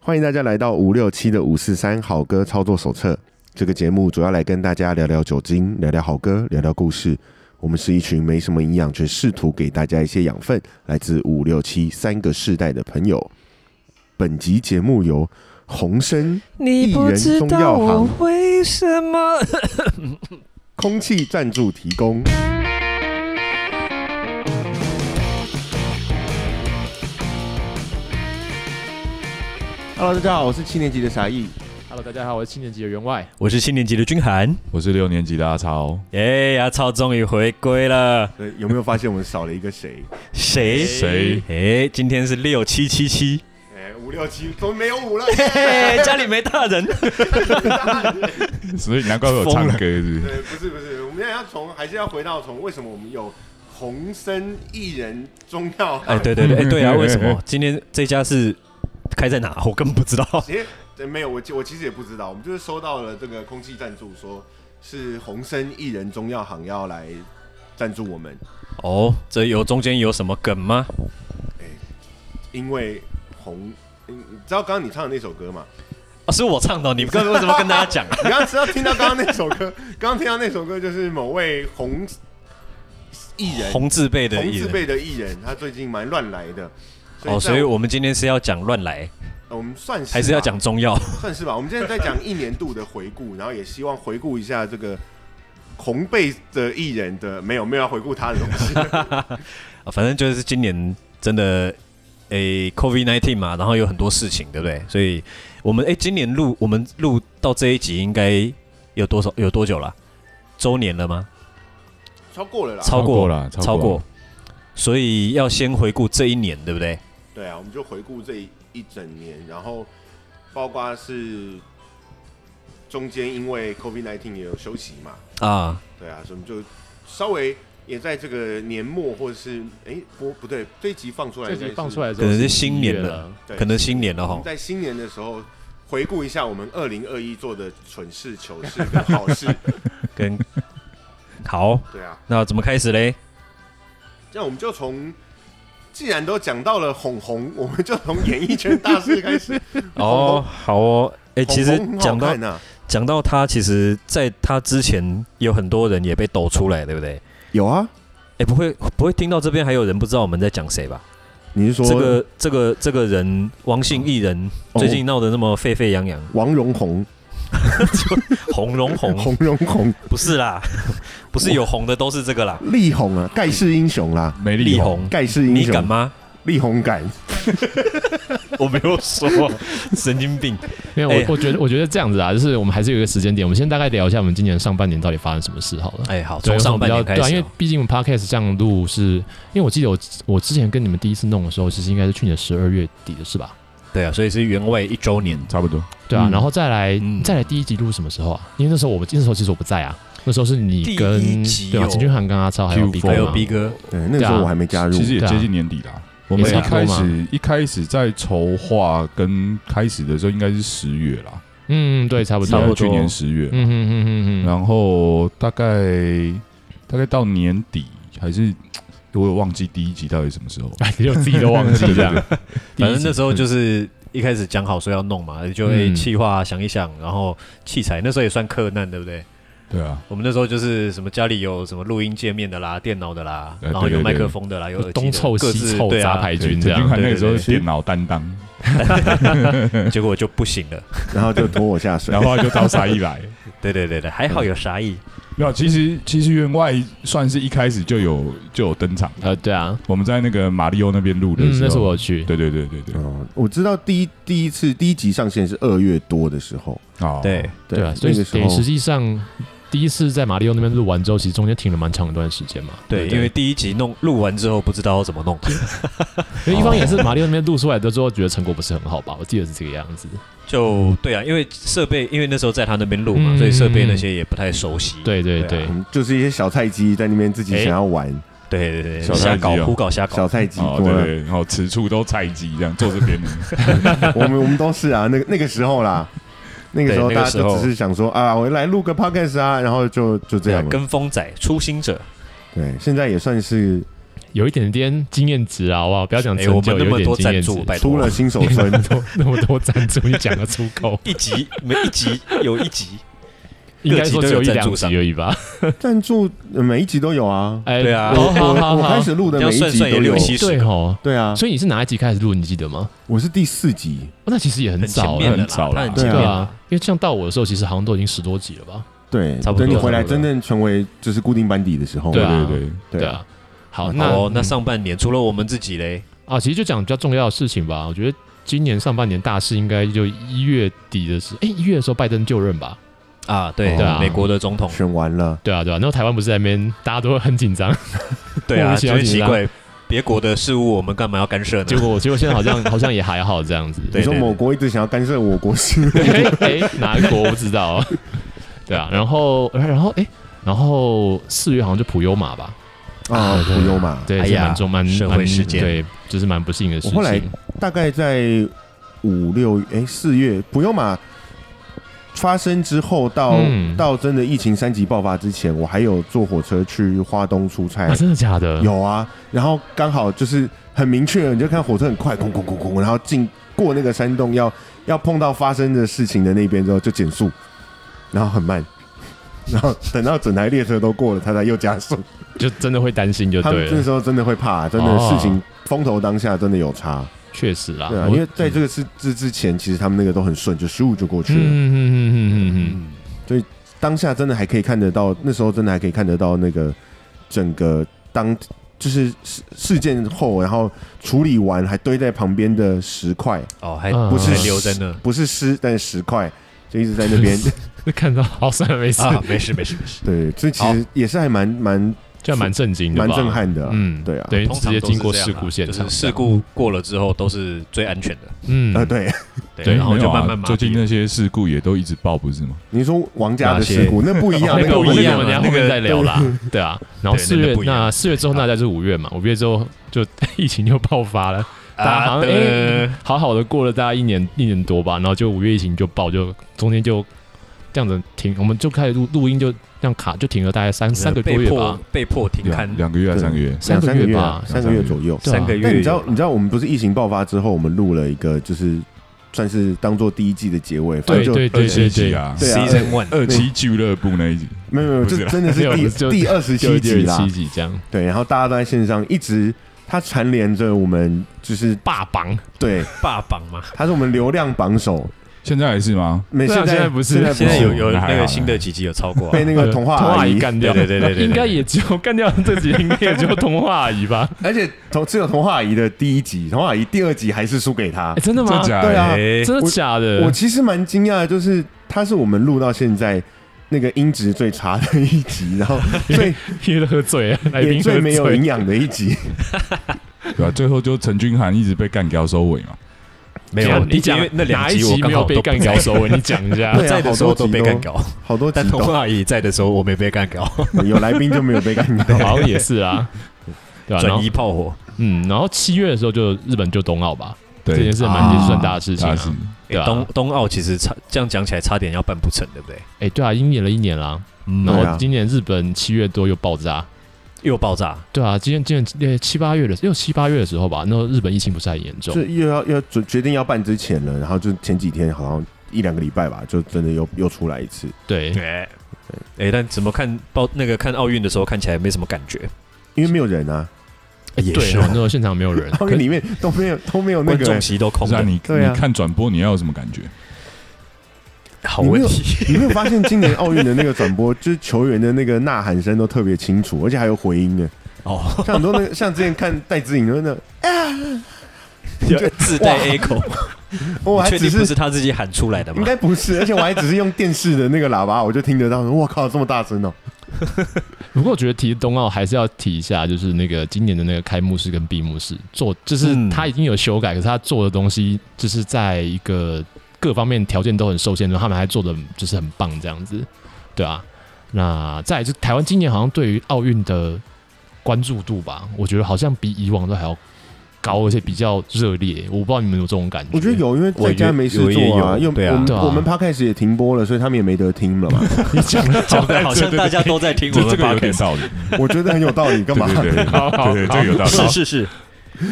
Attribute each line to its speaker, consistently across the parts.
Speaker 1: 欢迎大家来到五六七的五四三好歌操作手册。这个节目主要来跟大家聊聊酒精，聊聊好歌，聊聊故事。我们是一群没什么营养，却试图给大家一些养分，来自五六七三个世代的朋友。本集节目由红参
Speaker 2: 你不知道我为什么？
Speaker 1: 空气赞助提供。Hello，大家好，我是七年级的傻义。
Speaker 3: Hello，大家好，我是七年级的员外。
Speaker 4: 我是七年级的君涵，哎
Speaker 5: 我是六年级的阿超，
Speaker 4: 耶、阿超终于回归了，
Speaker 1: 对，有没有发现我们少了一个谁？
Speaker 4: 谁？
Speaker 5: 谁？
Speaker 4: 哎、今天是六七七七，
Speaker 1: 哎，五六七，怎么没有五了？
Speaker 4: 嘿嘿，家里没大 人，
Speaker 5: 所以难怪会有唱歌是不是？
Speaker 1: 对，不是不是，我们现在要从还是要回到从为什么我们有红参薏仁中药？
Speaker 4: 哎、对对对，哎、对啊，为什么今天这家是开在哪？我根本不知道。
Speaker 1: 其实对没有，哎我其我其实也不知道，我们就是收到了这个空气赞助，说是红参薏仁中药行要来赞助我们，
Speaker 4: 哦，这有中间有什么梗吗？
Speaker 1: 因为红，嗯你知道刚刚你唱的那首歌吗？
Speaker 4: 啊，是我唱的哦， 你不知道为什么跟大家讲？啊
Speaker 1: 你刚刚知道听到刚刚那首歌， 刚刚听到那首歌就是某位红艺人，
Speaker 4: 红字辈的
Speaker 1: 红
Speaker 4: 艺
Speaker 1: 字
Speaker 4: 人。
Speaker 1: 辈的艺人，他最近蛮乱来的。
Speaker 4: 哦，
Speaker 1: 在呃
Speaker 4: 所以我们今天是要讲乱来，
Speaker 1: 我们算是吧
Speaker 4: 还是要讲中药？
Speaker 1: 算是吧。我们今天在讲一年度的回顾，然后也希望回顾一下这个红贝的艺人的，没有没有要回顾他的东 西。
Speaker 4: 啊反正就是今年真的，诶、c o v i d nineteen 嘛，然后有很多事情，对不对？所以我们诶、今年录我们录到这一集应该有多少有多久了？周年了吗？
Speaker 1: 超过了啦，
Speaker 4: 超过
Speaker 5: 了，
Speaker 4: 超过。所以要先回顾这一年，对不对？
Speaker 1: 对啊，我们就回顾这一一整年，然后包括是中间因为 COVID 1 9也有休息嘛，
Speaker 4: 啊，
Speaker 1: 对啊，所以我们就稍微也在这个年末或者是哎不不对，这一集放出来
Speaker 3: 这
Speaker 1: 应该
Speaker 3: 集
Speaker 1: 是
Speaker 3: 放出来的时
Speaker 4: 可
Speaker 3: 候
Speaker 4: 能是
Speaker 3: 11
Speaker 4: 新年
Speaker 3: 月
Speaker 4: 了
Speaker 3: 了，
Speaker 1: 对
Speaker 4: 可能新年了
Speaker 1: 我们
Speaker 4: 哈。
Speaker 1: 在新年的时候回顾一下我们二零二一做的蠢事、糗事跟好 事，
Speaker 4: 跟好，
Speaker 1: 对啊，
Speaker 4: 那怎么开始嘞？
Speaker 1: 那我们就从。既然都讲到了哄红，我们就从演艺圈大事开始。
Speaker 4: 哦，好哦。诶、 其实
Speaker 1: 哄红很好
Speaker 4: 讲到
Speaker 1: 看啊
Speaker 4: 讲到他，其实在他之前有很多人也被抖出来，对不对？
Speaker 1: 有啊，
Speaker 4: 哎、不会不会听到这边还有人不知道我们在讲谁吧？
Speaker 1: 你是说
Speaker 4: 这个这个这个人王姓艺人
Speaker 1: 哦
Speaker 4: 最近闹得那么沸沸扬扬，
Speaker 1: 王荣 红、
Speaker 4: 红龙 红
Speaker 1: 红荣红、
Speaker 4: 不是啦， 不是有红的都是这个啦，
Speaker 1: 力宏啊，盖世英雄啦，
Speaker 5: 美丽
Speaker 4: 力
Speaker 5: 红，
Speaker 4: 宏，
Speaker 1: 盖世英
Speaker 4: 嗯你敢
Speaker 1: 雄，
Speaker 4: 吗？
Speaker 1: 力宏敢，
Speaker 4: 我没有说，神经病。
Speaker 3: 没有，我、
Speaker 4: 哎
Speaker 3: 我觉得我觉得这样子啊，就是我们还是有一个时间点，我们先大概聊一下我们今年上半年到底发生什么事好了。
Speaker 4: 哎，好，
Speaker 3: 对
Speaker 4: 从上半
Speaker 3: 我
Speaker 4: 年
Speaker 3: 比较
Speaker 4: 开始
Speaker 3: 对、啊，因
Speaker 4: 哦、
Speaker 3: 为毕竟我们 podcast 这样录是，因为我记得我我之前跟你们第一次弄的时候，其实应该是去年十二月底的是吧？
Speaker 4: 对啊，所以是员外一周年。
Speaker 5: 差不多。
Speaker 3: 对啊，
Speaker 4: 嗯
Speaker 3: 然后再来、
Speaker 4: 嗯
Speaker 3: 再来第一集录是什么时候啊？因为那时候我那时候其实我不在啊，那时候是你跟
Speaker 4: 第一集
Speaker 3: 对啊，
Speaker 4: 有
Speaker 3: 陈俊涵跟阿超还有啊
Speaker 5: Q4
Speaker 3: B 哥
Speaker 4: 还有
Speaker 3: 嘛
Speaker 4: B 哥，
Speaker 1: 对，那个时候我还没加入
Speaker 5: 其，实也
Speaker 3: 对啊
Speaker 5: 接近年底啦。
Speaker 4: 我
Speaker 5: 我
Speaker 3: 也
Speaker 4: 们
Speaker 5: 们
Speaker 3: 是
Speaker 5: 一
Speaker 3: 差不多
Speaker 5: 开
Speaker 3: 嘛
Speaker 5: 始一开始在筹划跟开始的时候，应该是十月啦，
Speaker 3: 嗯，对，差不多
Speaker 4: 差不，多
Speaker 5: 去年十月。
Speaker 3: 嗯哼哼哼哼，
Speaker 5: 然后大概大概到年底还是我有忘记第一集到底什么时候。
Speaker 3: 哎，你就自己都忘记 这样。
Speaker 4: 反正那时候就是一开始讲好说要弄嘛，就会
Speaker 3: 嗯
Speaker 4: 气划想一想，然后器材那时候也算克难，对不对？
Speaker 5: 对啊，
Speaker 4: 我们那时候就是什么家里有什么录音界面的啦、电脑的啦，
Speaker 5: 呃
Speaker 4: 然后有
Speaker 5: 对对对
Speaker 4: 麦克风的啦，有耳机
Speaker 3: 东
Speaker 4: 的
Speaker 3: 凑
Speaker 4: 各
Speaker 3: 西
Speaker 4: 自
Speaker 3: 凑
Speaker 4: 对
Speaker 3: 杂
Speaker 4: 啊，
Speaker 3: 牌
Speaker 5: 对
Speaker 3: 军
Speaker 5: 陈
Speaker 3: 这
Speaker 5: 君
Speaker 3: 样。
Speaker 5: 涵那个时候
Speaker 4: 对对对
Speaker 5: 是电脑担当，
Speaker 4: 结果就不行了。
Speaker 1: 然后就拖我下水
Speaker 5: 然。后他就招沙一 来。
Speaker 4: 对对对对，还好有啥意，
Speaker 5: 没有，其实其实员外算是一开始就有就有登场。
Speaker 3: 呃，对啊，
Speaker 5: 我们在那个马里奥那边录的时
Speaker 3: 嗯
Speaker 5: 候，，
Speaker 3: 那时候我有去，
Speaker 5: 对对对对对，
Speaker 1: 哦，我知道第一第一次第一集上线是二月多的时候，
Speaker 5: 哦，
Speaker 4: 对，
Speaker 3: 对啊，所
Speaker 1: 那
Speaker 3: 以
Speaker 1: 个时
Speaker 3: 等于
Speaker 1: 候
Speaker 3: 实际上第一次在马里奥那边录完之后，其实中间停了蛮长一段时间嘛。
Speaker 4: 对，
Speaker 3: 不
Speaker 4: 因为第一集弄录完之后不知道要怎么弄，
Speaker 5: 嗯
Speaker 3: 因为一方也是马 里奥那边录出来的之后，觉得成果不是很好吧？我记得是这个样子。
Speaker 4: 就对啊，因为设备，因为那时候在他那边录嘛，
Speaker 3: 嗯
Speaker 4: 所以设备那些也不太熟
Speaker 5: 嗯
Speaker 4: 悉。
Speaker 3: 对对
Speaker 4: 对啊
Speaker 3: 对
Speaker 1: 我，们嗯就是一些小菜鸡在那边自己想要玩，
Speaker 4: 对对对，
Speaker 5: 小
Speaker 4: 瞎
Speaker 5: 菜鸡
Speaker 4: 搞
Speaker 5: 哦
Speaker 4: 胡搞瞎搞
Speaker 1: 小，菜鸡
Speaker 5: 哦
Speaker 1: 多
Speaker 5: 对
Speaker 1: 了。
Speaker 5: 对，然后此处都菜鸡这样坐这边的，
Speaker 1: 我们我们都是啊，那个那个时候啦，那个时候
Speaker 4: 对那
Speaker 1: 大
Speaker 4: 个
Speaker 1: 家
Speaker 4: 时候
Speaker 1: 就只是想说啊，我来录个 podcast 啊，然后就就这
Speaker 4: 对啊
Speaker 1: 样了。
Speaker 4: 跟风仔、初心者，
Speaker 1: 对，现在也算是
Speaker 3: 有一点点经验值啊，好不好？不要讲
Speaker 4: 哎、
Speaker 3: 成
Speaker 4: 我
Speaker 3: 就，
Speaker 4: 们那
Speaker 3: 有
Speaker 4: 么
Speaker 3: 一点
Speaker 4: 多
Speaker 3: 经
Speaker 4: 赞
Speaker 3: 验值
Speaker 4: 助，。拜
Speaker 1: 出
Speaker 4: 托
Speaker 1: 了，新 手村，
Speaker 3: 多那么多赞助，你讲得出 口？
Speaker 4: 一集每一集有一集，
Speaker 3: 应该说只有一两
Speaker 4: 各集都有赞助
Speaker 3: 集
Speaker 4: 商
Speaker 3: 而已吧？
Speaker 1: 赞助呃每一集都有啊。
Speaker 3: 哎，
Speaker 4: 对啊
Speaker 1: 我
Speaker 3: 哦 好
Speaker 1: 我
Speaker 3: 好
Speaker 1: 我
Speaker 3: 好
Speaker 1: 开，始录的
Speaker 4: 你要
Speaker 1: 每一
Speaker 4: 算
Speaker 1: 集
Speaker 4: 算
Speaker 1: 都
Speaker 4: 也
Speaker 1: 有
Speaker 4: 六，七十
Speaker 3: 对
Speaker 4: 个，
Speaker 3: 哦。
Speaker 1: 对啊，
Speaker 3: 所以你是哪一集开始录？你记得吗？
Speaker 1: 我是第四集，
Speaker 3: 哦那其实也很
Speaker 4: 很前
Speaker 3: 早
Speaker 4: 面
Speaker 3: 了，
Speaker 4: 的啦，
Speaker 5: 很早了
Speaker 4: 他很
Speaker 1: 对
Speaker 4: 前
Speaker 1: 啊
Speaker 4: 面
Speaker 3: 对
Speaker 4: 了。
Speaker 3: 啊，因为像到我的时候，其实好像都已经十多集了吧？
Speaker 1: 对，
Speaker 3: 差不多
Speaker 1: 等你回来
Speaker 3: 差不多
Speaker 1: 真正成为就是固定班底的时候，
Speaker 3: 对啊
Speaker 5: 对对，
Speaker 1: 对
Speaker 3: 对，啊。好，
Speaker 4: 那
Speaker 3: 那
Speaker 4: 哦，那上半年除了我们自己嘞，
Speaker 3: 啊，其实就讲比较重要的事情吧。我觉得今年上半年大事应该就一月底的时候，哎，一月的时候拜登就任吧？
Speaker 4: 啊，对，
Speaker 1: 对
Speaker 3: 啊
Speaker 4: 美国的总统，
Speaker 1: 选完了，
Speaker 3: 对啊，对啊。那台湾不是在那边，大家都很紧张，
Speaker 4: 对
Speaker 3: 莫
Speaker 4: 啊，
Speaker 3: 名其
Speaker 4: 觉
Speaker 3: 妙
Speaker 4: 得奇
Speaker 3: 紧张
Speaker 4: 怪，别国的事务我们干嘛要干涉呢
Speaker 3: 结？果结果现在好像好像也还好这样子。
Speaker 1: 你
Speaker 4: 对
Speaker 1: 说
Speaker 4: 对
Speaker 1: 某国一直想要干涉我国事，
Speaker 3: 哎，哎哪一国我不知道。对啊，然后然后哎，然后四月好像就普悠玛吧？
Speaker 1: 啊，不用嘛。
Speaker 3: 对，
Speaker 4: 哎
Speaker 3: 是
Speaker 4: 呀
Speaker 3: 蛮重蛮
Speaker 4: 社会
Speaker 3: 蛮
Speaker 4: 事件
Speaker 3: 对，就是蛮不幸的事
Speaker 1: 我
Speaker 3: 情。
Speaker 1: 后来大概在五六哎四月，不用嘛。发生之后到、
Speaker 3: 嗯
Speaker 1: 到真的疫情三级爆发之前，我还有坐火车去花东出差，
Speaker 3: 啊，真的假的？
Speaker 1: 哎有啊，然后刚好就是很明确，你就看火车很快，轰轰轰轰，然后进过那个山洞要要碰到发生的事情的那边之后就减速，然后很慢， 然后等到整台列车都过了，它才又加速。
Speaker 3: 就真的会担心就
Speaker 1: 他
Speaker 3: 对
Speaker 1: 们那
Speaker 3: 了，
Speaker 1: 时候真的会怕，真的
Speaker 3: 哦
Speaker 1: 事情风头当下真的有差，
Speaker 3: 确实啦。
Speaker 1: 对啊，
Speaker 3: 我
Speaker 1: 因为在这个之之之前，其实他们那个都很顺，就咻就过去
Speaker 3: 嗯
Speaker 1: 了。
Speaker 3: 嗯嗯嗯嗯嗯
Speaker 4: 嗯
Speaker 1: 当下真的还可以看得到，那时候真的还可以看得到那个整个当就是事事件后，然后处理完还堆在旁边的石块，
Speaker 4: 哦，还
Speaker 3: 嗯
Speaker 4: 不是
Speaker 3: 嗯
Speaker 4: 留在那
Speaker 1: 不是尸，但是石块就一直在那边。
Speaker 3: 嗯，看到好算了，没事，
Speaker 4: 啊， 没事没事没事，
Speaker 1: 对，所以其实也是还蛮蛮
Speaker 3: 就还蛮震惊的吧，
Speaker 1: 蛮震。撼的啊、
Speaker 3: 嗯，
Speaker 1: 对啊
Speaker 3: 等于
Speaker 4: 通
Speaker 3: 直
Speaker 4: 常
Speaker 3: 接
Speaker 4: 都是
Speaker 3: 经过
Speaker 4: 这样
Speaker 3: 事
Speaker 4: 啦
Speaker 3: 故现场，
Speaker 4: 就是事，故过了之后都是最安全的，
Speaker 3: 嗯，
Speaker 1: 呃，对，
Speaker 4: 对，
Speaker 3: 对
Speaker 4: 然后
Speaker 5: 没
Speaker 4: 就
Speaker 5: 有啊
Speaker 4: 慢慢麻
Speaker 5: 最近
Speaker 4: 痹了。
Speaker 5: 那些事故也都一直报，不是吗？
Speaker 1: 你说王家的事故那不一样，那
Speaker 3: 那
Speaker 4: 哪些
Speaker 1: 个
Speaker 3: 个
Speaker 4: 不
Speaker 3: 我
Speaker 1: 不
Speaker 3: 们
Speaker 1: 一
Speaker 4: 一
Speaker 1: 样
Speaker 4: 样
Speaker 3: 等一下
Speaker 4: 啊
Speaker 3: 后
Speaker 4: 那
Speaker 3: 面
Speaker 4: 个
Speaker 3: 再聊啦，对啊，然后
Speaker 4: 对
Speaker 3: 四
Speaker 4: 那个
Speaker 3: 月
Speaker 4: 不一样
Speaker 3: 那四月之后，那再是五月嘛，五月之后就疫情又爆发了，大家好像
Speaker 4: 的
Speaker 3: 哎好好的过了大概一年一年多吧，然后就五月疫情就爆，就中间就这样子停，我们就开始录录音，就这样卡就停了大概哎三三个多
Speaker 4: 被
Speaker 3: 月
Speaker 4: 迫
Speaker 3: 吧，
Speaker 4: 被迫停刊
Speaker 5: 两，两个月还
Speaker 1: 对
Speaker 5: 是三个月？
Speaker 1: 两三
Speaker 3: 三个
Speaker 1: 个
Speaker 3: 月
Speaker 1: 月
Speaker 3: 吧
Speaker 1: 啊三个月左右。
Speaker 3: 对啊
Speaker 4: 三个月有了。
Speaker 1: 但你知道，你知道我们不是疫情爆发之后，我们录了一个就是算是当做第一季的结尾，反
Speaker 3: 对
Speaker 1: 正就
Speaker 3: 对对
Speaker 5: 二
Speaker 3: 对
Speaker 5: 七
Speaker 3: 对
Speaker 5: 集，啊，
Speaker 1: 对啊
Speaker 4: Season One
Speaker 5: 二期俱乐部那一集，
Speaker 1: 没有没有，
Speaker 5: 不是
Speaker 1: 这
Speaker 5: 啦
Speaker 1: 真的是
Speaker 3: 没有
Speaker 1: 第
Speaker 3: 就
Speaker 1: 第二十
Speaker 3: 就
Speaker 1: 七集
Speaker 3: 就
Speaker 1: 啦
Speaker 3: 七。集这样，
Speaker 1: 对，然后大家都在线上一直，它蝉联着我们，就是
Speaker 3: 霸榜，
Speaker 1: 对，
Speaker 4: 霸榜嘛，
Speaker 1: 它是我们流量榜首。
Speaker 5: 现在还是吗？
Speaker 1: 没
Speaker 3: 对啊
Speaker 1: 现
Speaker 3: 现在不是
Speaker 1: 现在
Speaker 4: 现在有
Speaker 5: 哦
Speaker 4: 有
Speaker 5: 那还好
Speaker 4: 那个
Speaker 5: 那
Speaker 4: 新的几集有超过啊，
Speaker 1: 哎被那个童话
Speaker 3: 呃童
Speaker 1: 阿
Speaker 3: 话
Speaker 1: 姨，
Speaker 3: 干掉，
Speaker 4: 对对对对对对
Speaker 3: 应该也只有干掉这集，应该也只有童话阿姨吧？
Speaker 1: 而且童只有童话阿姨的第一集，童话阿姨第二集还是输给她
Speaker 3: 哎，。真的吗
Speaker 5: 真？假？
Speaker 1: 对啊
Speaker 4: 哎
Speaker 3: 真的假的？
Speaker 1: 我其实蛮惊讶的，就是她是我们录到现在那个音质最差的一集， 然后最
Speaker 3: 因为喝醉了，来
Speaker 1: 也
Speaker 3: 宾
Speaker 1: 最
Speaker 3: 喝
Speaker 1: 没有营
Speaker 3: 醉，
Speaker 1: 养的一集。
Speaker 5: 对啊，最后就陈君涵一直被干掉收尾嘛。
Speaker 4: 没
Speaker 3: 等一
Speaker 4: 有，
Speaker 3: 下你讲
Speaker 4: 因为那两
Speaker 3: 哪一
Speaker 4: 集我
Speaker 3: 集
Speaker 4: 刚
Speaker 3: 没有
Speaker 4: 好
Speaker 3: 被
Speaker 4: 都
Speaker 3: 干
Speaker 4: 不在
Speaker 3: 掉收尾？你讲一下
Speaker 4: 我
Speaker 1: 对。啊
Speaker 4: 在的时候都被干掉，
Speaker 1: 好多集
Speaker 4: 但童
Speaker 1: 都
Speaker 4: 话阿姨在的时候我没被干掉，
Speaker 1: 有来宾就没有被干 掉。
Speaker 3: 好像也是 啊，对吧、然
Speaker 4: 转
Speaker 3: 后
Speaker 4: 移炮火。
Speaker 3: 嗯，然后七月的时候就日本就冬奥吧，这件
Speaker 5: 对，
Speaker 3: 事蛮也
Speaker 4: 啊
Speaker 3: 算大的事情、
Speaker 5: 他
Speaker 3: 啊
Speaker 5: 是。
Speaker 3: 对啊
Speaker 4: 欸冬冬奥其实差这样讲起来差点要办不成，对不对？
Speaker 3: 哎、对啊，已经演了一年啦。
Speaker 4: 嗯
Speaker 3: 然
Speaker 1: 对啊
Speaker 3: 后今年日本七月多又爆炸，
Speaker 4: 又爆炸，
Speaker 3: 对啊，今年今年呃七八月的又七八月的时候吧，那日本疫情不是很严重
Speaker 1: 就，又要又要决决定要办之前了，然后就前几天好像一两个礼拜吧，就真的又又出来一次，
Speaker 3: 对，
Speaker 4: 哎、哎，但怎么看报那个看奥运的时候看起来没什么感觉，
Speaker 1: 因为没有人 啊，
Speaker 3: 哎
Speaker 4: 也
Speaker 3: 对
Speaker 4: 是
Speaker 3: 哦，那时候现场没有 人，
Speaker 1: 奥
Speaker 3: 可
Speaker 1: 运里面都没 有都没有那
Speaker 4: 观
Speaker 1: 个、
Speaker 4: 众席都
Speaker 5: 不
Speaker 4: 空
Speaker 5: 是啊，
Speaker 4: 着。
Speaker 5: 你
Speaker 1: 对啊
Speaker 5: 你看转播你要有什么感觉？
Speaker 4: 好问题，
Speaker 1: 你没有发现今年奥运的那个转播，就是球员的那个呐喊声都特别清楚，而且还有回音呢。
Speaker 4: 哦，
Speaker 1: 像很多 那个像之前看戴资颖的那，
Speaker 4: 有自带 A 口，
Speaker 1: 我哦还
Speaker 4: 确
Speaker 1: 只
Speaker 4: 定不
Speaker 1: 是
Speaker 4: 是他自己喊出来的
Speaker 1: 应
Speaker 4: 吗？
Speaker 1: 该不是，而且我还只是用电视的那个喇叭，我就听得到。我靠，这么大声哦！
Speaker 3: 不过我觉得提冬奥还是要提一下，就是那个今年的那个开幕式跟闭幕式做，就是
Speaker 4: 嗯
Speaker 3: 他已经有修改，可是他做的东西就是在一个各方面条件都很受限的时候，他们还做的就是很棒这样子，对啊。那再来就是台湾今年好像对于奥运的关注度吧，我觉得好像比以往都还要高，而且比较热烈。我不知道你们有这种感觉？
Speaker 1: 我觉得有，因为在家没事
Speaker 4: 我也
Speaker 1: 做啊，
Speaker 4: 有
Speaker 1: 又
Speaker 4: 对啊
Speaker 1: 我们
Speaker 3: 对啊
Speaker 1: 我们 podcast 也停播了，所以他们也没得听了嘛。
Speaker 3: 你讲得
Speaker 4: 讲的好像大家都在听我
Speaker 5: 这
Speaker 4: 们
Speaker 5: 这个有
Speaker 4: p
Speaker 5: 点
Speaker 4: o
Speaker 5: 道理，
Speaker 1: 我觉得很有道理，干
Speaker 5: 对
Speaker 1: 嘛？
Speaker 5: 对 对，对对这个有道
Speaker 4: 是
Speaker 5: 理，
Speaker 4: 是是，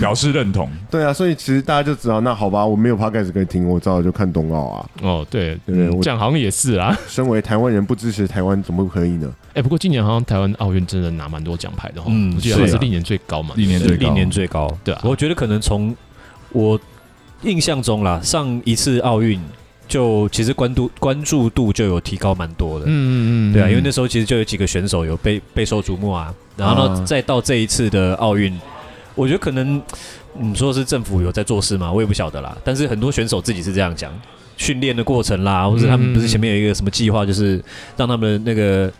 Speaker 5: 表示认同。
Speaker 1: 对啊，所以其实大家就知道，那好吧，我没有 podcast 可以听，我只好就看冬奥啊。
Speaker 3: 哦，对，
Speaker 1: 对对
Speaker 3: 嗯
Speaker 1: 我
Speaker 3: 这样好像也是啦。
Speaker 1: 身为台湾人，不支持台湾怎么可以呢？
Speaker 3: 哎，不过今年好像台湾奥运真的拿蛮多奖牌的哈，
Speaker 4: 嗯
Speaker 3: 我记得好像
Speaker 4: 是
Speaker 3: 是
Speaker 4: 啊
Speaker 3: 历年最高嘛。
Speaker 5: 历年最高，
Speaker 4: 历年最高。
Speaker 3: 对啊
Speaker 4: 我觉得可能从我印象中啦，上一次奥运就其实关注关注度就有提高蛮多的。
Speaker 3: 嗯嗯嗯，
Speaker 4: 对啊，因为那时候其实就有几个选手有备备受瞩目啊，然后呢，
Speaker 1: 啊
Speaker 4: 再到这一次的奥运，我觉得可能嗯你说是政府有在做事吗？我也不晓得啦。但是很多选手自己是这样讲，训练的过程
Speaker 3: 嗯
Speaker 4: 啦，或者他们不是前面有一个什么计划，就是让他们那个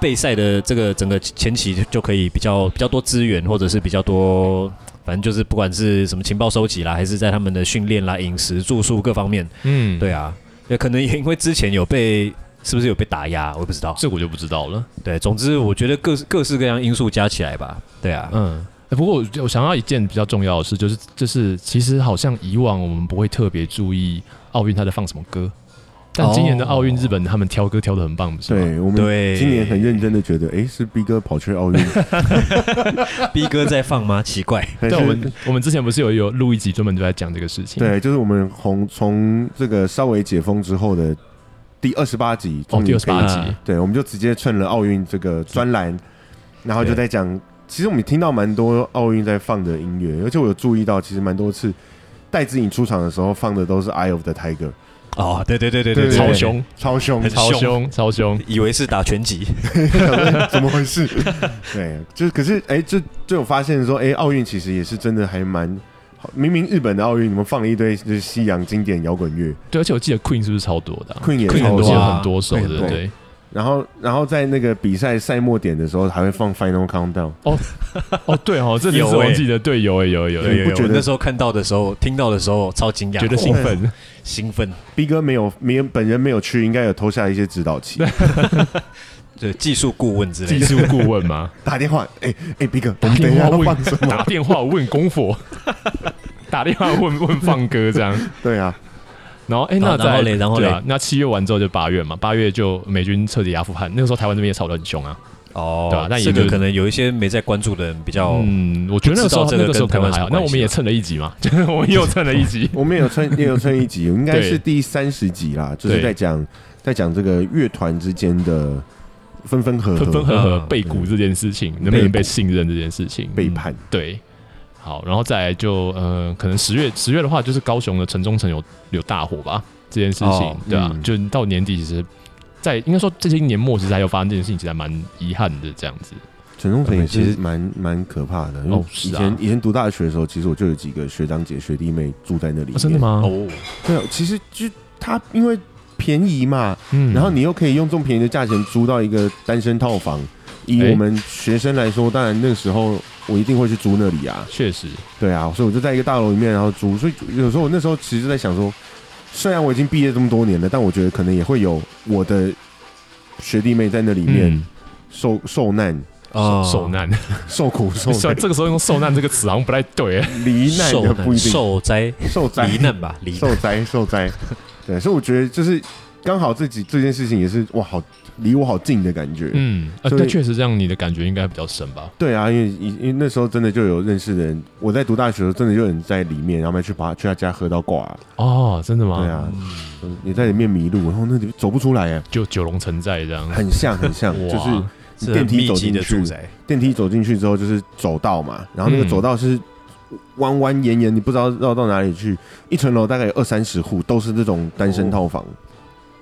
Speaker 4: 备赛的这个整个前期就就可以比较比较多资源，或者是比较多。反正就是不管是什么情报收集啦，还是在他们的训练啦、饮食、住宿各方面，
Speaker 3: 嗯，
Speaker 4: 对啊，也可能也因为之前有被是不是有被打压，我也不知道。
Speaker 3: 这我就不知道了。
Speaker 4: 对，总之我觉得各各式各样因素加起来吧。对 啊，
Speaker 3: 嗯，哎不过我我想到一件比较重要的事，就是就是其实好像以往我们不会特别注意奥运它在放什么歌，但今年的奥运
Speaker 4: 哦
Speaker 3: 日本他们挑歌挑的很棒，不是吗？
Speaker 1: 对我们
Speaker 4: 对
Speaker 1: 今年很认真的觉得，诶，是 B 哥跑去奥运，
Speaker 4: 逼哥在放吗？奇怪，
Speaker 1: 还
Speaker 3: 对，
Speaker 1: 是
Speaker 3: 我们我们之前不是有有录一集专门就在讲这个事情。
Speaker 1: 对，就是我们从从这个稍微解封之后的第二十八集，
Speaker 3: 哦，
Speaker 1: 终于
Speaker 3: 第二十八
Speaker 1: 可以
Speaker 3: 集，
Speaker 4: 啊
Speaker 1: 对，我们就直接趁了奥运这个专栏，然后就在讲，其实我们听到蛮多奥运在放的音乐，而且我有注意到，其实蛮多次戴志颖出场的时候放的都是《Eye of the Tiger》，
Speaker 4: 哦，对对对对
Speaker 1: 对
Speaker 3: 超，凶，
Speaker 1: 超凶，
Speaker 4: 很
Speaker 3: 超
Speaker 4: 凶
Speaker 3: 凶，超凶。
Speaker 4: 以为是打拳击，
Speaker 1: 怎么回 事？对，就是可是哎、就就有发现说，哎、奥运其实也是真的还蛮好。明明日本的奥运，你们放了一堆就是西洋经典摇滚乐
Speaker 3: 对，而且我记得 Queen 是不是超多的啊、
Speaker 1: ，Queen 也
Speaker 3: Queen
Speaker 1: 超
Speaker 3: 很
Speaker 4: 多
Speaker 3: 多
Speaker 4: 啊
Speaker 3: 很多首
Speaker 1: Queen 很
Speaker 3: 的，
Speaker 1: 多
Speaker 3: 对，
Speaker 1: 然后，然后在那个比赛赛末点的时候，还会放 Final Countdown。
Speaker 3: 哦对哦，这你是
Speaker 4: 有欸
Speaker 3: 我记得，对，有哎有有
Speaker 4: 有
Speaker 3: 有，
Speaker 4: 有
Speaker 1: 不
Speaker 4: 有，
Speaker 1: 觉
Speaker 4: 我
Speaker 1: 得
Speaker 4: 那时候看到的时候，听到的时候超惊讶，
Speaker 3: 觉得兴奋，
Speaker 4: 兴奋，
Speaker 1: B 哥没有，没有本人没有去，应该有偷下一些指导棋，
Speaker 4: 对技术顾问之类
Speaker 3: 技
Speaker 4: 的。
Speaker 3: 术顾问吗？
Speaker 1: 打电话，哎哎，B 哥，我
Speaker 3: 打
Speaker 1: 们等一
Speaker 3: 电
Speaker 1: 下
Speaker 3: 话
Speaker 1: 要
Speaker 3: 问
Speaker 1: 放什么？
Speaker 3: 打电话问功夫， 打电话问问放歌这样。
Speaker 1: 对啊，。
Speaker 3: 然后哎，
Speaker 4: 好
Speaker 3: 那
Speaker 4: 然后
Speaker 3: 在
Speaker 4: 嘞然后
Speaker 3: 对
Speaker 4: 嘞
Speaker 3: 啊，那七月完之后就八月嘛，八月就美军彻底阿富汗，那个时候台湾这边也吵得很凶啊。
Speaker 4: 哦
Speaker 3: 对啊但也
Speaker 4: 这
Speaker 3: 就
Speaker 4: 个
Speaker 3: 是
Speaker 4: 可能有一些没在关注的人比较，
Speaker 3: 嗯，我觉得那个时候
Speaker 4: 哦不知道这个
Speaker 3: 那个时候
Speaker 4: 跟台
Speaker 3: 台
Speaker 4: 湾
Speaker 3: 湾还好
Speaker 4: 什，
Speaker 3: 那
Speaker 4: 么关系啊
Speaker 3: 我们也蹭了一集嘛， 就是我们又蹭了一 集
Speaker 1: 我们也有蹭，也有蹭一集，应该
Speaker 3: 对
Speaker 1: 是第三十集啦，就是
Speaker 3: 对
Speaker 1: 在讲在讲这个乐团之间的分分合合、
Speaker 3: 分分合合
Speaker 4: 嗯
Speaker 3: 背骨这件事情，能不能
Speaker 1: 背
Speaker 3: 被
Speaker 1: 骨
Speaker 3: 信任这件事情，
Speaker 1: 背叛。
Speaker 3: 对，好，然后再来就呃，可能十月十月的话，就是高雄的城中城有有大火吧，这件事情，
Speaker 4: 哦
Speaker 3: 对啊，
Speaker 1: 嗯
Speaker 3: 就到年底其实在，应该说这些年末其实还有发生这件事情，其实还蛮遗憾的这样子。
Speaker 1: 陈忠诚也
Speaker 4: 其
Speaker 1: 是
Speaker 4: 实
Speaker 1: 蛮蛮可怕的，因为
Speaker 3: 呃哦
Speaker 1: 以
Speaker 3: 是啊
Speaker 1: 前、以前读大学的时候，其实我就有几个学长姐、学弟妹住在那里、
Speaker 3: 哦、真的？吗？
Speaker 4: 哦，
Speaker 1: 对啊，其实就他因为便宜嘛，
Speaker 3: 嗯
Speaker 1: 然后你又可以用这么便宜的价钱租到一个单身套房。以
Speaker 3: 哎
Speaker 1: 我们学生来说，当然那个时候我一定会去租那里啊，
Speaker 3: 确实，
Speaker 1: 对啊，所以我就在一个大楼里面，然后租。所以有时候我那时候其实就在想说，虽然我已经毕业这么多年了，但我觉得可能也会有我的学弟妹在那里面
Speaker 3: 嗯，
Speaker 1: 受、受难、
Speaker 4: 哦
Speaker 3: 受难，
Speaker 1: 受苦、受
Speaker 3: 虽然
Speaker 1: 难、
Speaker 3: 这个时候用 受难这个词好像不太 对，哎
Speaker 1: 罹难
Speaker 4: 受
Speaker 1: 的不一定
Speaker 4: 受灾
Speaker 1: 受灾、
Speaker 4: 罹难吧，罹难
Speaker 1: 受灾、受灾。对，所以我觉得就是刚好自己这件事情也是哇，好离我好近的感觉。
Speaker 3: 嗯，呃，
Speaker 1: 所以
Speaker 3: 但确实这样你的感觉应该比较深吧？
Speaker 1: 对啊，因为因因为那时候真的就有认识的人，我在读大学的时候真的就有人在里面，然后我们还去把去他家喝到挂、
Speaker 3: 哦，真的吗？
Speaker 1: 对啊，也在里面迷路，然后那里走不出来哎，
Speaker 3: 就九龙城寨这样，
Speaker 4: 嗯
Speaker 1: 很像很 像，
Speaker 3: 哇
Speaker 1: 就是
Speaker 4: 是
Speaker 1: 电
Speaker 4: 很
Speaker 1: 梯
Speaker 4: 密
Speaker 1: 走
Speaker 4: 集
Speaker 1: 进
Speaker 4: 的
Speaker 1: 去
Speaker 4: 住宅，
Speaker 1: 电梯走进去之后就是走道嘛，然后那个
Speaker 3: 嗯
Speaker 1: 走道是弯弯延延，你不知道绕到哪里去。一层楼大概有二三十户，都是这种单
Speaker 4: 哦
Speaker 1: 身套房。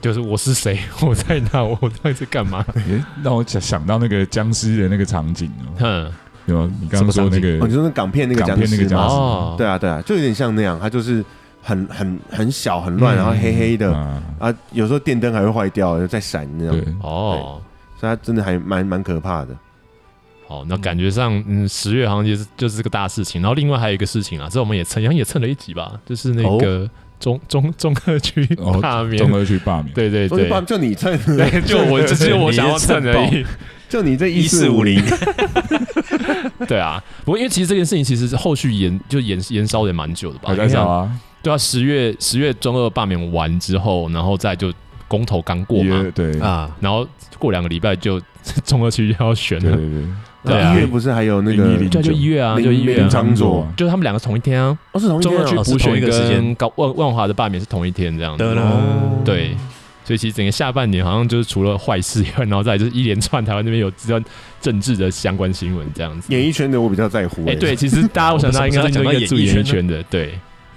Speaker 3: 就是我是谁， 我在哪，我到底在干嘛？
Speaker 5: 诶让我想想到那个僵尸的那个场景哦，
Speaker 3: 哼，
Speaker 5: 有吗？你刚刚说那
Speaker 1: 哦，
Speaker 5: 个
Speaker 1: 你说那港片那个
Speaker 5: 港
Speaker 1: 僵
Speaker 5: 片那
Speaker 1: 尸
Speaker 5: 个
Speaker 1: 吗
Speaker 5: 僵尸？
Speaker 3: 哦，
Speaker 1: 对啊，对啊，就有点像那样，它就是很很很小很乱，
Speaker 3: 嗯
Speaker 1: 然后黑黑的、
Speaker 5: 啊，
Speaker 1: 啊，有时候电灯还会坏掉，就在闪那样，
Speaker 5: 对
Speaker 1: 所以，
Speaker 3: 哦。
Speaker 1: 它真的还蛮蛮可怕的。
Speaker 3: 好，那感觉上，嗯，十月好像就是就是这个大事情。然后另外还有一个事情啊，这我们也蹭，好像也蹭了一集吧，就是那个中、中中二区
Speaker 5: 哦
Speaker 3: 大面，
Speaker 5: 综合去罢免，
Speaker 3: 对对
Speaker 1: 所以
Speaker 3: 对
Speaker 1: 爸，就你趁
Speaker 3: 对，就我只是我想要蹭而已。
Speaker 1: 就你这
Speaker 4: 一四五零，
Speaker 3: 对啊，不过因为其实这件事情其实是后续延就延延烧也蛮久的吧，
Speaker 5: 还在
Speaker 3: 因为
Speaker 5: 找
Speaker 3: 像
Speaker 5: 啊，
Speaker 3: 对啊，十月十月中二罢免完之后，然后再就公投刚过嘛，
Speaker 5: 也对
Speaker 4: 啊，
Speaker 3: 然后过两个礼拜就 中二区就要选
Speaker 5: 对
Speaker 3: 了，
Speaker 5: 对 对，
Speaker 3: 对啊
Speaker 1: 一月不是还有那
Speaker 5: 零一
Speaker 1: 个
Speaker 5: 零
Speaker 3: 对啊，就一月啊，
Speaker 1: 林
Speaker 3: 就一月
Speaker 1: 林
Speaker 3: 啊，
Speaker 1: 长佐，
Speaker 3: 就是他们两个同一天啊，
Speaker 1: 哦，是同一
Speaker 3: 中
Speaker 1: 天
Speaker 3: 二区
Speaker 1: 啊
Speaker 3: 补
Speaker 4: 哦是同
Speaker 3: 选
Speaker 4: 一个时间
Speaker 3: 跟高万万华的罢免是同一天这样子，
Speaker 4: 得了
Speaker 1: 哦
Speaker 3: 对，所以其实整个下半年好像就是除了坏事以外，然后再来就是一连串台湾那边有这段政治的相关新闻这样子。
Speaker 1: 演艺圈的我比较在乎。
Speaker 3: 哎、
Speaker 1: 哎
Speaker 3: 对，，其实大家我想大家应该都应该注意演艺
Speaker 4: 我们什么时候
Speaker 3: 圈的，对。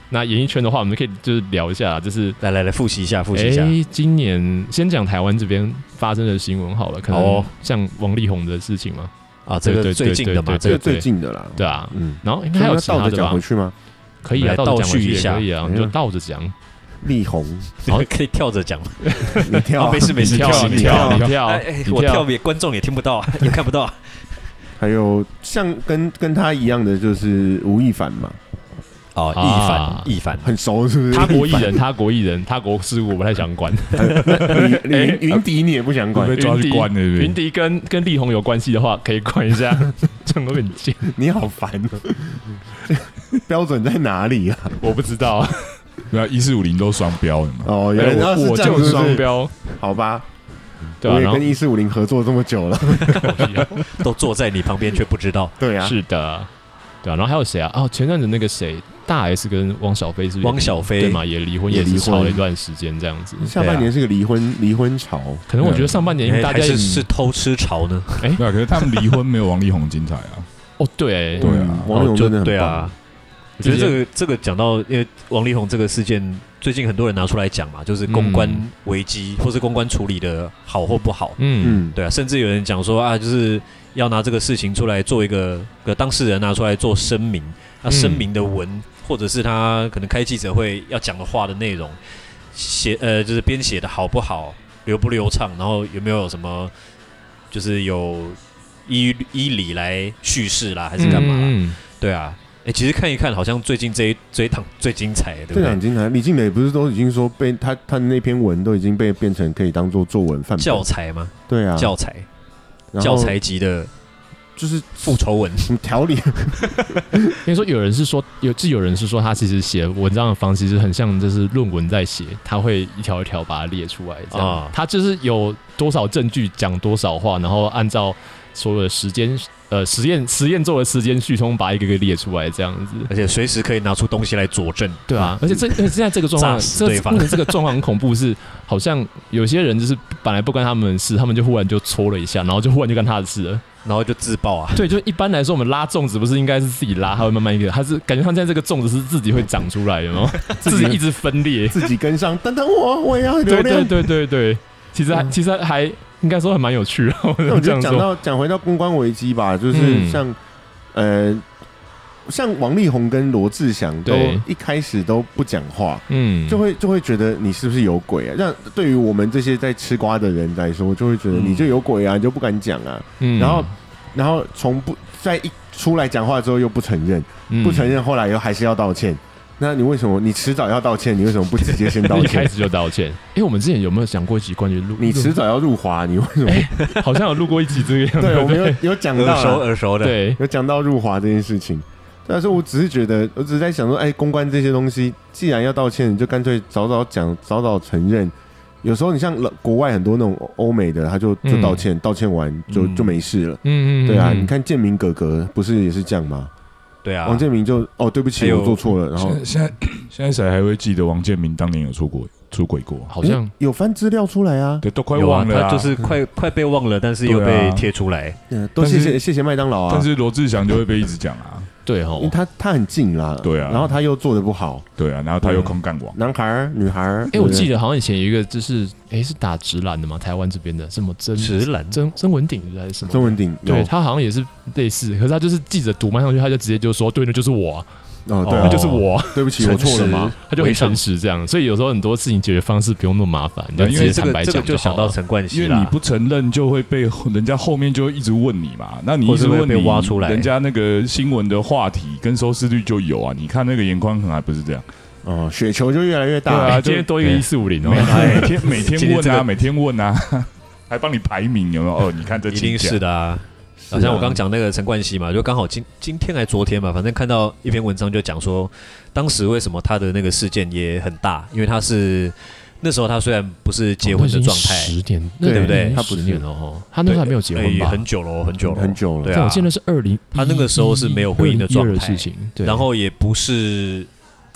Speaker 3: 那演艺圈的话，我们可以就是聊一下，就是
Speaker 4: 来来来，复习一下，复
Speaker 3: 哎、
Speaker 4: 习一下，
Speaker 3: 今年先讲台湾这边发生的新闻好了，可
Speaker 4: 好
Speaker 3: 能
Speaker 4: 哦
Speaker 3: 像王力宏的事情嘛，
Speaker 4: 啊，这
Speaker 3: 对对
Speaker 4: 个最近的嘛，
Speaker 3: 对
Speaker 1: 这
Speaker 4: 这
Speaker 1: 个
Speaker 4: 个
Speaker 1: 最近的啦，
Speaker 3: 对啊，
Speaker 1: 嗯，
Speaker 3: 然后应该
Speaker 1: 所以
Speaker 3: 还
Speaker 1: 我
Speaker 3: 有
Speaker 1: 们要倒着
Speaker 3: 其他的
Speaker 1: 讲
Speaker 3: 吧
Speaker 1: 回？去吗？
Speaker 3: 可以啊，
Speaker 4: 来
Speaker 3: 倒着讲
Speaker 4: 倒
Speaker 3: 回
Speaker 4: 叙
Speaker 3: 去
Speaker 4: 一
Speaker 3: 也
Speaker 4: 下
Speaker 3: 可以啊，我们
Speaker 1: 哎
Speaker 3: 就
Speaker 1: 呀
Speaker 3: 倒着讲，
Speaker 1: 力 宏，
Speaker 3: 好
Speaker 4: 可以跳着讲 嘛，
Speaker 1: 你跳
Speaker 4: 啊，
Speaker 1: 啊
Speaker 4: 没，事没事，
Speaker 3: 你跳啊，
Speaker 4: 事
Speaker 3: 你
Speaker 1: 你
Speaker 3: 跳
Speaker 1: 跳
Speaker 3: 啊，
Speaker 1: 啊
Speaker 3: 你跳啊
Speaker 4: 哎，哎
Speaker 3: 你
Speaker 4: 我
Speaker 3: 跳
Speaker 4: 跳
Speaker 3: 啊，
Speaker 4: 也观众也听不到， 也看不到，啊
Speaker 1: 还有像跟跟他一样的就是吴亦凡嘛，
Speaker 4: 哦，
Speaker 3: 啊
Speaker 4: 一凡一
Speaker 1: 很熟是不是？
Speaker 3: 他国艺人，他国艺人，他国事务我不太想管。
Speaker 1: 云云云迪你也不想管
Speaker 5: 会，被抓去关的，对不对
Speaker 3: 云迪跟跟力宏有关系的话，可以管一下，这样会很贱。
Speaker 1: 你好烦哦， 这标准在哪里啊？
Speaker 3: 我不知道，
Speaker 5: 对啊，一四五零都双标的
Speaker 4: 啊
Speaker 5: 嘛，
Speaker 1: 哦，原来他是
Speaker 3: 我
Speaker 1: 这样，
Speaker 3: 哎就是双
Speaker 1: 不是？
Speaker 3: 标，
Speaker 1: 好吧，
Speaker 3: 对吧、
Speaker 1: 我也
Speaker 3: 啊然后
Speaker 1: 跟一四五零合作这么久了，
Speaker 4: 凡都坐在你旁边却不知道，
Speaker 1: 对啊，
Speaker 3: 是的，对啊，然后还有谁啊？哦，前阵子那个谁，大 S 跟汪小菲是不是
Speaker 4: 汪小菲
Speaker 3: 嗯对嘛？也离婚，
Speaker 1: 也
Speaker 3: 也
Speaker 1: 离
Speaker 3: 是
Speaker 1: 婚
Speaker 3: 吵了一段时间这样子。
Speaker 1: 下半年是个离婚离婚潮，
Speaker 3: 可能我觉得上半年因为
Speaker 4: 哎
Speaker 3: 大
Speaker 4: 还
Speaker 3: 家
Speaker 4: 是是偷吃潮呢，
Speaker 5: 对啊，可是他们离婚没有王力宏精 彩啊，
Speaker 3: 哦，对，
Speaker 5: 对啊
Speaker 1: 嗯王力宏真的很
Speaker 4: 对
Speaker 1: 棒
Speaker 4: 啊，。我觉得这个这个讲到，因为王力宏这个事件，最近很多人拿出来讲嘛，就是公关
Speaker 3: 嗯
Speaker 4: 危机、或是公关处理的好或不好，
Speaker 3: 嗯，
Speaker 1: 嗯，
Speaker 4: 对啊，甚至有人讲说啊，就是要拿这个事情出来做一个，个当事人拿出来做声明，啊，
Speaker 3: 嗯
Speaker 4: 声明的文、或者是他可能开记者会要讲的话的内容，写呃就是编写的好不好，流不流畅，然后有没有什么就是有依依理来叙事啦，
Speaker 3: 还
Speaker 4: 还是干嘛？
Speaker 3: 嗯
Speaker 4: 对啊，哎、其实看一看，好像最近这一这一档最精彩，对不
Speaker 1: 这两
Speaker 4: 对？
Speaker 1: 精彩，李静蕾不是都已经说被他他那篇文都已经被变成可以当做作文范本
Speaker 4: 教材吗？
Speaker 1: 对啊，
Speaker 4: 教材，
Speaker 1: 然后
Speaker 4: 教材级的
Speaker 1: 就是
Speaker 4: 复仇文，
Speaker 1: 什么条理，
Speaker 3: 因为说有人是说有，是有人是说他其实写文章的方式是很像，就是论文在写，他会一条一条把它列出来，这样、
Speaker 4: 啊
Speaker 3: 他就是有多少证据讲多少话，然后按照所有的时间呃实验实验做的时间序通把一个个列出来，这样子。
Speaker 4: 而且随时可以拿出东西来佐证。
Speaker 3: 对啊，而且这而且现在这个状况，
Speaker 4: 炸死
Speaker 3: 这
Speaker 4: 对方
Speaker 3: 这个状况很恐怖是，好像有些人就是本来不关他们的事，他们就忽然就搓了一下，然后就忽然就干他的事了。
Speaker 4: 然后就自爆啊，
Speaker 3: 对，就一般来说，我们拉粽子不是应该是自己拉，它会慢慢一点，它是感觉它现在这个粽子是自己会长出来的 吗？自己一直分裂。
Speaker 1: 自己跟上，等 等我，我也要流
Speaker 3: 对对
Speaker 1: 量。
Speaker 3: 对对对，其实还、
Speaker 1: 嗯
Speaker 3: 其实还应该说还蛮有趣的，
Speaker 1: 那
Speaker 3: 我
Speaker 1: 我
Speaker 3: 这
Speaker 1: 就
Speaker 3: 样
Speaker 1: 讲
Speaker 3: 说。
Speaker 1: 到讲回到公关危机吧，就
Speaker 3: 嗯
Speaker 1: 是像、呃，像王力宏跟罗志祥都
Speaker 3: 对
Speaker 1: 一开始都不讲话，
Speaker 3: 嗯，
Speaker 1: 就会就会觉得你是不是有鬼啊？让对于我们这些在吃瓜的人来说，就会觉得
Speaker 4: 嗯
Speaker 1: 你就有鬼啊，你就不敢讲啊。
Speaker 3: 嗯
Speaker 1: 然后然后从不在一出来讲话之后又不承认，
Speaker 3: 嗯
Speaker 1: 不承、认，后来又还是要道歉。那你为什么？你迟早要道歉，你为什么不直接先道
Speaker 3: 嗯 一开
Speaker 1: 歉？
Speaker 3: 始就道歉。哎、我们之前有没有讲过一集关于录？
Speaker 1: 你迟早要入华，你为 什么？
Speaker 3: 录好像有录过一集这个样
Speaker 1: 对，我
Speaker 3: 子。
Speaker 1: 们有有讲到
Speaker 4: 耳熟
Speaker 1: 啊，
Speaker 4: 耳熟的。，
Speaker 3: 对，
Speaker 1: 有讲到入华这件事情。但是我只是觉得，我只是在想说，哎，公关这些东西，既然要道歉，你就干脆早早讲，早早承认。有时候你像老国外很多那种欧欧美的，他就就
Speaker 3: 嗯
Speaker 1: 道歉，道歉完就
Speaker 4: 嗯
Speaker 1: 就没事了。
Speaker 3: 嗯嗯，
Speaker 1: 对啊，
Speaker 3: 嗯
Speaker 1: 你，看建明哥哥不是也是这样吗？
Speaker 4: 对啊，
Speaker 1: 王建明就哦，对不
Speaker 4: 还
Speaker 1: 起，
Speaker 4: 有
Speaker 1: 我做错了，然后
Speaker 5: 现在哦现在现在谁还会记得王建民当年有出轨出轨过？啊
Speaker 3: 好像、
Speaker 1: 有翻资料出来啊，
Speaker 5: 对，都快
Speaker 4: 有啊
Speaker 5: 忘了
Speaker 4: 他
Speaker 5: 啊
Speaker 4: 就是快快被忘了，但是又
Speaker 5: 对
Speaker 4: 被
Speaker 5: 啊
Speaker 4: 贴出来。
Speaker 1: 嗯，都谢
Speaker 5: 但
Speaker 1: 谢
Speaker 5: 是
Speaker 1: 谢谢麦当劳啊，
Speaker 5: 但是罗志祥就会被一直讲啊，
Speaker 3: 对
Speaker 1: 因为
Speaker 3: 哦。
Speaker 1: 他他很近啦，
Speaker 5: 对啊
Speaker 1: 然后他又做的不好，
Speaker 5: 对啊，然后他又空干网，
Speaker 4: 嗯
Speaker 1: 男孩儿女孩儿，
Speaker 3: 哎、我记
Speaker 1: 得
Speaker 3: 得好像以前有一个就是，哎、是打直男的嘛，台湾这边的什么真
Speaker 4: 直男
Speaker 3: 曾曾文鼎还是什么？
Speaker 1: 曾文鼎
Speaker 3: 对
Speaker 1: 有
Speaker 3: 他好像也是类似，可是他就是记者读麦上去，他就直接就说：“对，那就是我啊，
Speaker 1: 哦，对
Speaker 3: 那
Speaker 1: 啊，
Speaker 3: 就是我啊，
Speaker 1: 对不起，我错了嘛，
Speaker 3: 他就很诚实这样。所以有时候很多事情解决方式不用那么麻烦，你就
Speaker 5: 对
Speaker 3: 直
Speaker 4: 因
Speaker 3: 接
Speaker 4: 为这
Speaker 3: 坦白
Speaker 4: 个这个
Speaker 3: 讲
Speaker 4: 就
Speaker 3: 好
Speaker 4: 想到
Speaker 3: 了。
Speaker 4: 陈冠希
Speaker 5: 因为你
Speaker 4: 啦，
Speaker 5: 不承认就会被人家后面就会一直问你嘛，那你一
Speaker 4: 或
Speaker 5: 直
Speaker 4: 者
Speaker 5: 问
Speaker 4: 会
Speaker 5: 你
Speaker 4: 被挖出来
Speaker 5: 人家那个新闻的话题跟收视率就有啊，你看那个严宽恒还不是这样，
Speaker 1: 哦，雪球就越来越
Speaker 5: 对
Speaker 1: 大
Speaker 5: 啊，
Speaker 3: 今天多一个
Speaker 5: 对
Speaker 3: 一四五零哦
Speaker 5: 哎每，每天每
Speaker 4: 今
Speaker 5: 天
Speaker 4: 天
Speaker 5: 问
Speaker 4: 这
Speaker 5: 啊，
Speaker 4: 个
Speaker 5: 每天问啊， 还帮你排名有没有？哦，你看这
Speaker 4: 一定
Speaker 5: 金
Speaker 4: 是
Speaker 5: 奖
Speaker 4: 的啊。好、
Speaker 5: 啊
Speaker 4: 像我刚讲那个陈冠希嘛，就刚好今今天还昨天嘛，反正看到一篇文章就讲说，当时为什么他的那个事件也很大，因为他是那时候他虽然不是结婚的状态，
Speaker 3: 十年，
Speaker 1: 对
Speaker 3: 那
Speaker 4: 对不对
Speaker 3: 已经
Speaker 1: 他不
Speaker 3: 十
Speaker 1: 是
Speaker 3: 年了哦，他那时候还没有结婚
Speaker 4: 哎
Speaker 3: 吧？
Speaker 4: 很久了哦，很久了，
Speaker 1: 很久了
Speaker 4: 对
Speaker 3: 但
Speaker 4: 啊，
Speaker 3: 我记得是二零，
Speaker 4: 他那个时候是没有婚姻的状态
Speaker 3: 2012事情，对，
Speaker 4: 然后也不是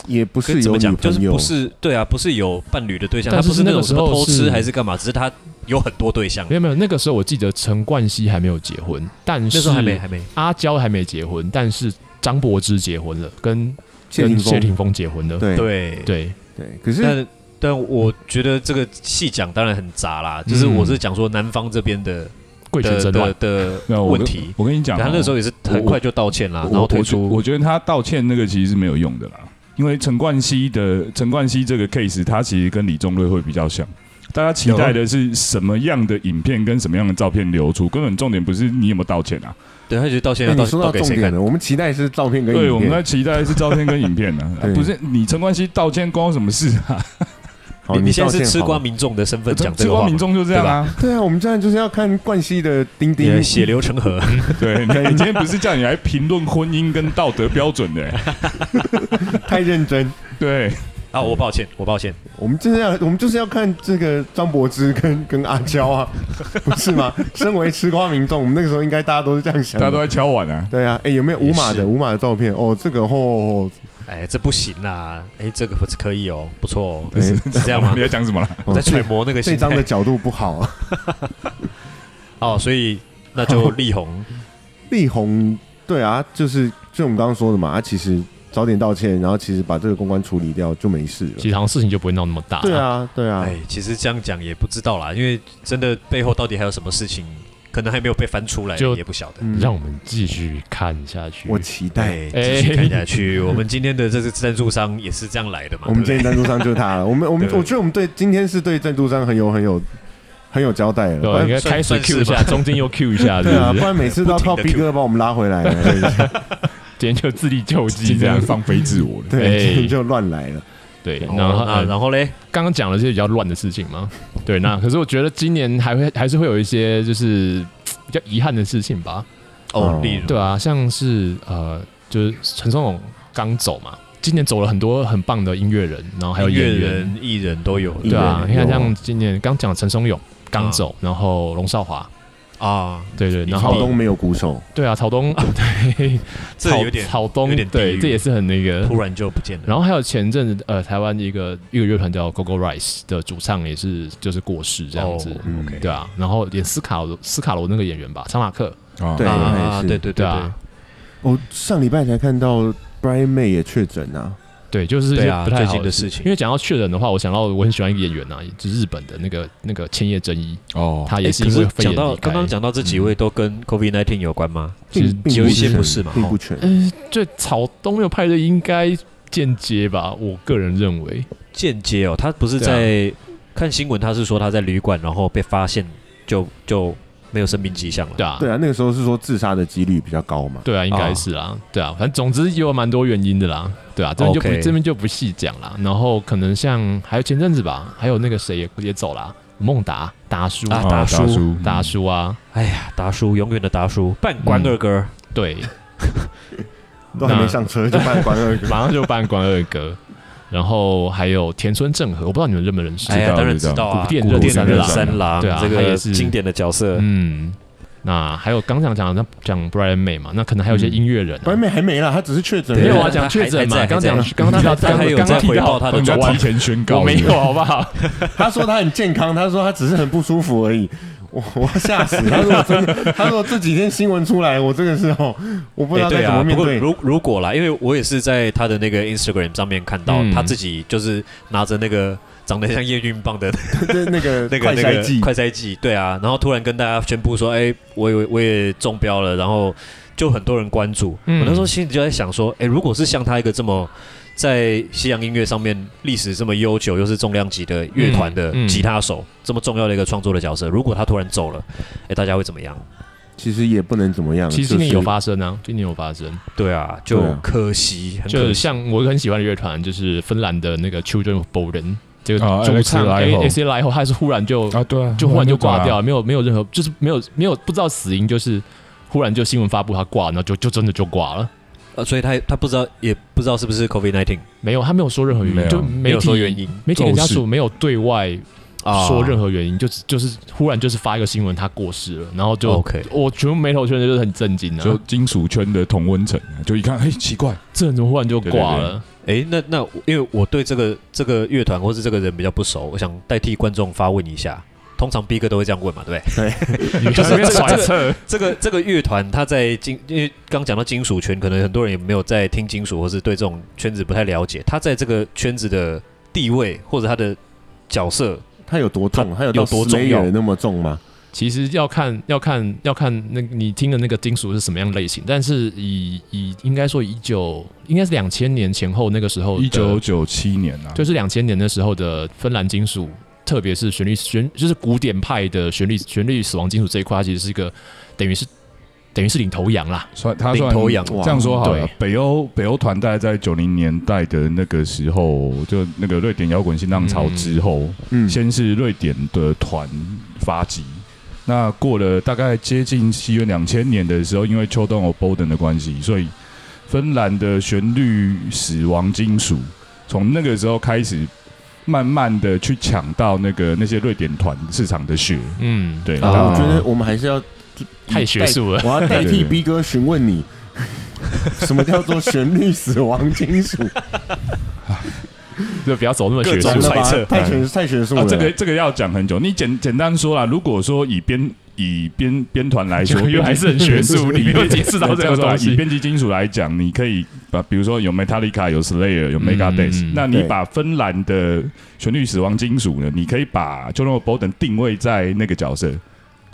Speaker 1: 也不
Speaker 4: 跟
Speaker 1: 是
Speaker 4: 怎
Speaker 1: 有
Speaker 4: 么
Speaker 1: 女
Speaker 4: 讲，就
Speaker 1: 朋
Speaker 4: 是
Speaker 1: 友，
Speaker 4: 不是对啊，不是有伴侣的对象，
Speaker 3: 但
Speaker 4: 他
Speaker 3: 是
Speaker 4: 不是
Speaker 3: 那
Speaker 4: 种
Speaker 3: 个时
Speaker 4: 什么
Speaker 3: 候
Speaker 4: 偷吃
Speaker 3: 是
Speaker 4: 还是干嘛，只是他有很多对象
Speaker 3: 没，有没有，那个时候我记得陈冠希还没有结婚，但是
Speaker 4: 那时候还没还没，
Speaker 3: 阿娇还没结婚，但是张柏芝结婚了，跟
Speaker 1: 谢霆
Speaker 3: 跟谢
Speaker 1: 锋，
Speaker 3: 霆锋结婚了，
Speaker 1: 对
Speaker 4: 对
Speaker 3: 对，
Speaker 1: 对，可是
Speaker 4: 但但我觉得这个细讲当然很杂啦，就是
Speaker 3: 嗯
Speaker 4: 我是讲说南方这边的
Speaker 3: 贵圈
Speaker 4: 的
Speaker 3: 争
Speaker 4: 的
Speaker 3: 乱，
Speaker 4: 的
Speaker 5: 那我
Speaker 4: 问
Speaker 5: 跟
Speaker 4: 题。
Speaker 5: 我跟你讲哦，
Speaker 4: 他那时候也是很快就道歉啦，
Speaker 5: 我
Speaker 4: 然后推
Speaker 5: 我觉
Speaker 4: 出
Speaker 5: 我觉得他道歉那个其实是没有用的啦，因为陈冠希的陈冠希这个 case，他其实跟李宗瑞会比较像。大家
Speaker 1: 啊
Speaker 5: 期待的是什么样的影片跟什么样的照片流出，根本重点不是你有没有道歉啊。
Speaker 4: 对，他觉得道歉
Speaker 1: 哎
Speaker 4: 要
Speaker 1: 你
Speaker 4: 道
Speaker 1: 说
Speaker 4: 歉
Speaker 1: 到
Speaker 4: 道给
Speaker 1: 重
Speaker 4: 谁
Speaker 1: 点
Speaker 4: 看？
Speaker 1: 了，我们期待是照片跟
Speaker 5: 对，我
Speaker 1: 影
Speaker 5: 们
Speaker 1: 片
Speaker 5: 在。期待是照片跟影片 呢、啊，
Speaker 1: 对
Speaker 5: 不是你陈冠希道歉关我什么事啊？
Speaker 1: 好，
Speaker 4: 你
Speaker 1: 你
Speaker 4: 现在
Speaker 1: 道
Speaker 4: 是
Speaker 1: 歉
Speaker 4: 吃
Speaker 1: 好
Speaker 4: 瓜
Speaker 1: 了
Speaker 4: 民众的
Speaker 3: 呃
Speaker 4: 身份讲这
Speaker 5: 吃
Speaker 4: 个
Speaker 5: 瓜
Speaker 4: 话
Speaker 5: 民
Speaker 4: 嘛，
Speaker 5: 众就这样啊。
Speaker 1: 对啊，我们这然就是要看冠希的丁
Speaker 4: 你
Speaker 1: 丁
Speaker 4: 的血流成河。
Speaker 5: 对，你看你今天不是叫你来评论婚姻跟道德标准的、 欸？
Speaker 1: 太认真。
Speaker 5: 对，
Speaker 4: 啊，我抱歉，我抱歉，
Speaker 1: 我们就是要，我们就是要看这个张柏芝跟 跟阿娇啊，不是吗？ 身为吃瓜民众，我们那个时候应该大家都是这样想
Speaker 5: 大
Speaker 1: 的。
Speaker 5: 家都在敲碗啊。
Speaker 1: 对啊，哎，有没有
Speaker 4: 也
Speaker 1: 五码
Speaker 4: 是
Speaker 1: 的五码的照片？哦，这个哦，
Speaker 4: 哎，这不行啦，哎，这个不可以哦，不错哦，
Speaker 1: 哎
Speaker 4: 是这样吗
Speaker 5: 你？在讲什么了？
Speaker 1: 哦
Speaker 4: 我在揣摩那个
Speaker 1: 这
Speaker 4: 心
Speaker 1: 张
Speaker 4: 态
Speaker 1: 的角度不好啊。
Speaker 4: 哦，所以那 就力宏，
Speaker 1: 力宏，对啊，就是就我们刚刚说的嘛，他啊其实早点道歉，然后其实把这个公关处理掉就没事了
Speaker 3: 其。实好像事情就不会闹那么大，
Speaker 1: 对，啊，对啊，
Speaker 4: 哎，其实这样讲也不知道啦，因为真的背后到底还有什么事情，可能还没有被翻出来，
Speaker 3: 就
Speaker 4: 也不晓得。
Speaker 1: 嗯
Speaker 3: 让我们继续看下去。
Speaker 1: 我期待。
Speaker 4: 对，
Speaker 3: 哎
Speaker 4: 继续看下去。我们今天的这个赞助商也是这样来的嘛？
Speaker 1: 我们
Speaker 4: 对
Speaker 1: 今天
Speaker 4: 不
Speaker 1: 赞助商就是他了。我们我们
Speaker 4: 对
Speaker 1: 我觉得我们对今天是对赞助商很有很有很有交代了。不
Speaker 3: 对，
Speaker 1: 然
Speaker 3: 应该
Speaker 4: 算
Speaker 3: 开始
Speaker 4: 算是
Speaker 3: Q 一下，
Speaker 4: 吧
Speaker 3: 中间又 Q 一 下，
Speaker 1: 对
Speaker 3: 对
Speaker 1: 啊，
Speaker 3: 不
Speaker 1: 不
Speaker 3: 对？
Speaker 1: 然每次都要靠
Speaker 4: 不
Speaker 1: 逼
Speaker 4: 停地 cue
Speaker 1: 哥把我们拉 回来了。对
Speaker 3: 今天就自力救济
Speaker 5: 今
Speaker 3: 这样
Speaker 5: 天。放飞自我了。
Speaker 1: 对，
Speaker 3: 哎
Speaker 1: 今天就乱来了。
Speaker 3: 对，
Speaker 4: 对
Speaker 3: 然
Speaker 4: 哦
Speaker 3: 后
Speaker 4: 那
Speaker 3: 呃
Speaker 4: 然后嘞，
Speaker 3: 刚刚讲的是比较乱的事情嘛，对。那可是我觉得今年还会还是会有一些就是嘖比较遗憾的事情吧，
Speaker 4: 哦
Speaker 1: 哦，
Speaker 4: 例如
Speaker 3: 对啊，像是呃，就是陈松勇刚走嘛，今年走了很多很棒的音乐人，然后还有
Speaker 4: 音
Speaker 3: 演
Speaker 4: 乐
Speaker 3: 员，
Speaker 4: 人、艺人都有
Speaker 1: 艺
Speaker 3: 对啊，
Speaker 1: 人
Speaker 3: 你看
Speaker 1: 有啊
Speaker 3: 像今年刚讲陈松勇刚
Speaker 4: 嗯
Speaker 3: 走，然后龙少华，
Speaker 4: 啊，
Speaker 3: 对对，然
Speaker 1: 朝
Speaker 3: 后
Speaker 1: 东没有鼓手，
Speaker 3: 对啊，草 东， 对，
Speaker 4: 这
Speaker 3: 草
Speaker 4: 有点
Speaker 3: 草东
Speaker 4: 有点，地
Speaker 3: 对，
Speaker 4: 狱
Speaker 3: 这也是很那个。
Speaker 4: 突然就不见了。
Speaker 3: 然后还有前阵子呃，台湾一个一个乐团叫 Gogo Rice 的主唱也是就是过世这样子，
Speaker 4: 哦
Speaker 1: 嗯
Speaker 4: OK
Speaker 3: 对啊，然后演斯卡罗斯卡罗那个演员吧，桑马克，
Speaker 5: 啊
Speaker 1: 对
Speaker 4: 啊，
Speaker 1: 还是
Speaker 4: 对对
Speaker 3: 嗯对
Speaker 4: 对
Speaker 3: 啊，
Speaker 1: 我哦上礼拜才看到 Brian May 也确诊啊。
Speaker 3: 对，就是一
Speaker 4: 对
Speaker 3: 些
Speaker 4: 啊
Speaker 3: 不太
Speaker 4: 最
Speaker 3: 好
Speaker 4: 近的事情
Speaker 3: 因为讲到确诊的话，我想到我很喜欢一个演员啊，就是日本的那个那个千叶真一，
Speaker 5: 哦，
Speaker 3: 他
Speaker 4: 对
Speaker 3: 也
Speaker 4: 哎
Speaker 3: 是
Speaker 4: 可
Speaker 3: 因为肺炎
Speaker 4: 讲到
Speaker 3: 离开
Speaker 4: 刚刚，讲到这几
Speaker 3: 嗯
Speaker 4: 位都跟 COVID 19有关吗？
Speaker 3: 其实
Speaker 1: 并并
Speaker 4: 有一些
Speaker 1: 全
Speaker 4: 不是嘛
Speaker 1: 并
Speaker 4: 哦
Speaker 1: 不全。
Speaker 3: 嗯，这草东没有派的应该间接吧，我个人认为，
Speaker 4: 间接哦，他不是
Speaker 3: 啊
Speaker 4: 在看新闻，他是说他在旅馆，然后被发现就就没有生命迹象了。
Speaker 3: 对啊，
Speaker 1: 对啊，那个时候是说自杀的几率比较高嘛。
Speaker 3: 对啊，应该是啦，对啊，反正总之也有蛮多原因的啦，对啊，这边就不
Speaker 4: OK
Speaker 3: 这边就不细讲啦。然后可能像还有前阵子吧，还有那个谁也也走啦，孟达达叔
Speaker 4: 啊
Speaker 5: 啊
Speaker 4: 达叔
Speaker 5: 叔
Speaker 3: 达叔啊，嗯
Speaker 4: 哎呀，达叔永远的达叔，半关二哥，
Speaker 3: 对，
Speaker 1: 都还没
Speaker 3: 那
Speaker 1: 上车就办关二
Speaker 3: 马上就办关二哥， 然然后还有田村正和，我不知道你们认不认识，
Speaker 4: 哎呀，
Speaker 5: 道
Speaker 4: 当然
Speaker 5: 知
Speaker 4: 知
Speaker 5: 道
Speaker 4: 道啊，
Speaker 3: 古典
Speaker 4: 古
Speaker 3: 任
Speaker 4: 典
Speaker 3: 三
Speaker 4: 任
Speaker 5: 郎
Speaker 4: 三郎，
Speaker 3: 对啊
Speaker 4: 这
Speaker 3: 他也
Speaker 4: 个
Speaker 3: 是
Speaker 4: 经典的角色，
Speaker 3: 嗯，那还有刚讲讲那讲 Brian May 嘛，那可能还有一些音乐人、啊
Speaker 1: ，Brian。May 还没啦，他只是确诊而已。
Speaker 3: 没有
Speaker 4: 嗯对
Speaker 3: 啊，
Speaker 4: 还
Speaker 3: 讲确诊嘛，
Speaker 4: 还在
Speaker 3: 刚讲
Speaker 4: 还在
Speaker 3: 刚刚提到，
Speaker 4: 他还有
Speaker 3: 刚刚
Speaker 4: 在
Speaker 3: 提
Speaker 4: 回
Speaker 3: 到
Speaker 4: 报他的
Speaker 5: 人家
Speaker 4: 转弯
Speaker 5: 提前宣告，
Speaker 3: 我没有，好不好？
Speaker 1: 他说他很健康，他说他只是很不舒服而已。我我要吓死！他说我真的，他说这几天新闻出来，我真的是哦，我不知
Speaker 4: 哎，
Speaker 1: 道该
Speaker 4: 对
Speaker 1: 怎
Speaker 4: 啊，
Speaker 1: 么
Speaker 4: 不
Speaker 1: 面
Speaker 4: 过
Speaker 1: 对。
Speaker 4: 如如果啦，因为我也是在他的那个 Instagram 上面看到
Speaker 3: 嗯
Speaker 4: 他自己就是拿着那个长得像验孕棒的
Speaker 1: 对那个
Speaker 4: 那个
Speaker 1: 快
Speaker 4: 那
Speaker 1: 筛
Speaker 4: 个
Speaker 1: 剂，
Speaker 4: 快筛剂，对啊，然后突然跟大家宣布说，哎，我也我也中标了，然后就很多人关注。
Speaker 3: 嗯
Speaker 4: 我那时候心里就在想说，哎，如果是像他一个这么在西洋音乐上面历史这么悠久，又是重量级的乐团的
Speaker 3: 嗯嗯
Speaker 4: 吉他手，这么重要的一个创作的角色，如果他突然走了，哎，大家会怎么样？
Speaker 1: 其实也不能怎么样。
Speaker 3: 其
Speaker 1: 就
Speaker 3: 实今年
Speaker 1: 是
Speaker 3: 有发生啊，今年有发生，
Speaker 4: 对啊，就
Speaker 1: 对啊
Speaker 4: 可惜，很
Speaker 3: 就
Speaker 4: 可惜。
Speaker 3: 像我很喜欢的乐团，就是芬兰的那个 Children of Bodom，这个
Speaker 5: 啊
Speaker 3: 主
Speaker 5: Alex
Speaker 3: 唱 A
Speaker 5: 来后
Speaker 3: A C 来后，他是忽然就
Speaker 5: 啊，对啊，
Speaker 3: 就忽然就挂
Speaker 5: 啊
Speaker 3: 掉，，没有没有任何，就是没有没有不知道死因，就是忽然就新闻发布他挂，然后就就真的就挂了，
Speaker 4: 呃，所以他他不知道，也不知道是不是 COVID nineteen，
Speaker 3: 没有他没有说任何原
Speaker 5: 没有
Speaker 3: 因，就媒
Speaker 4: 有
Speaker 3: 体
Speaker 4: 说原因
Speaker 3: 媒体跟家
Speaker 5: 骤
Speaker 3: 属没有对外
Speaker 4: 啊
Speaker 3: 说任何原因，就只就是忽然就是发一个新闻他过世了，然后就
Speaker 4: 哦 OK
Speaker 3: 我全部眉头圈的就是很震惊啊，
Speaker 5: 就金属圈的同温层啊，就一看，哎，奇 怪，
Speaker 3: 这人怎么忽然就挂
Speaker 5: 对对
Speaker 3: 了？
Speaker 4: 诶，那那我因为我对这个这个乐团或是这个人比较不熟，我想代替观众发问一下。通常 B 哥都会这样问嘛，对不对？
Speaker 3: 你
Speaker 4: 就是
Speaker 3: 在那边
Speaker 4: 这个
Speaker 3: 揣测
Speaker 5: 测，哦
Speaker 4: 这个这个乐团，他在金，因为刚讲到金属圈，可能很多人也没有在听金属，或是对这种圈子不太了解。他在这个圈子的地位或者他的角色，
Speaker 1: 它有多重？
Speaker 4: 它
Speaker 1: 它有
Speaker 4: 有多重要
Speaker 1: 有那么重吗？
Speaker 3: 其实要看要看要看那个你听的那个金属是什么样类型，但是以以应该说以九应该是两千年前后那个时候的，
Speaker 5: 一九九七年啊，
Speaker 3: 就是两千年的时候的芬兰金属，特别是旋律旋就是古典派的旋律旋律死亡金属这一块，它其实是一个等于是等于是领头羊啦。
Speaker 5: 算他
Speaker 4: 领
Speaker 5: 算
Speaker 4: 头羊
Speaker 1: 哇
Speaker 5: 这样说好了
Speaker 3: 对，
Speaker 5: 北欧北欧团大概在九零年代的那个时候，就那个瑞典摇滚新浪潮之后，
Speaker 1: 嗯，
Speaker 5: 先是瑞典的团发迹。那过了大概接近西元两千年的时候，因为秋冬 o b o d e n 的关系，所以芬兰的旋律死亡金属从那个时候开始，慢慢的去抢到那个那些瑞典团市场的血。
Speaker 3: 嗯，
Speaker 5: 对，
Speaker 1: 啊
Speaker 5: 那
Speaker 1: 我觉得我们还是要
Speaker 3: 太学术了
Speaker 1: 代我要代
Speaker 5: 对对
Speaker 1: 替
Speaker 5: 对
Speaker 1: B 哥询问你，什么叫做旋律死亡金属？
Speaker 3: 就不要走那么学
Speaker 4: 各
Speaker 3: 术
Speaker 4: 种。
Speaker 1: 了吧
Speaker 4: 揣测
Speaker 1: 太学太学术
Speaker 5: 啊
Speaker 1: 了。
Speaker 5: 这个这个要讲很久。你简简单说啦，如果说以编以编编团来说，
Speaker 3: 因为还是很 学术你没有解释到这个东西
Speaker 5: 以编辑金属来讲，你可以把比如说有 Metallica、有 Slayer、有 Megadeth，、
Speaker 3: 嗯
Speaker 5: 那你
Speaker 1: 对
Speaker 5: 把芬兰的旋律死亡金属呢，你可以把 j o n a Boden 定位在那个角色。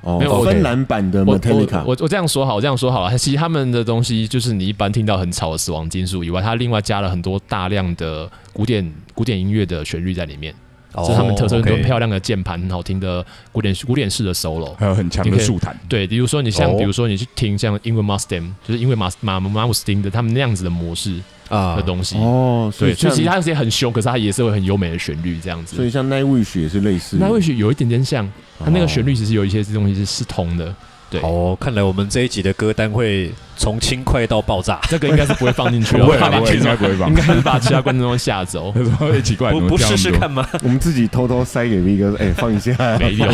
Speaker 1: 哦
Speaker 3: 没有我
Speaker 1: 芬兰版的
Speaker 3: 我我
Speaker 1: Metallica，
Speaker 3: 我我这样说好，我这样说好了。其实他们的东西就是你一般听到很吵的死亡金属以外，它另外加了很多大量的古典古典音乐的旋律在里面，
Speaker 1: 哦
Speaker 3: 这是他们特色，很多
Speaker 4: 哦 OK
Speaker 3: 漂亮的键盘，很好听的古典古典式的 solo。
Speaker 5: 还有很强
Speaker 3: 你
Speaker 5: 的
Speaker 3: 可以
Speaker 5: 速弹，
Speaker 3: 对，比如说你像，
Speaker 4: 哦
Speaker 3: 比如说你去听像英文 Mustang，就是因为马马马姆斯汀的他们那样子的模式
Speaker 4: 啊
Speaker 3: 的东西，
Speaker 1: 哦，所以
Speaker 3: 对，所
Speaker 1: 像
Speaker 3: 以其实它有些很凶，可是它也是会很优美的旋律这样
Speaker 1: 所
Speaker 3: 子。
Speaker 1: 以像 Nightwish 也是类似，哦
Speaker 3: 那或许有一点点像，它那个旋
Speaker 1: 律
Speaker 3: 律其实有一些东西是是通的，对
Speaker 4: 好哦，看来我们这一集的歌单会从轻快到爆炸，
Speaker 3: 这个应该是不会放进去的，
Speaker 5: 不会
Speaker 3: 怕把
Speaker 5: 不会
Speaker 3: 其
Speaker 5: 应
Speaker 3: 他
Speaker 5: 该不会放
Speaker 3: 应。该是把其他观众都吓
Speaker 5: ，
Speaker 3: 走
Speaker 5: 他说：“哎，奇怪，
Speaker 4: 不
Speaker 5: 怎么
Speaker 4: 不
Speaker 5: 掉
Speaker 4: 试
Speaker 5: 那么
Speaker 4: 试
Speaker 5: 多
Speaker 4: 看吗？
Speaker 1: 我们自己偷偷塞给 V 哥，哎，放一下。
Speaker 3: 没有，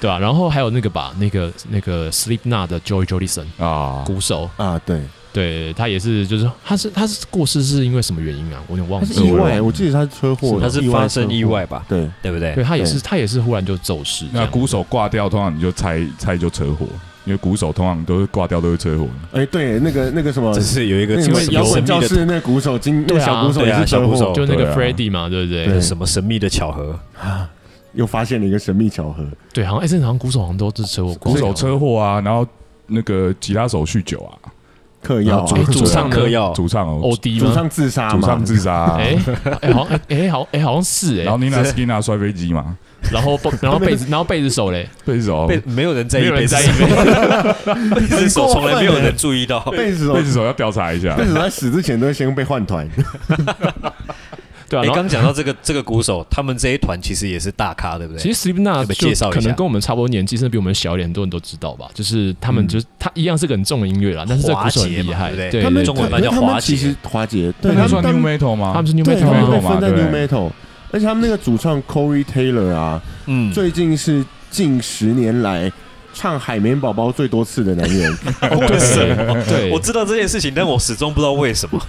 Speaker 3: 对吧、然后还有那个吧，那个那个 Slipknot 的 Joy Jordison
Speaker 5: 啊！
Speaker 3: 鼓手，
Speaker 1: 啊，对，
Speaker 3: 对他也是，就是他是他是过世是因为什么原因啊？我有点忘
Speaker 1: 他
Speaker 3: 记
Speaker 1: 是
Speaker 3: 了。
Speaker 1: 意外，我记得他是车 祸，
Speaker 4: 他是
Speaker 1: 意外
Speaker 4: 发生意外吧
Speaker 1: 车祸，？对，
Speaker 4: 对不对？
Speaker 3: 对他也是，他也是忽然就走失。这
Speaker 5: 那
Speaker 3: 样
Speaker 5: 鼓手挂掉，通常你就猜猜就车祸，因为鼓手通常都是挂掉都是车
Speaker 3: 哦
Speaker 5: 祸。
Speaker 1: 哎，对，那个那个什么
Speaker 4: 只，是有一个
Speaker 1: 那
Speaker 4: 什
Speaker 1: 个
Speaker 4: 么
Speaker 1: 什么摇
Speaker 4: 神
Speaker 1: 滚
Speaker 4: 秘
Speaker 1: 教
Speaker 4: 的
Speaker 1: 室那个鼓手今那
Speaker 3: 对
Speaker 1: 个
Speaker 3: 啊
Speaker 1: 小鼓手也是
Speaker 4: 对啊
Speaker 1: 车
Speaker 4: 小
Speaker 1: 祸
Speaker 4: 鼓手，
Speaker 3: 就那
Speaker 5: 对
Speaker 3: 个
Speaker 5: 啊
Speaker 3: Freddy 嘛，对不对？
Speaker 1: 对
Speaker 4: 什么神秘的巧合，
Speaker 1: 又发现了一个神秘巧合。
Speaker 3: 对，好像哎，这好像鼓手好像都是车祸，
Speaker 5: 鼓手车祸啊，然后那个吉他手酗酒啊，
Speaker 1: 嗑
Speaker 5: 哦
Speaker 1: 药啊，
Speaker 4: 哎
Speaker 3: 主
Speaker 4: 主
Speaker 3: 唱
Speaker 4: 唱
Speaker 3: 呢
Speaker 4: 嗑药，
Speaker 5: 主唱哦，
Speaker 3: OD
Speaker 1: 主
Speaker 3: 吗？
Speaker 1: 唱自杀
Speaker 5: 主
Speaker 1: 嘛
Speaker 5: 唱，自杀啊，
Speaker 3: 哎哎，好像哎哎好哎好像是
Speaker 5: 然
Speaker 3: 哎
Speaker 5: 后，妮娜斯金娜摔飞机嘛，
Speaker 3: 然后然后贝斯然后贝斯手嘞，
Speaker 5: 贝斯手
Speaker 4: 被没有人在
Speaker 3: 没
Speaker 4: 意，
Speaker 3: 有人在意，
Speaker 4: 贝斯手从来没
Speaker 1: 很
Speaker 4: 有
Speaker 1: 过分
Speaker 4: 人注意到。
Speaker 1: 贝斯手
Speaker 5: 贝，斯手要调查一下
Speaker 1: 贝，斯手在死之前都会先被换团，
Speaker 3: 对啊，
Speaker 4: 哎，
Speaker 3: 然后
Speaker 4: 刚讲到这个这个鼓手，他们这一团其实也是大咖，对不对？
Speaker 3: 其实 Slipknot
Speaker 4: 特别介
Speaker 3: 就
Speaker 4: 绍一
Speaker 3: 可
Speaker 4: 下
Speaker 3: 能跟我们差不多年纪，甚至比我们小一点，很多人都知道吧。就是他们就是他一样是个很重的音乐啦，但是这个鼓手很厉
Speaker 4: 华
Speaker 3: 害，
Speaker 4: 嗯姐嘛对
Speaker 3: 对
Speaker 4: 不对
Speaker 3: 对
Speaker 1: 他们
Speaker 3: 对
Speaker 4: 中文版
Speaker 1: 对
Speaker 4: 叫
Speaker 1: 他们
Speaker 4: 华姐
Speaker 1: 其实华姐，对，
Speaker 5: 那
Speaker 1: 他们
Speaker 5: 他算
Speaker 1: 他
Speaker 5: New
Speaker 1: 们
Speaker 5: Metal 吗？
Speaker 3: 他们是 New
Speaker 1: 对，他
Speaker 3: Metal
Speaker 1: 们
Speaker 3: 啊
Speaker 1: 被分
Speaker 5: Metal
Speaker 1: 在
Speaker 5: 嘛
Speaker 1: New
Speaker 5: 对
Speaker 1: Metal，而且他们那个主唱 Corey Taylor 啊，
Speaker 4: 嗯，
Speaker 1: 最近是近十年来唱《海绵宝宝》最多次的男 人。
Speaker 3: 对
Speaker 4: 什么
Speaker 3: 对。
Speaker 4: 我知道这件事情，但我始终不知道为什么。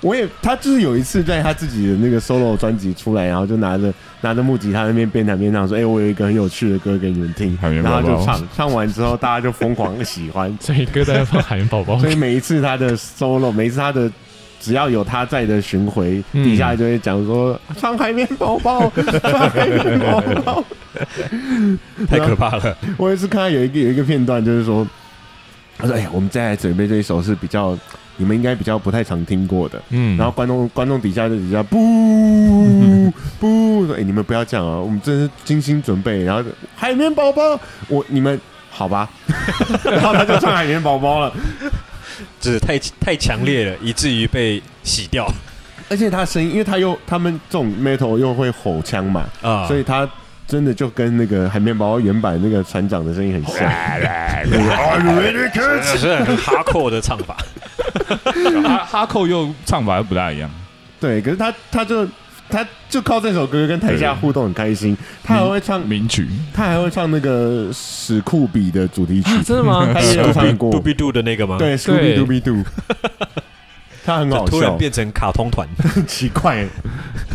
Speaker 1: 我也，他就是有一次在他自己的那个 solo 专辑出来，然后就拿着拿着木吉他那边边弹边唱，说：“哎、我有一个很有趣的歌给你们听。”
Speaker 5: 海绵
Speaker 1: 然
Speaker 5: 宝
Speaker 1: 后
Speaker 5: 宝
Speaker 1: 他就唱，唱完之后大家就疯狂地喜欢
Speaker 3: 所以歌单要放海绵宝宝，
Speaker 1: 所以每一次他的 solo，每一次他的只要有他在的巡回，
Speaker 3: 嗯
Speaker 1: 底下就会讲说：“唱海绵宝宝，唱海绵宝 宝。”
Speaker 4: 太可怕了。
Speaker 1: 我也是看到有一个有一个片段，就是说，他说：“哎、呀，我们再来准备这一首是比较你们应该比较不太常听过的。”
Speaker 3: 嗯，
Speaker 1: 然后观众观众底下就底下不不，说哎、你们不要这样啊，我们真是精心准备。然后海绵宝宝，我你们好吧， 然后他就唱海绵宝宝了。
Speaker 4: 就是太太强烈了，以至于被洗掉。
Speaker 1: 而且他声音，因为他又他们这种 metal 又会吼腔嘛，
Speaker 4: 啊
Speaker 1: 所以他真的就跟那个海绵宝宝原版那个船长的声音很像。
Speaker 4: 这是很 hardcore 的唱法。
Speaker 5: 哈哈扣又唱法又不大一样。
Speaker 1: 对，可是他他就他就靠这首歌跟台下互动很开心，他还会唱，
Speaker 5: 名曲，
Speaker 1: 他还会唱那个史酷比的主题曲，
Speaker 3: 啊真的吗？
Speaker 1: 他也有唱过
Speaker 4: 杜，哎比杜的那个吗？，
Speaker 1: 对，Scooby Doo Doo，他很好
Speaker 4: 突然
Speaker 1: 笑，
Speaker 4: 变成卡通团。
Speaker 1: 很奇怪，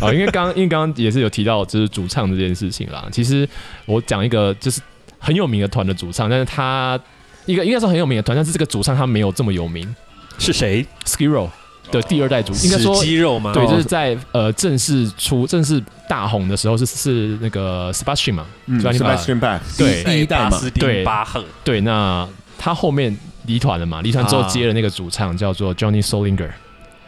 Speaker 3: 啊，因为刚因为刚刚也是有提到就是主唱这件事情啦。其实我讲一个就是很有名的团的主唱，但是他一个应该说很有名的团，但是这个主唱他没有这么有名。
Speaker 4: 是谁？
Speaker 3: Skiro 的第二代
Speaker 4: 哦
Speaker 3: 主，应该说
Speaker 4: 死肌肉吗？
Speaker 3: 对，就是在呃正式出正式大红的时候是是那个 s p a s h i 嘛，
Speaker 1: 嗯
Speaker 3: Johnny Marr
Speaker 1: ，Sebastian Bach，
Speaker 3: 对
Speaker 1: 第一代
Speaker 4: 巴
Speaker 1: 嘛，
Speaker 4: 斯汀
Speaker 3: 对
Speaker 4: 巴赫。
Speaker 3: 对，那他后面离团了嘛，离团之后
Speaker 4: 啊
Speaker 3: 接了那个主唱叫做 Johnny Solinger，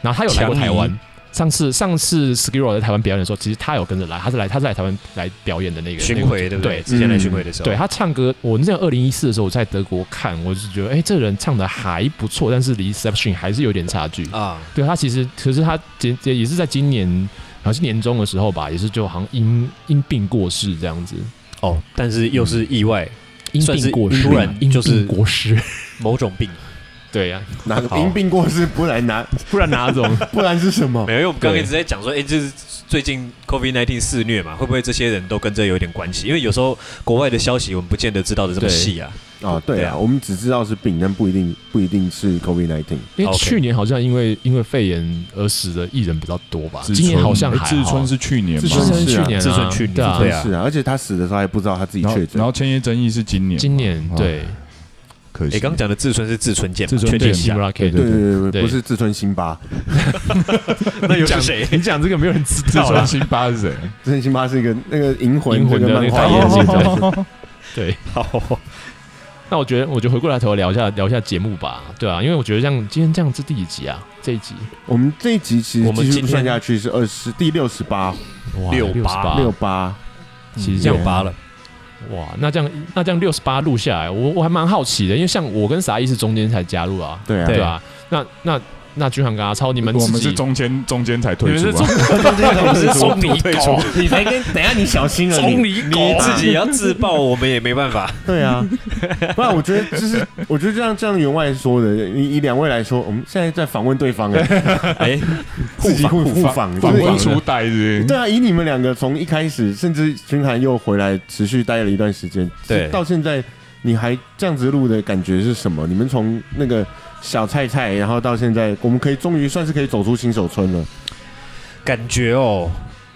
Speaker 3: 然后他有来过台
Speaker 4: 强尼
Speaker 3: 湾。上次上次 Skiro 在台湾表演的时候，其实他有跟着来，他是来他是来台湾来表演的那个
Speaker 4: 巡回
Speaker 3: 那
Speaker 4: 对
Speaker 3: 个
Speaker 4: 不
Speaker 3: 对
Speaker 4: 对？？之前来巡回的时候，
Speaker 3: 对他唱歌，我那二零一四的时候我在德国看，我就觉得哎、这人唱的还不错，但是离 s e p t i o n 还是有点差距。
Speaker 4: 啊，
Speaker 3: 对他其实，可是他也也也是在今年，好像是年中的时候吧，也是就好像因因病过世这样子，
Speaker 4: 哦，但是又是意外，
Speaker 3: 因
Speaker 4: 算是
Speaker 3: 病过世，
Speaker 4: 突然
Speaker 3: 因
Speaker 4: 就是
Speaker 3: 病过世，
Speaker 4: 某种病。
Speaker 3: 对呀、
Speaker 1: 哪个
Speaker 4: 好
Speaker 1: 因病过世，不然拿
Speaker 3: 不然哪种？
Speaker 1: 不然是什么
Speaker 4: 哦没？有，因为我们刚刚
Speaker 3: 对
Speaker 4: 一直在讲说，哎，就是最近 COVID nineteen 肆虐嘛，会不会这些人都跟这有点关系？因为有时候国外的消息我们不见得知道的这么
Speaker 3: 对
Speaker 4: 细啊。
Speaker 1: 啊，对
Speaker 4: 对
Speaker 1: 啊，
Speaker 4: 啊
Speaker 1: 我们只知道是病，但不一定不一定是 COVID nineteen。
Speaker 3: 因为
Speaker 4: OK
Speaker 3: 去年好像因为因为肺炎而死的艺人比较多吧，
Speaker 5: 志
Speaker 3: 啊今年
Speaker 5: 春
Speaker 3: 好像
Speaker 5: 哎
Speaker 3: 还
Speaker 5: 志
Speaker 3: 好啊
Speaker 5: 春。是去年
Speaker 1: 志
Speaker 5: 吗？
Speaker 1: 春
Speaker 3: 春
Speaker 1: 是
Speaker 3: 去
Speaker 1: 啊
Speaker 3: 年啊，
Speaker 4: 志春去年
Speaker 3: 对啊
Speaker 4: 对，
Speaker 1: 是啊，而且他死的时候还不知道他自己
Speaker 5: 然后
Speaker 1: 确诊
Speaker 5: 然，后千叶真一是今年嘛，
Speaker 3: 今年
Speaker 5: 哦
Speaker 3: 对
Speaker 5: 可惜。
Speaker 4: 哎，刚刚讲的志村是志村健嘛，
Speaker 5: 志村
Speaker 4: 确定
Speaker 5: 健
Speaker 3: 对
Speaker 4: 一下，
Speaker 3: Shimura K，
Speaker 5: 对
Speaker 1: 对对对对，
Speaker 3: 对
Speaker 1: 不是志村辛巴，
Speaker 4: 那又
Speaker 3: 讲
Speaker 4: 是谁？
Speaker 3: 你讲这个没有人知
Speaker 5: 志
Speaker 3: 道
Speaker 5: 村
Speaker 3: 啦，
Speaker 5: 辛巴哎是谁？
Speaker 1: 志村辛巴是一个那个银魂
Speaker 3: 银魂
Speaker 1: 这个
Speaker 3: 的
Speaker 1: 漫
Speaker 3: 那个
Speaker 1: 画
Speaker 3: 代言
Speaker 1: 演
Speaker 3: 人
Speaker 1: 角色
Speaker 3: 对。
Speaker 4: 好，
Speaker 3: 那我觉得，我就回过来头聊一下聊一下节目吧，对啊，因为我觉得像今天这样是第几集啊？这一集
Speaker 1: 我们这一集其实
Speaker 4: 我们
Speaker 1: 继续
Speaker 4: 今天
Speaker 1: 算下去是二十第六十八
Speaker 3: 哇
Speaker 4: 六八
Speaker 3: 68
Speaker 1: 六八，
Speaker 3: 其实这
Speaker 4: 六
Speaker 3: 样
Speaker 4: 八 了，
Speaker 3: 哇，那这样那这样六十八录下来，我我还蛮好奇的，因为像我跟傻一是中间才加入啊，
Speaker 1: 对啊
Speaker 3: 对啊，那那那君航跟阿超，你们
Speaker 5: 我
Speaker 3: 自
Speaker 5: 们
Speaker 3: 己
Speaker 5: 是中间中间才退
Speaker 3: 你们是
Speaker 5: 出啊，
Speaker 4: 我是中
Speaker 1: 你
Speaker 4: 你 狗，
Speaker 1: 你才跟等一下你小心了，你
Speaker 4: 你你自己也要自 爆，我们也没办法。
Speaker 1: 对啊，不然我觉得就是我觉得这样这样员外说的，以以两位来说，我们现在在访问对方哎，
Speaker 4: 哎，
Speaker 1: 自己互互访，
Speaker 5: 反
Speaker 1: 就是
Speaker 5: 问出代日。
Speaker 1: 对啊，以你们两个从一开始，甚至君涵又回来持续待了一段时间，
Speaker 4: 对
Speaker 1: 到现在你还这样子录的感觉是什么？你们从那个小菜菜，然后到现在，我们可以终于算是可以走出新手村了。
Speaker 4: 感觉哦，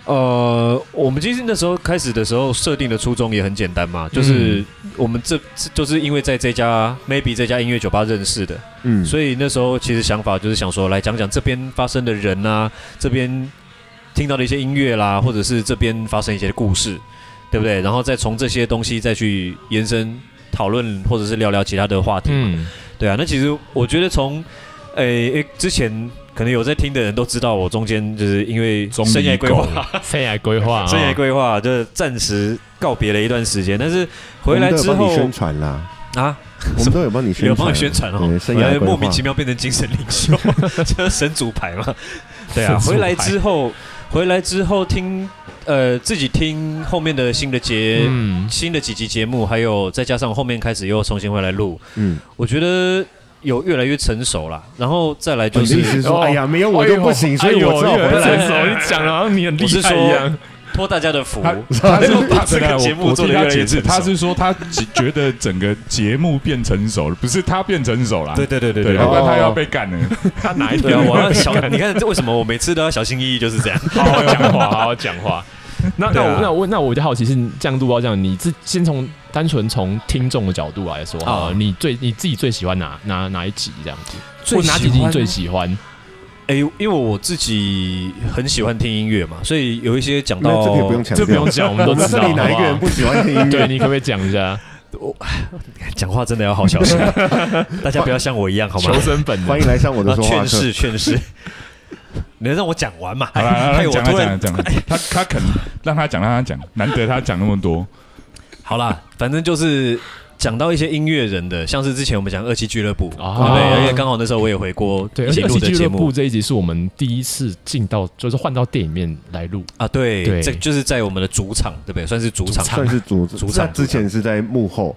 Speaker 4: 呃，我们其实那时候开始的时候设定的初衷也很简单嘛，就是我们这这就是因为在这家 maybe 这家音乐酒吧认识的，
Speaker 1: 嗯，
Speaker 4: 所以那时候其实想法就是想说来讲讲这边发生的人啊，这边听到的一些音乐啦，或者是这边发生一些故事，对不对？然后再从这些东西再去延伸讨论，或者是聊聊其他的话题嘛。
Speaker 3: 嗯，
Speaker 4: 对啊，那其实我觉得从诶、诶之前可能有在听的人都知道，我中间就是因为
Speaker 5: 中
Speaker 4: 生涯
Speaker 5: 离
Speaker 4: 规
Speaker 5: 狗
Speaker 4: 划，
Speaker 3: 生涯规划啊，
Speaker 4: 生涯规划就是暂时告别了一段时间，但是回来
Speaker 1: 我们都
Speaker 4: 之
Speaker 1: 有帮你
Speaker 4: 后
Speaker 1: 宣传啦，
Speaker 4: 啊，
Speaker 1: 我们都有帮你宣传，
Speaker 4: 有帮你宣传哦
Speaker 1: 对，生
Speaker 4: 回来
Speaker 1: 涯规
Speaker 4: 莫
Speaker 1: 划
Speaker 4: 名其妙变成精神领袖， 这神主牌嘛。对
Speaker 3: 神
Speaker 4: 啊，
Speaker 3: 主牌
Speaker 4: 回来之后，回来之后听呃自己听后面的新的节。
Speaker 3: 嗯，
Speaker 4: 新的几集节目，还有再加上后面开始又重新回来录，
Speaker 1: 嗯，
Speaker 4: 我觉得有越来越成熟啦。然后再来
Speaker 1: 你
Speaker 4: 就
Speaker 1: 的
Speaker 4: 是
Speaker 1: 意思是说，
Speaker 3: 哦哎
Speaker 1: 哎呀，没有我就不行，所以我只好回
Speaker 3: 回
Speaker 1: 来。
Speaker 3: 来。你讲的好像你很厉害一样，
Speaker 4: 托大家的 福，
Speaker 5: 他他是
Speaker 4: 没有
Speaker 5: 他
Speaker 4: 这个
Speaker 5: 等一下我
Speaker 4: 节目
Speaker 5: 我
Speaker 4: 做得
Speaker 5: 替他
Speaker 4: 越来越
Speaker 5: 解释
Speaker 4: 成熟
Speaker 5: 他是说他只觉得整个节目变成熟了，不是他变成熟了。
Speaker 4: 对对对
Speaker 5: 对，要
Speaker 4: 对
Speaker 5: 不然他
Speaker 3: 哦
Speaker 5: 要被干了。
Speaker 3: 他哪一
Speaker 4: 对
Speaker 3: 天
Speaker 4: 啊，我要小，你看这为什么我每次都要小心翼翼，就是这样。
Speaker 3: 好好讲话，好 好讲话。那那
Speaker 4: 对啊
Speaker 3: 我那我那我就好奇是你这样录到这样，你自先从单纯从听众的角度来说
Speaker 4: 啊
Speaker 1: 哦
Speaker 3: 啊，你最你自己最喜欢哪哪哪一集这样子，或哪几集你最喜欢？
Speaker 4: 哎，因为我自己很喜欢听音乐嘛，所以有一些讲
Speaker 1: 那
Speaker 4: 到
Speaker 1: 这可以不用强
Speaker 3: 这
Speaker 1: 调，
Speaker 3: 不用讲，我们
Speaker 1: 我
Speaker 3: 都
Speaker 1: 们
Speaker 3: 知
Speaker 1: 这
Speaker 3: 道。
Speaker 1: 里哪一个人
Speaker 3: 好
Speaker 1: 不
Speaker 3: 不
Speaker 1: 喜欢听音
Speaker 3: 好？ 对，
Speaker 1: 乐？
Speaker 3: 你可不可以讲一下？
Speaker 4: 讲话真的要好 小心，大家不要像我一样好吗
Speaker 3: 求？生本能
Speaker 1: 欢迎来上我的
Speaker 4: 啊
Speaker 1: 说话
Speaker 4: 劝
Speaker 1: 社。
Speaker 4: 世劝世，你能让我讲完嘛？
Speaker 5: 好了，好啦
Speaker 4: 害
Speaker 5: 让
Speaker 4: 哎我
Speaker 5: 他
Speaker 4: 突然
Speaker 5: 讲，讲，讲，他他肯让他讲，让他讲，难得他讲那么多。
Speaker 4: 好啦，反正就是讲到一些音乐人的，像是之前我们讲二期俱乐部，
Speaker 3: 啊
Speaker 4: 对不对，而且刚好那时候我也回国
Speaker 3: 对，
Speaker 4: 一
Speaker 3: 而
Speaker 4: 起
Speaker 3: 且二
Speaker 4: 录
Speaker 3: 期
Speaker 4: 的
Speaker 3: 俱
Speaker 4: 节
Speaker 3: 乐
Speaker 4: 目
Speaker 3: 部这一集是我们第一次进到，就是换到电影面来录，
Speaker 4: 啊，对，
Speaker 3: 对
Speaker 4: 这就是在我们的主场，对不对？算是主场，
Speaker 1: 算是主
Speaker 4: 主场
Speaker 1: 那之前是在幕后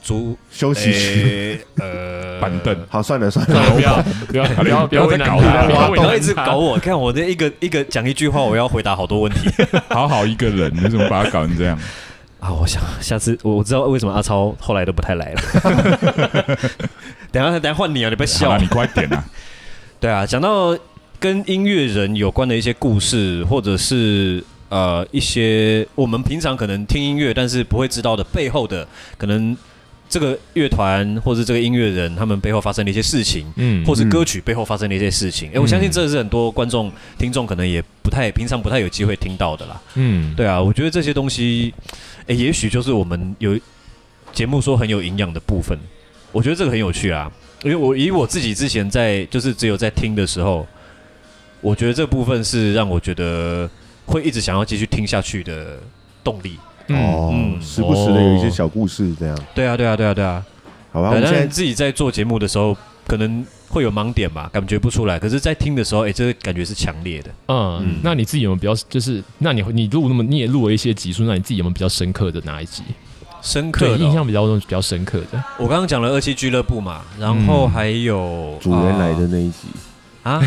Speaker 4: 主
Speaker 1: 休息区。
Speaker 4: 诶呃
Speaker 5: 板 凳
Speaker 1: 好，算了算了，
Speaker 3: 不 要不要不要不要
Speaker 5: 不要再
Speaker 3: 为难
Speaker 5: 搞他
Speaker 3: 他，不要
Speaker 4: 不
Speaker 3: 为
Speaker 4: 要
Speaker 3: 难
Speaker 4: 一直
Speaker 3: 他
Speaker 4: 搞我，看我这一个一个讲一句话，我要回答好多问 题
Speaker 5: 好好一个人，你怎么把他搞成这样？
Speaker 4: 啊！我想下次我知道为什么阿超后来都不太来了。 等一下等一下换你啊！你不要
Speaker 5: 好
Speaker 4: 笑
Speaker 5: 啦，。你快点 啊！
Speaker 4: 对啊，讲到跟音乐人有关的一些故事，或者是呃一些我们平常可能听音乐，但是不会知道的背后的可能这个乐团或者这个音乐人他们背后发生的一些事情，
Speaker 3: 嗯
Speaker 4: 或是歌曲背后发生的一些事情。哎、我相信这是很多观众听众可能也不太平常不太有机会听到的啦。
Speaker 3: 嗯，
Speaker 4: 对啊，我觉得这些东西，哎、也许就是我们有节目说很有营养的部分。我觉得这个很有趣啊，因为我以我自己之前在就是只有在听的时候，我觉得这部分是让我觉得会一直想要继续听下去的动力。
Speaker 3: 嗯
Speaker 1: 哦
Speaker 4: 嗯，
Speaker 1: 时不时的有一些小故事这样，
Speaker 4: 对啊，对啊，对啊，对啊。
Speaker 1: 好吧，我
Speaker 4: 对，
Speaker 1: 们
Speaker 4: 但
Speaker 1: 现
Speaker 4: 是
Speaker 1: 在
Speaker 4: 自己在做节目的时候，可能会有盲点嘛，感觉不出来。可是，在听的时候，哎、这个感觉是强烈的。嗯
Speaker 3: 嗯，那你自己有没有比较，就是那你你录那么你也录了一些集数，那你自己有没有比较深刻的哪一集？
Speaker 4: 深刻
Speaker 3: 对，
Speaker 4: 的、
Speaker 3: 印象比较比较深刻的，
Speaker 4: 我刚刚讲了二期俱乐部嘛，然后还有、
Speaker 1: 嗯主人来的那一集，
Speaker 4: 啊，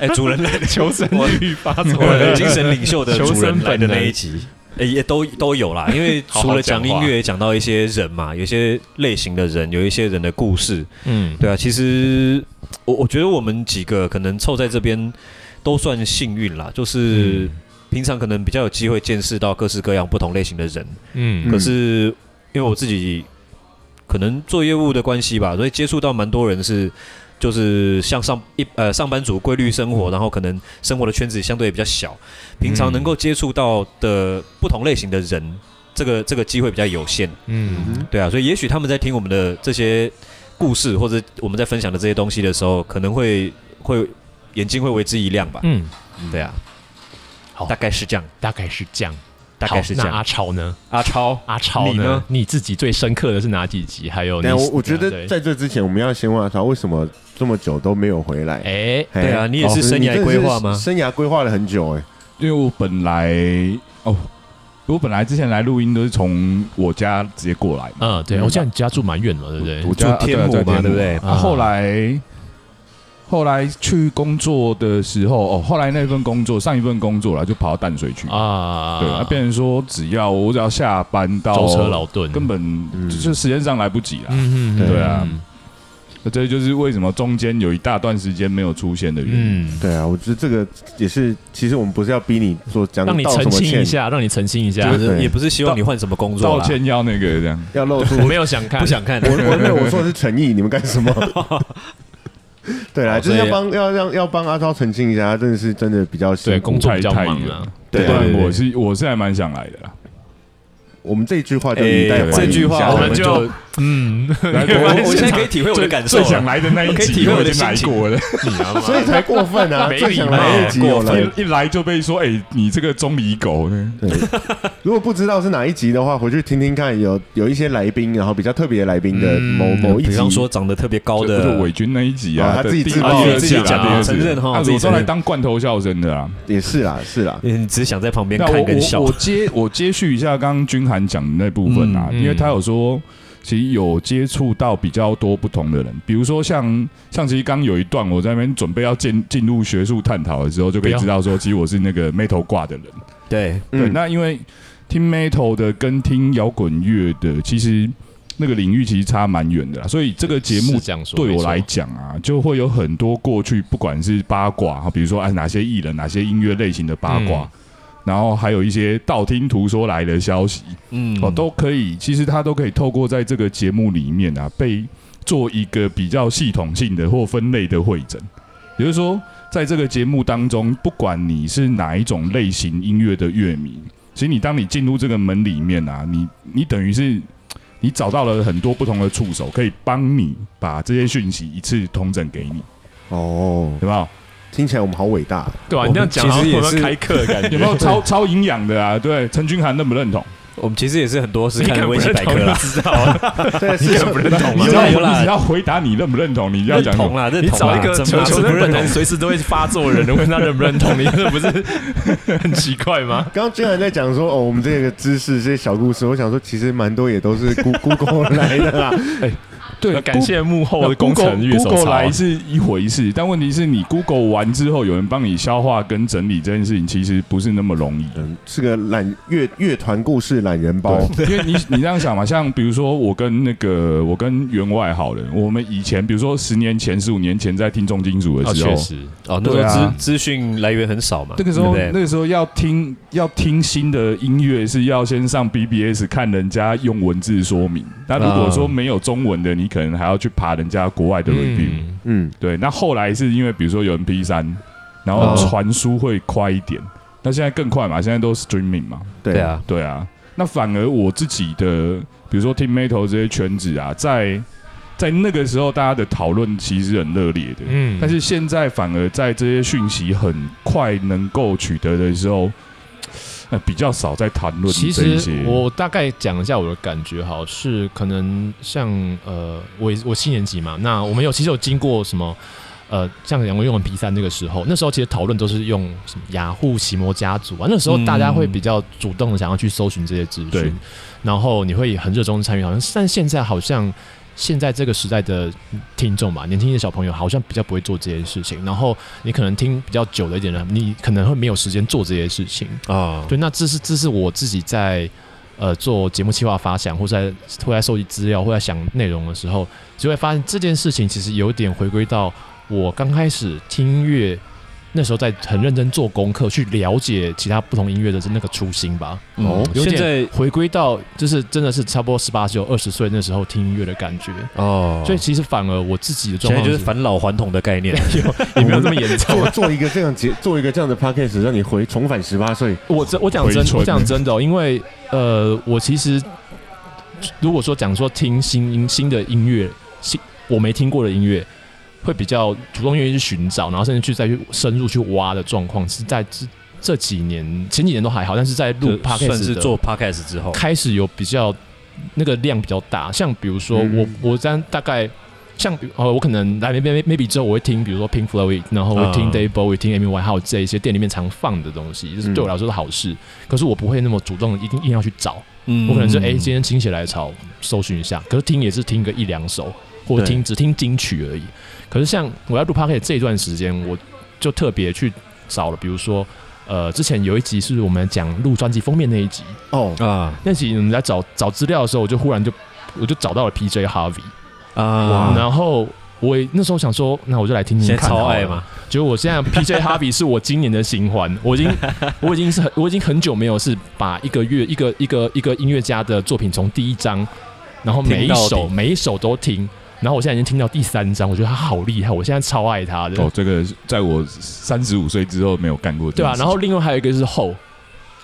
Speaker 4: 哎、主人来的求生欲发作，我的精神 领袖的主人来的那一集，哎、也都都有啦。因为
Speaker 3: 好好
Speaker 4: 除了讲
Speaker 3: 讲
Speaker 4: 音
Speaker 3: 话
Speaker 4: 乐，也讲到一些人嘛，有些类型的人，有一些人的故事，
Speaker 3: 嗯，
Speaker 4: 对啊。其实我我觉得我们几个可能凑在这边都算幸运啦，
Speaker 3: 嗯
Speaker 4: 就是。平常可能比较有机会见识到各式各样不同类型的人，
Speaker 3: 嗯，
Speaker 4: 可是因为我自己可能做业务的关系吧，所以接触到蛮多人是就是像上一呃上班族规律生活，然后可能生活的圈子相对比较小，平常能够接触到的不同类型的人，这个这个机会比较有限，
Speaker 3: 嗯，
Speaker 4: 对啊，所以也许他们在听我们的这些故事或者我们在分享的这些东西的时候，可能会会眼睛会为之一亮吧，
Speaker 3: 嗯，
Speaker 4: 对啊，
Speaker 3: 好
Speaker 4: 大概是这样，
Speaker 3: 大概是这样，
Speaker 4: 大概是这
Speaker 3: 好那
Speaker 4: 样
Speaker 3: 阿，超呢？
Speaker 4: 阿超。
Speaker 3: 阿超
Speaker 4: 你呢
Speaker 3: 呢？你自己最深刻的是哪几集？还有你，
Speaker 1: 但我我觉
Speaker 3: 对
Speaker 1: 得在这之前，我们要先问他为什么这么久都没有回来。
Speaker 3: 哎，
Speaker 1: 嘿
Speaker 4: 对啊你也
Speaker 1: 老
Speaker 4: 是
Speaker 1: 师
Speaker 4: 生涯
Speaker 1: 真的是
Speaker 4: 规划吗
Speaker 1: 生涯规划了很久哎，
Speaker 5: 因为我本来哦，我本来之前来录音都是从我家直接过来嘛，
Speaker 3: 嗯，对，我记得你家住蛮远了，对不对？
Speaker 5: 我家
Speaker 4: 住天母嘛
Speaker 5: 对啊在
Speaker 4: 对不对
Speaker 5: 天母啊
Speaker 3: 嗯
Speaker 5: 后来后来去工作的时候，哦，后来那份工作上一份工作啦，就跑到淡水去。
Speaker 3: 啊，
Speaker 5: 对，那变成说，只要我只要下班到
Speaker 3: 舟车劳顿，
Speaker 5: 根
Speaker 3: 本，
Speaker 5: 本
Speaker 1: 嗯
Speaker 5: 就就时间上来不及啦。
Speaker 3: 嗯
Speaker 1: 对
Speaker 5: 啊，那这就是为什么中间有一大段时间没有出现的原因。
Speaker 3: 嗯，
Speaker 1: 对啊，我觉得这个也是，其实我们不是要逼你做讲
Speaker 3: 让你
Speaker 1: 道什
Speaker 3: 澄
Speaker 1: 么
Speaker 3: 清一
Speaker 1: 歉，
Speaker 3: 下，让你澄清一下
Speaker 4: 就，
Speaker 1: 对
Speaker 4: 是也不是希望你换什么工作
Speaker 5: 道
Speaker 4: 啦，
Speaker 5: 歉要那个这样，
Speaker 1: 要露出
Speaker 3: 我没有想看，
Speaker 4: 不想看。
Speaker 1: 我我没有，我说的是诚意，你们干什 么？对啦，
Speaker 4: 好
Speaker 1: 就是要
Speaker 4: 所以
Speaker 1: 帮要让要帮阿超澄清一下，他真的是真的比较辛
Speaker 3: 对
Speaker 1: 苦
Speaker 3: 工作比较
Speaker 5: 太
Speaker 3: 忙
Speaker 5: 远
Speaker 3: 啊
Speaker 5: 了，
Speaker 1: 对
Speaker 5: 不
Speaker 1: 啊
Speaker 5: 然
Speaker 4: 对对
Speaker 5: 我是我是还蛮想来的啦。
Speaker 1: 我们这句话就
Speaker 4: 诶
Speaker 1: 语带怀疑一下，
Speaker 4: 哎这句话
Speaker 3: 我
Speaker 4: 我
Speaker 3: 们
Speaker 4: 们
Speaker 3: 就
Speaker 4: 就，
Speaker 3: 嗯，
Speaker 5: 来
Speaker 4: 我
Speaker 5: 我
Speaker 4: 我现在可以体会我的感受
Speaker 5: 最想
Speaker 4: 了。
Speaker 5: 来的那一
Speaker 4: 啊我可以
Speaker 5: 集
Speaker 4: 体会
Speaker 5: 我
Speaker 4: 我
Speaker 5: 已
Speaker 4: 的
Speaker 5: 经来
Speaker 4: 心情
Speaker 5: 过了，
Speaker 1: 所以才过分啊！
Speaker 3: 没礼貌
Speaker 1: 最想
Speaker 5: 哎
Speaker 3: 哦
Speaker 1: 来一集有了。
Speaker 5: 一一来就被说哎，你这个中离狗呢？
Speaker 1: 如果不知道是哪一集的话，回去听听看，有有一些来宾，然后比较特别来宾的某某一集，
Speaker 4: 嗯比方说长得特别
Speaker 3: 哦
Speaker 4: 高
Speaker 5: 就
Speaker 4: 的
Speaker 5: 伪军那一集啊，
Speaker 1: 哦他
Speaker 5: 的
Speaker 1: 自己
Speaker 5: 第
Speaker 1: 自
Speaker 5: 二
Speaker 1: 曝
Speaker 5: 集
Speaker 1: 自
Speaker 4: 己
Speaker 5: 啊
Speaker 4: 讲
Speaker 5: 第二集
Speaker 4: 承认哈
Speaker 5: 啊
Speaker 4: 自己
Speaker 5: 我
Speaker 4: 承
Speaker 5: 都来
Speaker 4: 认
Speaker 5: 当罐头笑声的啊。
Speaker 1: 也是啦，是啦，
Speaker 4: 嗯，只想在旁边
Speaker 5: 那
Speaker 4: 看
Speaker 5: 我
Speaker 4: 跟笑
Speaker 5: 我我。接我接续一下刚刚君涵讲的那部分啊，
Speaker 3: 嗯嗯
Speaker 5: 因为他有说，其实有接触到比较多不同的人，比如说像像其实刚有一段我在那边准备要进进入学术探讨的时候，就可以
Speaker 3: 不要
Speaker 5: 知道说，其实我是那个 metal 挂的人。
Speaker 4: 对，
Speaker 5: 对，
Speaker 1: 嗯
Speaker 5: 那因为听 metal 的跟听摇滚乐的，其实那个领域其实差蛮远的啦，所以这个节目
Speaker 3: 是这样说，
Speaker 5: 对
Speaker 3: 没
Speaker 5: 我
Speaker 3: 错
Speaker 5: 来，讲啊，就会有很多过去不管是八卦，哈比如说啊哪些艺人、哪些音乐类型的八卦，
Speaker 3: 嗯
Speaker 5: 然后还有一些道听途说来的消息，
Speaker 4: 嗯
Speaker 5: 哦，都可以，其实他都可以透过在这个节目里面啊，被做一个比较系统性的或分类的会诊。也就是说，在这个节目当中，不管你是哪一种类型音乐的乐迷，其实你当你进入这个门里面啊，你你等于是你找到了很多不同的触手，可以帮你把这些讯息一次通整给你，
Speaker 1: 哦，
Speaker 5: 有没有？
Speaker 1: 听起来我们好伟 大，
Speaker 3: 对啊，
Speaker 4: 我
Speaker 3: 你这样
Speaker 4: 们
Speaker 3: 讲，
Speaker 4: 其实也
Speaker 3: 好像
Speaker 4: 是
Speaker 3: 开课的感觉，
Speaker 5: 有没有超超营养的啊？对，陈君涵认不认同？
Speaker 4: 我们其实也是很多是
Speaker 3: 你
Speaker 4: 看
Speaker 3: 看
Speaker 4: 维基百科 啦，
Speaker 3: 知道啊？
Speaker 1: 对，是
Speaker 5: 认不认同
Speaker 4: 吗
Speaker 5: 你要
Speaker 4: 有啦
Speaker 5: 你只要回答你认不认同，你要
Speaker 4: 认
Speaker 5: 讲什
Speaker 4: 同
Speaker 5: 么？
Speaker 4: 啦，认
Speaker 3: 你
Speaker 4: 同啦
Speaker 3: 找一个
Speaker 4: 怎么
Speaker 3: 求
Speaker 4: 啦
Speaker 3: 求
Speaker 4: 怎么
Speaker 3: 生本
Speaker 4: 认
Speaker 3: 人
Speaker 4: 同
Speaker 3: 随时都会发作的人，问他认不认同你，这不是很奇怪吗？
Speaker 1: 刚刚居然在讲说哦，我们这个知识这些小故事，我想说其实蛮多也都是 Goo- Google 来的啦。
Speaker 5: 对
Speaker 3: 感谢幕后的哦工程乐手
Speaker 5: Google
Speaker 3: 潮啊
Speaker 5: 来是一回事，但问题是你 Google 完之后，有人帮你消化跟整理这件事情，其实不是那么容易。
Speaker 1: 嗯，是个懒乐乐团故事懒人包，
Speaker 5: 对，因为你你这样想嘛，像比如说我跟那个我跟员外好了，我们以前比如说十年前、十五年前在听重金属的时候，
Speaker 3: 确实，
Speaker 4: 哦，那
Speaker 5: 对
Speaker 4: 时候
Speaker 5: 啊
Speaker 4: 资资讯来源很少嘛，
Speaker 5: 那个时
Speaker 4: 对
Speaker 5: 候
Speaker 4: 不对
Speaker 5: 那个时候要听要听新的音乐是要先上 BBS 看人家用文字说明，那如果说没有中文的，你可能还要去爬人家国外的 review。
Speaker 3: 啊嗯，
Speaker 1: 嗯，
Speaker 5: 对，那后来是因为比如说有 MP 三，然后
Speaker 4: 哦
Speaker 5: 传输会快一点，那现在更快嘛，现在都 streaming 嘛，
Speaker 1: 对
Speaker 4: 对，啊，
Speaker 5: 对啊。那反而我自己的，比如说听 metal 这些圈子啊，在在那个时候大家的讨论其实很热烈的，
Speaker 3: 嗯
Speaker 5: 但是现在反而在这些讯息很快能够取得的时候，呃，比较少在谈论
Speaker 3: 其
Speaker 5: 这一
Speaker 3: 实
Speaker 5: 些。
Speaker 3: 我大概讲一下我的感觉，好是可能像呃，我也是我七年级嘛，那我们有其实有经过什么呃，像杨文用 P 三那个时候，那时候其实讨论都是用什么雅虎、奇摩家族啊，那时候大家会比较主动的想要去搜寻这些资讯，
Speaker 5: 嗯对
Speaker 3: 然后你会很热衷地参与讨论，但现在好像。现在这个时代的听众嘛，年轻的小朋友好像比较不会做这件事情，然后你可能听比较久的一点人，你可能会没有时间做这些事情，
Speaker 4: 啊，
Speaker 3: 对，那这是这是我自己在呃做节目企划发想，或在或在收集资料，或在想内容的时候，就会发现这件事情其实有点回归到我刚开始听音乐那时候，在很认真做功课，去了解其他不同音乐的那个初心吧。
Speaker 4: 嗯
Speaker 1: 哦
Speaker 3: 有
Speaker 4: 现
Speaker 3: 点
Speaker 4: 在
Speaker 3: 回归到就是真的是差不多十八九二十岁那时候听音乐的感觉，
Speaker 4: 哦，
Speaker 3: 所以其实反而我自己的状
Speaker 4: 现在
Speaker 3: 况
Speaker 4: 就是返老还童的概 念，
Speaker 3: 也没有这么严 重。
Speaker 1: 啊做做一个这样节， 做一个这样的 podcast，让你回重返十八岁，
Speaker 3: 我真我讲
Speaker 5: 回
Speaker 3: 真
Speaker 5: 春
Speaker 3: 我讲真的、哦，因为呃，我其实如果说讲说听新音新的音乐，新我没听过的音乐，会比较主动愿意去寻找，然后甚至去再去深入去挖的状况，是在这这几年前几年都还好，但是在录
Speaker 4: 就
Speaker 3: podcast
Speaker 4: 算是
Speaker 3: 的
Speaker 4: 做 podcast 之后，
Speaker 3: 开始有比较那个量比较大，像比如说
Speaker 1: 嗯
Speaker 3: 我、我这样大概像比呃我可能来 maybe maybe 之后我会听，比如说 Pink Floyd，然后会听
Speaker 1: 啊
Speaker 4: 嗯
Speaker 3: Dave Bowie、听 Amy Winehouse 这一些店里面常放的东西，就是
Speaker 1: 嗯
Speaker 3: 对我来说是好事。可是我不会那么主动，一定硬要去找。
Speaker 4: 嗯
Speaker 3: 我可能是哎、今天心血来潮搜寻一下，可是听也是听个一两首，或者
Speaker 1: 对
Speaker 3: 听只听金曲而已。可是像我要录 p o c a s t 这一段时间，我就特别去找了，比如说呃之前有一集是我们讲录专辑封面那一集，
Speaker 1: 哦，
Speaker 4: 啊
Speaker 3: 那集我们在找找资料的时候，我就忽然就我就找到了 PJ Harvey，、
Speaker 4: 啊，
Speaker 3: 然后我也那时候想说，那我就来听听
Speaker 4: 现在
Speaker 3: 看，
Speaker 4: 超爱嘛。，
Speaker 3: 结果我现在 PJ Harvey 是我今年的新欢，我已经我已经是很我已经很久没有是把一个乐一个一个一个音乐家的作品从第一章，然后每
Speaker 4: 听
Speaker 3: 一
Speaker 4: 到底
Speaker 3: 首每一首都听。然后我现在已经听到第三章，我觉得他好厉害，我现在超爱他的，
Speaker 5: 哦，这个在我三十五岁之后没有干过这
Speaker 3: 对
Speaker 5: 件
Speaker 3: 啊，
Speaker 5: 事情，
Speaker 3: 然后另外还有一个是后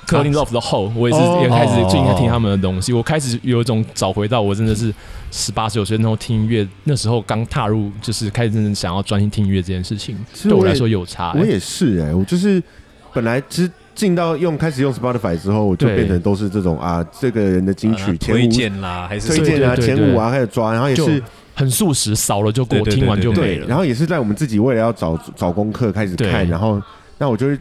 Speaker 3: c o l i n Love 的后，我也是
Speaker 1: 哦
Speaker 3: 也开始
Speaker 4: 哦
Speaker 3: 最近在听他们的东西，我开始有一种找回到我真的是十八九岁那时候听音乐，那时候刚踏入就是开始真正想要专心听音乐这件事情，
Speaker 1: 其实
Speaker 3: 对我
Speaker 1: 我也
Speaker 3: 来说有差、
Speaker 1: 我
Speaker 3: 欸
Speaker 1: 也是哎、我就是本来之进到用开始用 Spotify 之后，我就
Speaker 3: 对
Speaker 1: 变成都是这种啊，这个人的金曲
Speaker 4: 啊
Speaker 1: 前
Speaker 4: 推
Speaker 1: 五
Speaker 4: 荐啦，还是
Speaker 1: 推
Speaker 4: 什么
Speaker 1: 荐啊，
Speaker 3: 对对对
Speaker 1: 前五啊开始抓，然后也
Speaker 3: 就是很速食，少了就过，
Speaker 4: 对对对
Speaker 3: 听完就没
Speaker 1: 对，
Speaker 3: 了。
Speaker 1: 然后也是在我们自己为了要找找功课开始看，
Speaker 3: 对
Speaker 1: 然后那我就会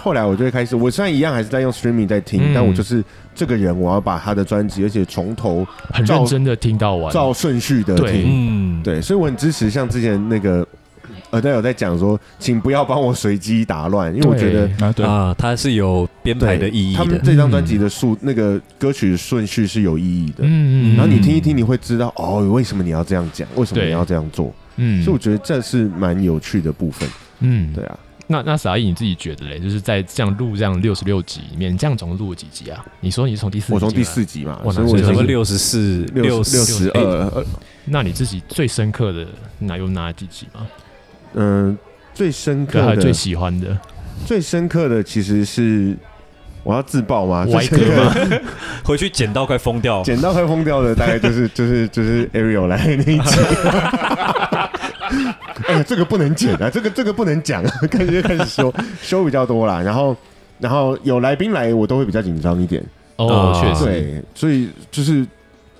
Speaker 1: 后来我就会开始，我虽然一样还是在用 streaming 在听，
Speaker 3: 嗯
Speaker 1: 但我就是这个人，我要把他的专辑，而且从头
Speaker 3: 很认真的听到完，
Speaker 1: 照顺序的
Speaker 3: 对
Speaker 1: 听，
Speaker 4: 嗯，
Speaker 1: 对，所以我很支持，像之前那个呃，队有在讲说，请不要帮我随机打乱，因为我觉得。
Speaker 5: 啊，对，
Speaker 4: 啊，它是有编排的意义
Speaker 1: 他们
Speaker 4: 的，
Speaker 1: 这张专辑的数、那个歌曲顺序是有意义的。
Speaker 3: 嗯
Speaker 1: 然后你听一听，你会知道哦，为什么你要这样讲，为什么
Speaker 3: 对
Speaker 1: 你要这样做。
Speaker 3: 嗯
Speaker 1: 所以我觉得这是蛮有趣的部分。
Speaker 3: 嗯，
Speaker 1: 对啊，
Speaker 3: 那那傻义你自己觉得嘞？就是在这样录这样六十六集里面，你这样总共录了几集啊？你说你是从第四，
Speaker 1: 我从第，四集嘛，
Speaker 3: 哇
Speaker 1: 所以
Speaker 3: 那
Speaker 1: 我
Speaker 3: 是
Speaker 1: 就
Speaker 4: 什么
Speaker 1: 是
Speaker 4: 六十四、
Speaker 1: 六
Speaker 4: 十哎
Speaker 1: 六十二，，呃
Speaker 3: 那你自己最深刻的哪有哪几集吗？
Speaker 1: 嗯、最深刻
Speaker 3: 对，还有
Speaker 1: 的
Speaker 3: 最喜欢的，
Speaker 1: 最深刻的其实是我要自爆吗？
Speaker 3: 歪
Speaker 1: 最
Speaker 3: 哥
Speaker 1: 深刻的
Speaker 3: 吗？
Speaker 4: 回去剪到快疯
Speaker 3: 哦
Speaker 4: 掉，
Speaker 1: 剪到快疯掉的，大概 就是就是就是 Ariel 来那一集。哎、呀，这个不能剪啊，这个这个不能讲啊， 开始就开始修修比较多啦。然后然后有来宾来，我都会比较紧张一点，
Speaker 3: 哦，
Speaker 4: 啊
Speaker 3: 确实，
Speaker 1: 对，所以就是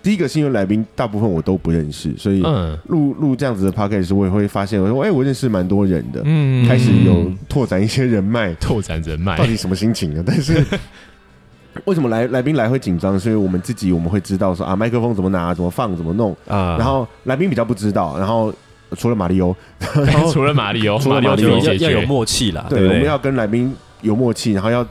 Speaker 1: 第一个是因为来宾大部分我都不认识，所以
Speaker 3: 嗯
Speaker 1: 录录这样子的 podcast，我也会发现，我说哎、我认识蛮多人的，
Speaker 3: 嗯
Speaker 1: 开始有拓展一些人脉，
Speaker 3: 拓展人脉
Speaker 1: 到，底什么心情啊？但是为什么来来宾来会紧张？是因为我们自己我们会知道说啊，麦克风怎么拿，怎么放，怎么弄，
Speaker 4: 啊
Speaker 1: 然后来宾比较不知道，然后除了马里欧，然后
Speaker 3: 除了马里奥，
Speaker 1: 除了
Speaker 3: 马里
Speaker 1: 马里
Speaker 3: 奥
Speaker 1: 奥
Speaker 3: 自己
Speaker 4: 要
Speaker 3: 解
Speaker 4: 要
Speaker 3: 决
Speaker 4: 有默契啦，
Speaker 1: 对，
Speaker 4: 不
Speaker 1: 我们要跟来宾有默契，然后要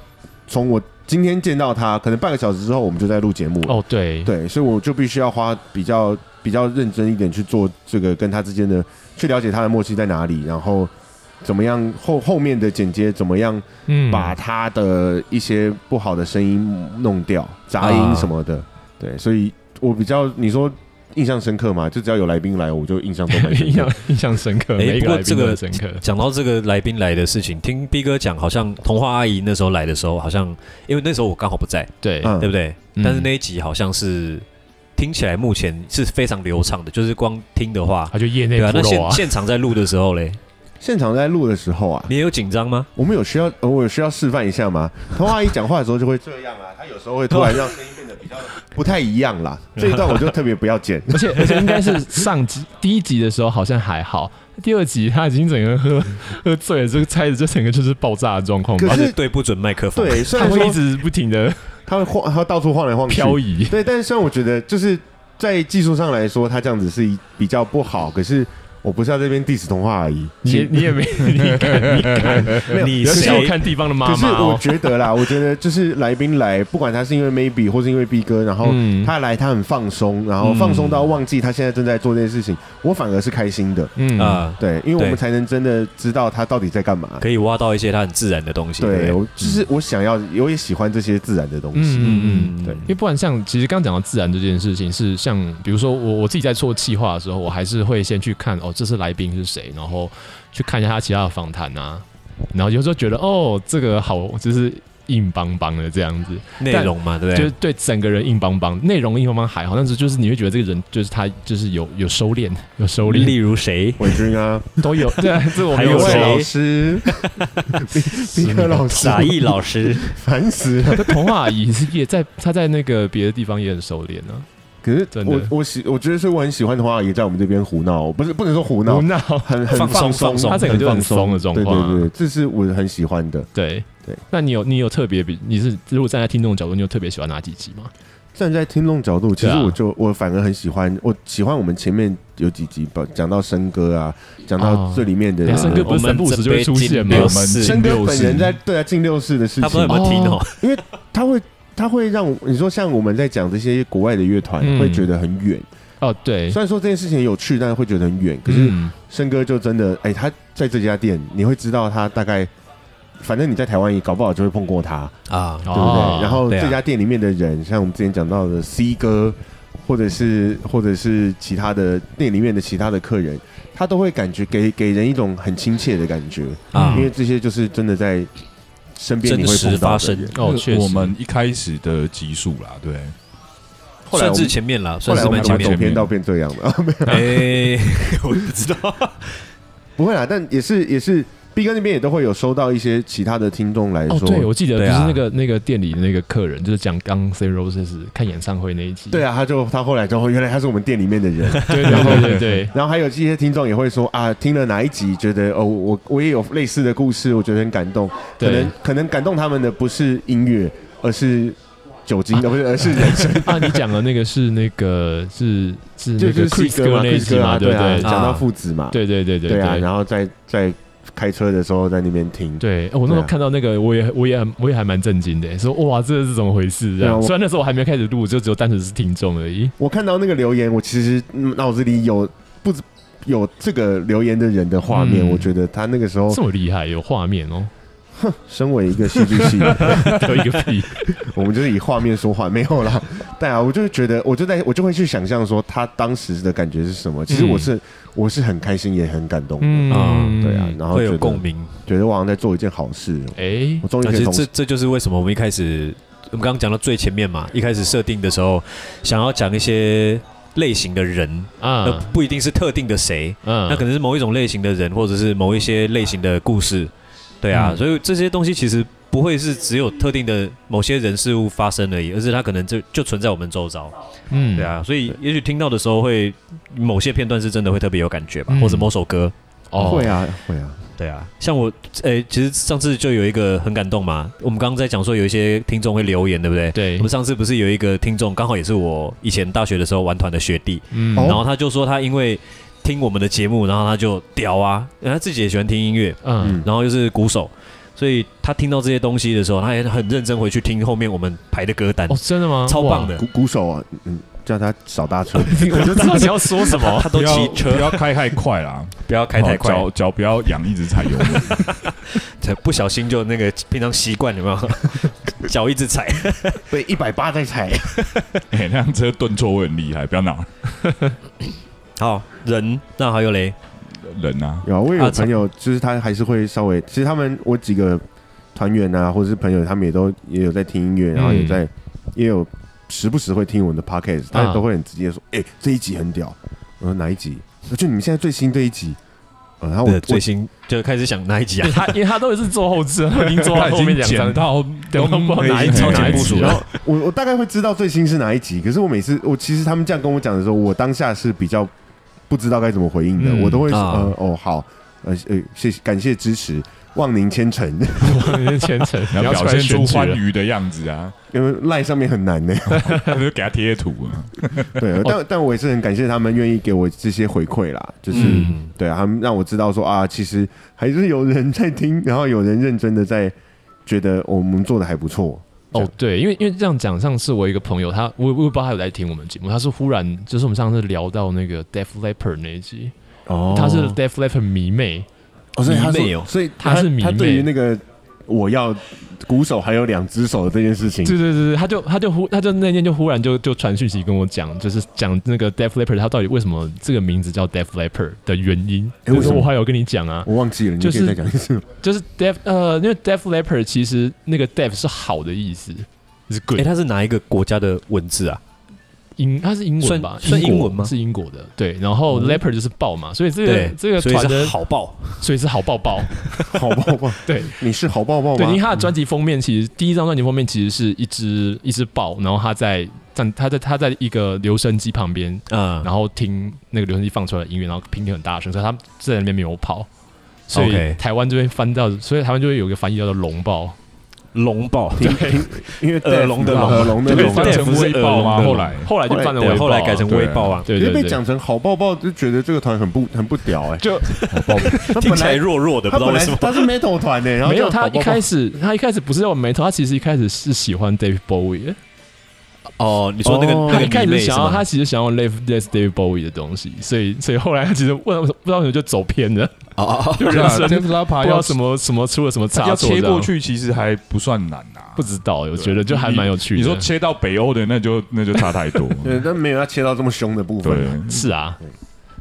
Speaker 1: 从我今天见到他，可能半个小时之后我们就在录节目了。
Speaker 3: 哦，对，
Speaker 1: 对，所以我就必须要花比较比较认真一点去做这个跟他之间的，去了解他的默契在哪里，然后怎么样后后面的剪接怎么样
Speaker 3: 嗯，
Speaker 1: 把他的一些不好的声音弄掉，杂音什么
Speaker 3: 啊
Speaker 1: 的。对，所以我比较你说印象深刻嘛，就只要有来宾来，我就印象都蛮深
Speaker 3: 印象
Speaker 1: 刻。
Speaker 3: 印象深刻，
Speaker 4: 哎
Speaker 3: 每一个
Speaker 4: 不过
Speaker 3: 来
Speaker 4: 这
Speaker 3: 宾
Speaker 4: 个
Speaker 3: 都很深刻，
Speaker 4: 讲到这个来宾来的事情，听 B 哥讲，好像童话阿姨那时候来的时候，好像因为那时候我刚好不在，
Speaker 3: 对，
Speaker 1: 嗯
Speaker 4: 对不对？
Speaker 3: 嗯
Speaker 4: 但是那一集好像是听起来目前是非常流畅的，就是光听的话，
Speaker 3: 他就业内
Speaker 4: 对啊。那
Speaker 3: 不漏
Speaker 4: 现
Speaker 3: 啊，
Speaker 4: 现场在录的时候嘞，
Speaker 1: 现场在录的时候啊，
Speaker 4: 你也有紧张吗？
Speaker 1: 我们有需要，呃我有需要示范一下吗？童话一讲话的时候就会这样啊，他有时候会突然 让声音变得比较不太一样啦。这一段我就特别不要 剪。
Speaker 3: 而且而且应该是上集第一集的时候好像还好，第二集他已经整个喝
Speaker 1: 嗯
Speaker 3: 喝醉了，这个猜的这整个就是爆炸的状况
Speaker 1: 可
Speaker 3: 吧
Speaker 4: 而
Speaker 1: 是。
Speaker 4: 且对不准麦克风，
Speaker 1: 对，虽
Speaker 3: 他
Speaker 1: 然
Speaker 3: 会一
Speaker 1: 说
Speaker 3: 直不停的
Speaker 1: 他会晃，他到处晃来晃去。
Speaker 3: 漂 移，
Speaker 1: 对，但是虽然我觉得就是在技术上来说，他这样子是一比较不好，可是我不是要这边 diss 童话而已。
Speaker 3: 你也你也没 你 敢你敢，
Speaker 1: 没有
Speaker 4: 你
Speaker 3: 不要小
Speaker 4: 谁
Speaker 3: 看地方的妈
Speaker 1: 可是
Speaker 3: 妈
Speaker 1: 我
Speaker 3: 哦，
Speaker 1: 觉得 啦，我觉得就是来宾来，不管他是因为 maybe 或是因为 B 哥，然后
Speaker 3: 嗯
Speaker 1: 他来他很放松，然后放松到忘记他现在正在做这件事情，我反而是开心的。
Speaker 3: 嗯
Speaker 4: 啊？
Speaker 1: 对，因为我
Speaker 4: 对
Speaker 1: 们才能真的知道他到底在干嘛。
Speaker 4: 可以挖到一些他很自然的东西。
Speaker 1: 对，
Speaker 4: 对不对，
Speaker 1: 我就是我想要，我也喜欢这些自然的东西。
Speaker 3: 嗯嗯嗯，
Speaker 1: 对
Speaker 3: 因为不然像其实刚刚讲到自然这件事情，是像比如说我我自己在做企划的时候，我还是会先去看哦，这次来宾是谁，然后去看一下他其他的访谈啊，然后有时候觉得哦，这个好就是硬邦邦的这样子，
Speaker 4: 内
Speaker 3: 但
Speaker 4: 容嘛，对不
Speaker 3: 就
Speaker 4: 对
Speaker 3: 是？对整个人硬邦邦，内容硬邦邦还好，但是就是你会觉得这个人就是他就是有有收敛，有收
Speaker 4: 例
Speaker 3: 敛
Speaker 4: 如谁？
Speaker 1: 伟军啊，
Speaker 3: 都有， 对啊，这我
Speaker 4: 还
Speaker 3: 没
Speaker 4: 有
Speaker 1: 有
Speaker 3: 说
Speaker 1: 位
Speaker 4: 谁
Speaker 1: 老 师，
Speaker 3: 是
Speaker 1: 毕科老师，
Speaker 4: 傻义老师，
Speaker 1: 烦死了。
Speaker 3: 这童话阿姨也在他在那个别的地方也很收敛啊，
Speaker 1: 可是
Speaker 3: 真的
Speaker 1: 我我喜我觉得是我很喜欢童话阿姨在我们这边胡闹，不是不能说胡闹
Speaker 3: 无， 脑，
Speaker 1: 很很
Speaker 4: 放松放松
Speaker 1: 松，
Speaker 3: 她整个就很松的状
Speaker 1: 对
Speaker 3: 况啊
Speaker 1: 对对，这是我很喜欢的。
Speaker 3: 对
Speaker 1: 对，
Speaker 3: 那你有你有特别比你是如果站在听众的角度，你有特别喜欢哪几集吗？
Speaker 1: 站在听众角度，其实
Speaker 3: 对啊
Speaker 1: 我就我反而很喜欢，我喜欢我们前面有几集吧，讲到森哥啊，讲到
Speaker 3: 哦
Speaker 1: 最里面的呃
Speaker 3: 对啊森哥
Speaker 4: 呃我
Speaker 3: 不是
Speaker 4: 们
Speaker 3: 三不五时就会出现吗
Speaker 4: 这边进六
Speaker 5: 我们
Speaker 4: 四
Speaker 5: 进
Speaker 1: 森哥
Speaker 5: 六
Speaker 1: 本
Speaker 5: 四
Speaker 1: 人在对啊进六室的事
Speaker 4: 他不知道有
Speaker 1: 情，
Speaker 4: 没有听哦
Speaker 3: 哦。
Speaker 1: 他会他会让我你说像我们在讲这些国外的乐团，
Speaker 3: 嗯
Speaker 1: 会觉得很远。
Speaker 3: 哦，对，
Speaker 1: 虽然说这件事情很有趣，但是会觉得很远。可是
Speaker 3: 嗯
Speaker 1: 森哥就真的，哎、他在这家店，你会知道他大概，反正你在台湾也搞不好就会碰过他，
Speaker 4: 啊，
Speaker 1: 对不对？
Speaker 3: 哦
Speaker 1: 然后
Speaker 4: 对啊
Speaker 1: 这家店里面的人，像我们之前讲到的 C 哥，或者是或者是其他的店里面的其他的客人，他都会感觉给给人一种很亲切的感觉，
Speaker 4: 啊
Speaker 1: 因为这些就是真的在身边你会
Speaker 4: 真
Speaker 1: 碰
Speaker 4: 实
Speaker 1: 到
Speaker 4: 发
Speaker 1: 的
Speaker 4: 生
Speaker 1: 人。
Speaker 3: 哦，确实，
Speaker 5: 我们一开始的集数啦，对，
Speaker 1: 后来
Speaker 4: 算
Speaker 1: 我
Speaker 4: 是
Speaker 1: 们
Speaker 4: 前面了，
Speaker 1: 后
Speaker 4: 算
Speaker 1: 来
Speaker 4: 是
Speaker 1: 我们
Speaker 4: 蛮
Speaker 1: 怎
Speaker 4: 前
Speaker 1: 么走
Speaker 4: 面的。
Speaker 1: 偏到变这样 了？没有
Speaker 4: 哎， 我不知道，
Speaker 1: 不会啦，但也是也是。B 哥那边也都会有收到一些其他的听众来
Speaker 3: 哦，
Speaker 1: 说，
Speaker 3: 对，我记得就
Speaker 4: 对
Speaker 3: 是
Speaker 4: 啊
Speaker 3: 那个那个店里的那个客人，就是讲刚 C Roses 看演唱会那一集，
Speaker 1: 对啊，他就他后来就会原来他是我们店里面的 人，
Speaker 3: 对对对对对，
Speaker 1: 然后还有这些听众也会说啊，听了哪一集觉得哦，我我也有类似的故事，我觉得很感动。可
Speaker 3: 对
Speaker 1: 能可能感动他们的不是音乐，而是酒 精，呃而不是而是人生。
Speaker 3: 啊，你讲的那个是那个是是
Speaker 1: 就
Speaker 3: 那
Speaker 1: 就
Speaker 3: 个
Speaker 1: 是
Speaker 3: Chris
Speaker 1: 哥
Speaker 3: 哥
Speaker 1: 嘛
Speaker 3: 那一集
Speaker 1: ，Chris 哥啊，
Speaker 3: 嘛，对
Speaker 1: 对
Speaker 3: 不
Speaker 1: 啊，
Speaker 3: 对？
Speaker 1: 讲到父子嘛，
Speaker 3: 对对对对
Speaker 1: 对啊，
Speaker 3: 对
Speaker 1: 然后在在开车的时候在那边听，
Speaker 3: 对，哦我那时
Speaker 1: 对
Speaker 3: 候
Speaker 1: 啊
Speaker 3: 看到那个，我也我也我也还蛮震惊的，说哇，这是怎么回事？这
Speaker 1: 对啊
Speaker 3: 样，
Speaker 1: 我
Speaker 3: 虽然那时候我还没开始录，就只有单纯是听众而已。
Speaker 1: 我看到那个留言，我其实嗯脑子里有不止有这个留言的人的画面，
Speaker 3: 嗯
Speaker 1: 我觉得他那个时候
Speaker 3: 这么厉害，有画面哦，
Speaker 1: 身为一个戏剧 系的
Speaker 3: 有一个屁，
Speaker 1: 我们就是以画面说话，没有啦。 对啊，我就觉得，我就在我就会去想象说他当时的感觉是什么。其实我是、我是很开心，也很感动。
Speaker 4: 嗯
Speaker 1: 对啊，，然后
Speaker 4: 会
Speaker 1: 觉
Speaker 4: 有
Speaker 1: 得
Speaker 4: 共，鸣。
Speaker 1: 觉得我好像在做一件好事。
Speaker 3: 哎
Speaker 1: 我，终于
Speaker 4: 而
Speaker 1: 可以
Speaker 4: 且
Speaker 1: 从
Speaker 4: 这这就是为什么我们一开始，我们刚刚讲到最前面嘛，一开始设定的时候，想要讲一些类型的人，那
Speaker 3: 啊，
Speaker 4: 不一定是特定的谁，
Speaker 3: 嗯，
Speaker 4: 那可能是某一种类型的人，或者是某一些类型的故事，对啊，
Speaker 3: 嗯
Speaker 4: 所以这些东西其实不会是只有特定的某些人事物发生而已，而是它可能就就存在我们周遭，
Speaker 3: 嗯，
Speaker 4: 对，啊，所以也许听到的时候会某些片段是真的会特别有感觉吧，
Speaker 3: 嗯
Speaker 4: 或者某首歌，
Speaker 3: 哦，
Speaker 1: 会啊会啊，
Speaker 4: 对啊，像我，呃、其实上次就有一个很感动嘛，我们刚刚在讲说有一些听众会留言，对不对？
Speaker 3: 对
Speaker 4: 我们上次不是有一个听众，刚好也是我以前大学的时候玩团的学弟，
Speaker 3: 嗯，
Speaker 1: 哦
Speaker 4: 然后他就说他因为听我们的节目，然后他就屌啊，因为他自己也喜欢听音乐，
Speaker 3: 嗯，
Speaker 1: 嗯
Speaker 4: 然后又是鼓手，所以他听到这些东西的时候，他也很认真回去听后面我们排的歌单，
Speaker 3: 哦，真的吗？
Speaker 4: 超棒
Speaker 3: 哇！
Speaker 4: 的
Speaker 1: 鼓。鼓手啊，嗯，叫他少搭 车，
Speaker 3: 我就知道你要说什么
Speaker 4: 他都
Speaker 5: 不要
Speaker 4: 骑车
Speaker 5: 不，要开太快啦，哦
Speaker 4: 不要 开太快，
Speaker 5: 脚脚不要痒，一直踩油门。
Speaker 4: 才不小心就那个平常习惯有没有？ 脚一直踩，
Speaker 1: 对，一百八再踩，
Speaker 5: 哎、那辆车顿挫会很厉害，不要闹
Speaker 4: 好人，那还有嘞，
Speaker 5: 人啊。
Speaker 1: 有啊，我也
Speaker 4: 啊
Speaker 1: 有
Speaker 4: 操
Speaker 1: 朋友，就是他还是会稍微，其实他们我几个团员啊，或者是朋友，他们也都也有在听音乐，然后也
Speaker 4: 嗯
Speaker 1: 在、也有时不时会听我们的 podcast，他
Speaker 3: 啊
Speaker 1: 也都会很直接说，哎、这一集很屌，我说哪一集？就你们现在最新这一集，呃，然后我
Speaker 4: 对，
Speaker 1: 我
Speaker 4: 最新就开始想哪一集啊
Speaker 3: 因为？他因为他都是做后置，他已经做
Speaker 5: 他
Speaker 3: 到
Speaker 5: 已
Speaker 3: 后面
Speaker 5: 经
Speaker 3: 两
Speaker 5: 剪
Speaker 3: 张，
Speaker 5: 到
Speaker 3: 都不知道 哪一
Speaker 5: 哎
Speaker 3: 集
Speaker 4: 嗯超前
Speaker 5: 哪一
Speaker 4: 部署
Speaker 5: 集
Speaker 4: 了
Speaker 5: 了。
Speaker 1: 我我大概会知道最新是哪一集，可是我每次我其实他们这样跟我讲的时候，我当下是比较不知道该怎么回应的，
Speaker 3: 嗯
Speaker 1: 我都会说、
Speaker 4: 啊
Speaker 1: 呃哦好，呃呃谢谢感谢支持，望您虔诚，
Speaker 3: 你的前程，
Speaker 5: 你要
Speaker 3: 出
Speaker 5: 表
Speaker 3: 来
Speaker 5: 现出
Speaker 3: 选举
Speaker 5: 欢
Speaker 3: 了
Speaker 5: 愉的样子啊，
Speaker 1: 因为赖上面很难呢、
Speaker 5: 就给他贴图 啊。
Speaker 1: 对，但但我也是很感谢他们愿意给我这些回馈啦，就是、
Speaker 4: 嗯，
Speaker 1: 对啊，他们让我知道说啊，其实还是有人在听，然后有人认真的在觉得我们做的还不错，
Speaker 3: 哦，对，因为因为这样讲，上次我一个朋友，他我我也不知道他有在听我们节目，他是忽然就是我们上次聊到那个 Def Leppard 那一集，
Speaker 4: 哦
Speaker 3: 他是 Def Leppard 迷妹，
Speaker 1: 哦，
Speaker 4: 所以
Speaker 1: 他
Speaker 4: 他说
Speaker 1: 所以
Speaker 3: 他是迷
Speaker 1: 他对
Speaker 3: 妹
Speaker 1: 于那个我要鼓手还有两只手的这件事情，
Speaker 3: 对对对对，他就他就忽他就那天就忽然就就传讯息跟我讲，就是讲那个 Def Leppard 他到底为什么这个名字叫 Def Leppard 的原因，
Speaker 1: 诶
Speaker 3: 就
Speaker 1: 为
Speaker 3: 是
Speaker 1: 什么
Speaker 3: 我还有跟你讲啊，
Speaker 1: 我忘记了，你
Speaker 3: 就
Speaker 1: 可
Speaker 3: 是
Speaker 1: 以再讲一次。
Speaker 3: 就是 Def 呃，因为 Def Leppard 其实那个 Def 是好的意思，是
Speaker 4: 哎，
Speaker 3: good
Speaker 4: 他是哪一个国家的文字啊？
Speaker 3: 英，它是英文
Speaker 4: 算
Speaker 3: 吧？
Speaker 4: 算
Speaker 3: 国
Speaker 4: 英文吗
Speaker 3: 是英国的，对。然后 Leopard 就是豹嘛，所以这个
Speaker 4: 对，
Speaker 3: 这个
Speaker 4: 所以
Speaker 3: 团
Speaker 4: 是
Speaker 3: 的，
Speaker 4: 好爆，
Speaker 3: 所以是好抱抱。
Speaker 1: 好抱 抱，
Speaker 3: 对，
Speaker 1: 你是好抱抱
Speaker 3: 对，因为
Speaker 1: 哦吗？
Speaker 3: 他的专辑封面其实第一张专辑封面其实是一只一只豹，然后它在站，它在它在一个留声机旁边，
Speaker 4: 嗯，
Speaker 3: 然后听那个留声机放出来的音乐，然后频率很大声，所以他在那边没有跑。所以
Speaker 4: OK
Speaker 3: 台湾这边翻到，所以台湾就会有一个翻译叫做“龙豹
Speaker 4: 嗯龙爆，
Speaker 1: 听听， 因为
Speaker 4: 耳聋的
Speaker 1: 对
Speaker 4: 聋
Speaker 1: 耳聋的
Speaker 5: 对，
Speaker 1: 聋，
Speaker 5: 翻成微爆吗？后
Speaker 1: 哎
Speaker 5: 来”，
Speaker 3: 后来就翻成
Speaker 4: 对，
Speaker 3: 为
Speaker 4: 后来改成微爆啊，
Speaker 3: 对
Speaker 1: 因为
Speaker 3: 对
Speaker 1: 被
Speaker 3: 对，
Speaker 1: 讲成好抱抱，就觉得这个团很不很不屌哎。
Speaker 3: 就
Speaker 1: 好抱抱，他
Speaker 4: 听
Speaker 1: 本
Speaker 4: 起来
Speaker 1: 来
Speaker 4: 弱弱的，不
Speaker 1: 他
Speaker 4: 知道
Speaker 1: 本
Speaker 4: 为
Speaker 1: 来
Speaker 4: 什么。
Speaker 1: 他是 metal 团呢，然后
Speaker 3: 没有，
Speaker 1: 叫好
Speaker 3: 他
Speaker 1: 抱抱
Speaker 3: 一开始他一开始不是叫没头，他其实一开始是喜欢 David Bowie 的，
Speaker 4: 哦，你说那个
Speaker 1: 哦
Speaker 4: 那
Speaker 3: 他
Speaker 4: 个
Speaker 3: 一开
Speaker 4: 迷
Speaker 3: 始
Speaker 4: 妹是
Speaker 3: 想要他
Speaker 4: 吗？
Speaker 3: 其实想要 live this David Bowie 的东西，所以所以后来他其实不知道不知道为什么就走偏了，
Speaker 4: 哦，
Speaker 3: 就人生不
Speaker 5: l a p
Speaker 3: 知
Speaker 5: a
Speaker 3: 啊道什么什么出了什么差
Speaker 5: 要
Speaker 3: 错，啊
Speaker 5: 切过，去，其实还不算难啊。
Speaker 3: 不知道，我觉得就还蛮有趣的。
Speaker 5: 你说切到北欧的，那就那就差太 多。
Speaker 1: 对，但没有要切到这么凶的部分
Speaker 5: 对
Speaker 1: 啊。，
Speaker 3: 是啊，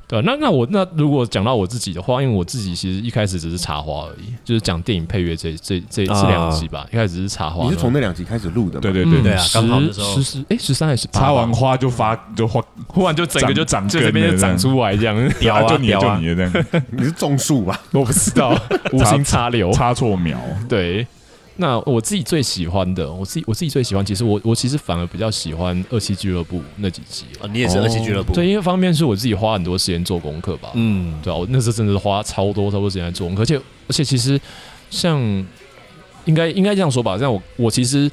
Speaker 3: 对啊那那我那如果讲到我自己的话，因为我自己其实一开始只是插花而已，就是讲电影配乐这这这这
Speaker 4: 啊
Speaker 3: 两集吧，一开始只是插花。
Speaker 1: 你是从那两集开始录的吗？
Speaker 5: 对对
Speaker 3: 嗯
Speaker 5: 对对，
Speaker 4: 啊
Speaker 3: 十
Speaker 4: 刚好那时候
Speaker 3: 十十哎十三还是18
Speaker 5: 插完
Speaker 3: 吧
Speaker 5: 花就发 就花，
Speaker 3: 忽然就整个就
Speaker 5: 长
Speaker 3: 就这
Speaker 5: 根
Speaker 3: 边
Speaker 5: 了
Speaker 3: 就长出来这样，
Speaker 4: 屌
Speaker 5: 啊就
Speaker 4: 啊
Speaker 5: 你的
Speaker 4: 屌
Speaker 5: 就
Speaker 4: 啊
Speaker 5: 你！的这样，
Speaker 1: 你是种树吧？
Speaker 3: 我不知道，无心插柳。
Speaker 5: 插错苗。
Speaker 3: 对，那我自己最喜欢的，我自己我自己最喜欢，其实我我其实反而比较喜欢二期俱乐部那几集。
Speaker 4: 哦你也是二期俱乐部，
Speaker 3: 对，因为方面是我自己花很多时间做功课吧。
Speaker 4: 嗯，
Speaker 3: 对啊，我那时候真的是花超多超多时间在做功课，而且而且其实像应该应该这样说吧，像我我其实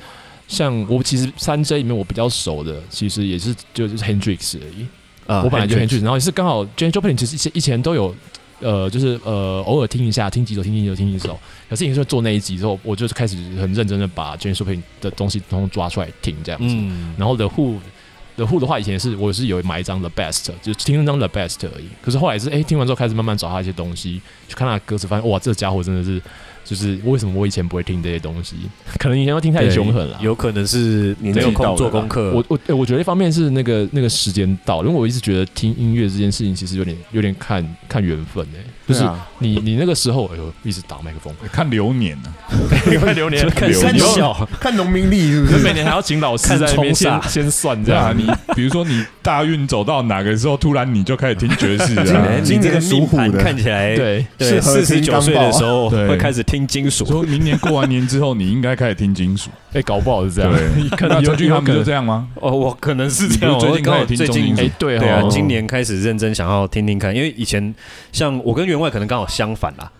Speaker 3: 像我其实三 J 里面我比较熟的，其实也是就是 Hendrix 而已。
Speaker 4: 啊
Speaker 3: 我本来就
Speaker 4: Hendrix
Speaker 3: Hendrix，然后也是刚好 j a n e Joplin 其实以前以前都有。呃，就是呃，偶尔听一下，听几首，听几首，听几首。可是你说做那一集之后，我就开始很认真的把 j a n e Joplin 的东西通通抓出来听，这样子。
Speaker 4: 嗯，
Speaker 3: 然后 The Who，The Who 的话，以前是我是有买一张 The Best，就是听那张 The Best 而已。可是后来是哎、诶听完之后开始慢慢找他一些东西，去看他的歌词，发现哇，这家伙真的是，就是为什么我以前不会听这些东西？可能以前都听太凶狠了。
Speaker 4: 有可能是
Speaker 1: 年
Speaker 4: 没有
Speaker 1: 纪到
Speaker 4: 空
Speaker 1: 了
Speaker 4: 做
Speaker 1: 啦
Speaker 4: 功课，
Speaker 3: 我我诶我觉得一方面是那个那个时间到了，因为我一直觉得听音乐这件事情其实有点有点看看缘分哎、就是
Speaker 5: 对啊
Speaker 3: 你你那个时候，哎呦，一直打麦克风，
Speaker 5: 看流年啊呢、
Speaker 3: 看流年，
Speaker 4: 看
Speaker 5: 流
Speaker 4: 三
Speaker 5: 年
Speaker 4: 小，
Speaker 1: 看农民历是不
Speaker 3: 可是
Speaker 1: 是？
Speaker 3: 每年还要请老师
Speaker 4: 看
Speaker 3: 在那边
Speaker 4: 冲煞
Speaker 3: 先先算这
Speaker 5: 对啊，
Speaker 3: 样。
Speaker 5: 你比如说你大运走到哪个时候，突然你就开始听爵士
Speaker 1: 今
Speaker 5: 啊
Speaker 1: 年，
Speaker 4: 你这个命盘看起来，
Speaker 3: 对，
Speaker 4: 对，
Speaker 1: 适合
Speaker 4: 四十
Speaker 1: 听
Speaker 4: 九
Speaker 1: 钢
Speaker 4: 岁
Speaker 1: 炮
Speaker 4: 的时候
Speaker 5: 对
Speaker 4: 会开始听金属，
Speaker 5: 说明年过完年之后，你应该开始听金属。
Speaker 3: 哎，搞不好是这样。
Speaker 5: 对，
Speaker 3: 可能
Speaker 5: 那
Speaker 3: 有
Speaker 5: 陈俊他
Speaker 3: 有
Speaker 5: 们
Speaker 3: 可
Speaker 5: 就
Speaker 3: 能
Speaker 5: 这样吗？
Speaker 4: 哦，我可能是这
Speaker 5: 你
Speaker 4: 样。
Speaker 5: 不是
Speaker 4: 我
Speaker 5: 最近开始听
Speaker 4: 最
Speaker 5: 重金
Speaker 4: 近
Speaker 5: 属
Speaker 3: 哎，对
Speaker 4: 对啊
Speaker 3: 哦，
Speaker 4: 今年开始认真想要听听看，因为以前像我跟员外可能刚好相反啦，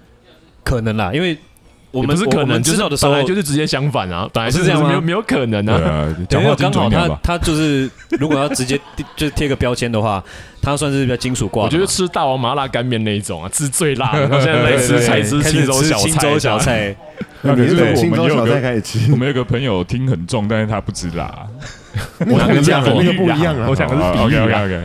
Speaker 4: 可能啦，因为我
Speaker 3: 也
Speaker 4: 们
Speaker 3: 不是
Speaker 4: 我
Speaker 3: 可
Speaker 4: 我
Speaker 3: 能，
Speaker 4: 们
Speaker 3: 就
Speaker 4: 知
Speaker 3: 是
Speaker 4: 道的时候
Speaker 3: 本来就是直接相反啊，本来就是
Speaker 4: 是这样吗
Speaker 3: 没有没有可能
Speaker 5: 对
Speaker 3: 啊。
Speaker 5: 啊，
Speaker 4: 对，
Speaker 5: 讲
Speaker 4: 因
Speaker 5: 话
Speaker 4: 为
Speaker 5: 精
Speaker 4: 刚
Speaker 5: 准
Speaker 4: 好
Speaker 5: 一点
Speaker 4: 他
Speaker 5: 吧。
Speaker 4: 他就是如果要直接就是贴个标签的话，他算是比较金属挂
Speaker 3: 我
Speaker 4: 的嘛。
Speaker 3: 觉得吃大王麻辣干面那一种啊，吃最 辣的，然后现在来
Speaker 4: 对对
Speaker 3: 吃
Speaker 4: 对
Speaker 3: 菜吃
Speaker 4: 开始
Speaker 3: 青州小
Speaker 4: 青州小
Speaker 3: 菜。
Speaker 4: 菜，
Speaker 5: 那可
Speaker 1: 啊你
Speaker 5: 是
Speaker 1: 是从
Speaker 5: 我
Speaker 1: 青
Speaker 5: 们
Speaker 1: 州
Speaker 5: 有
Speaker 1: 小菜
Speaker 5: 个
Speaker 1: 开始吃
Speaker 5: 我，们有个朋友听很重，但是他不吃辣。
Speaker 1: 我
Speaker 3: 哪个
Speaker 1: 这样
Speaker 3: 讲
Speaker 1: 了，那
Speaker 3: 比
Speaker 1: 个
Speaker 3: 喻
Speaker 1: 不
Speaker 3: 啊
Speaker 1: 一样啊
Speaker 3: 我。讲的是比
Speaker 5: OK
Speaker 3: 喻
Speaker 5: OK
Speaker 3: 啊。
Speaker 5: OK。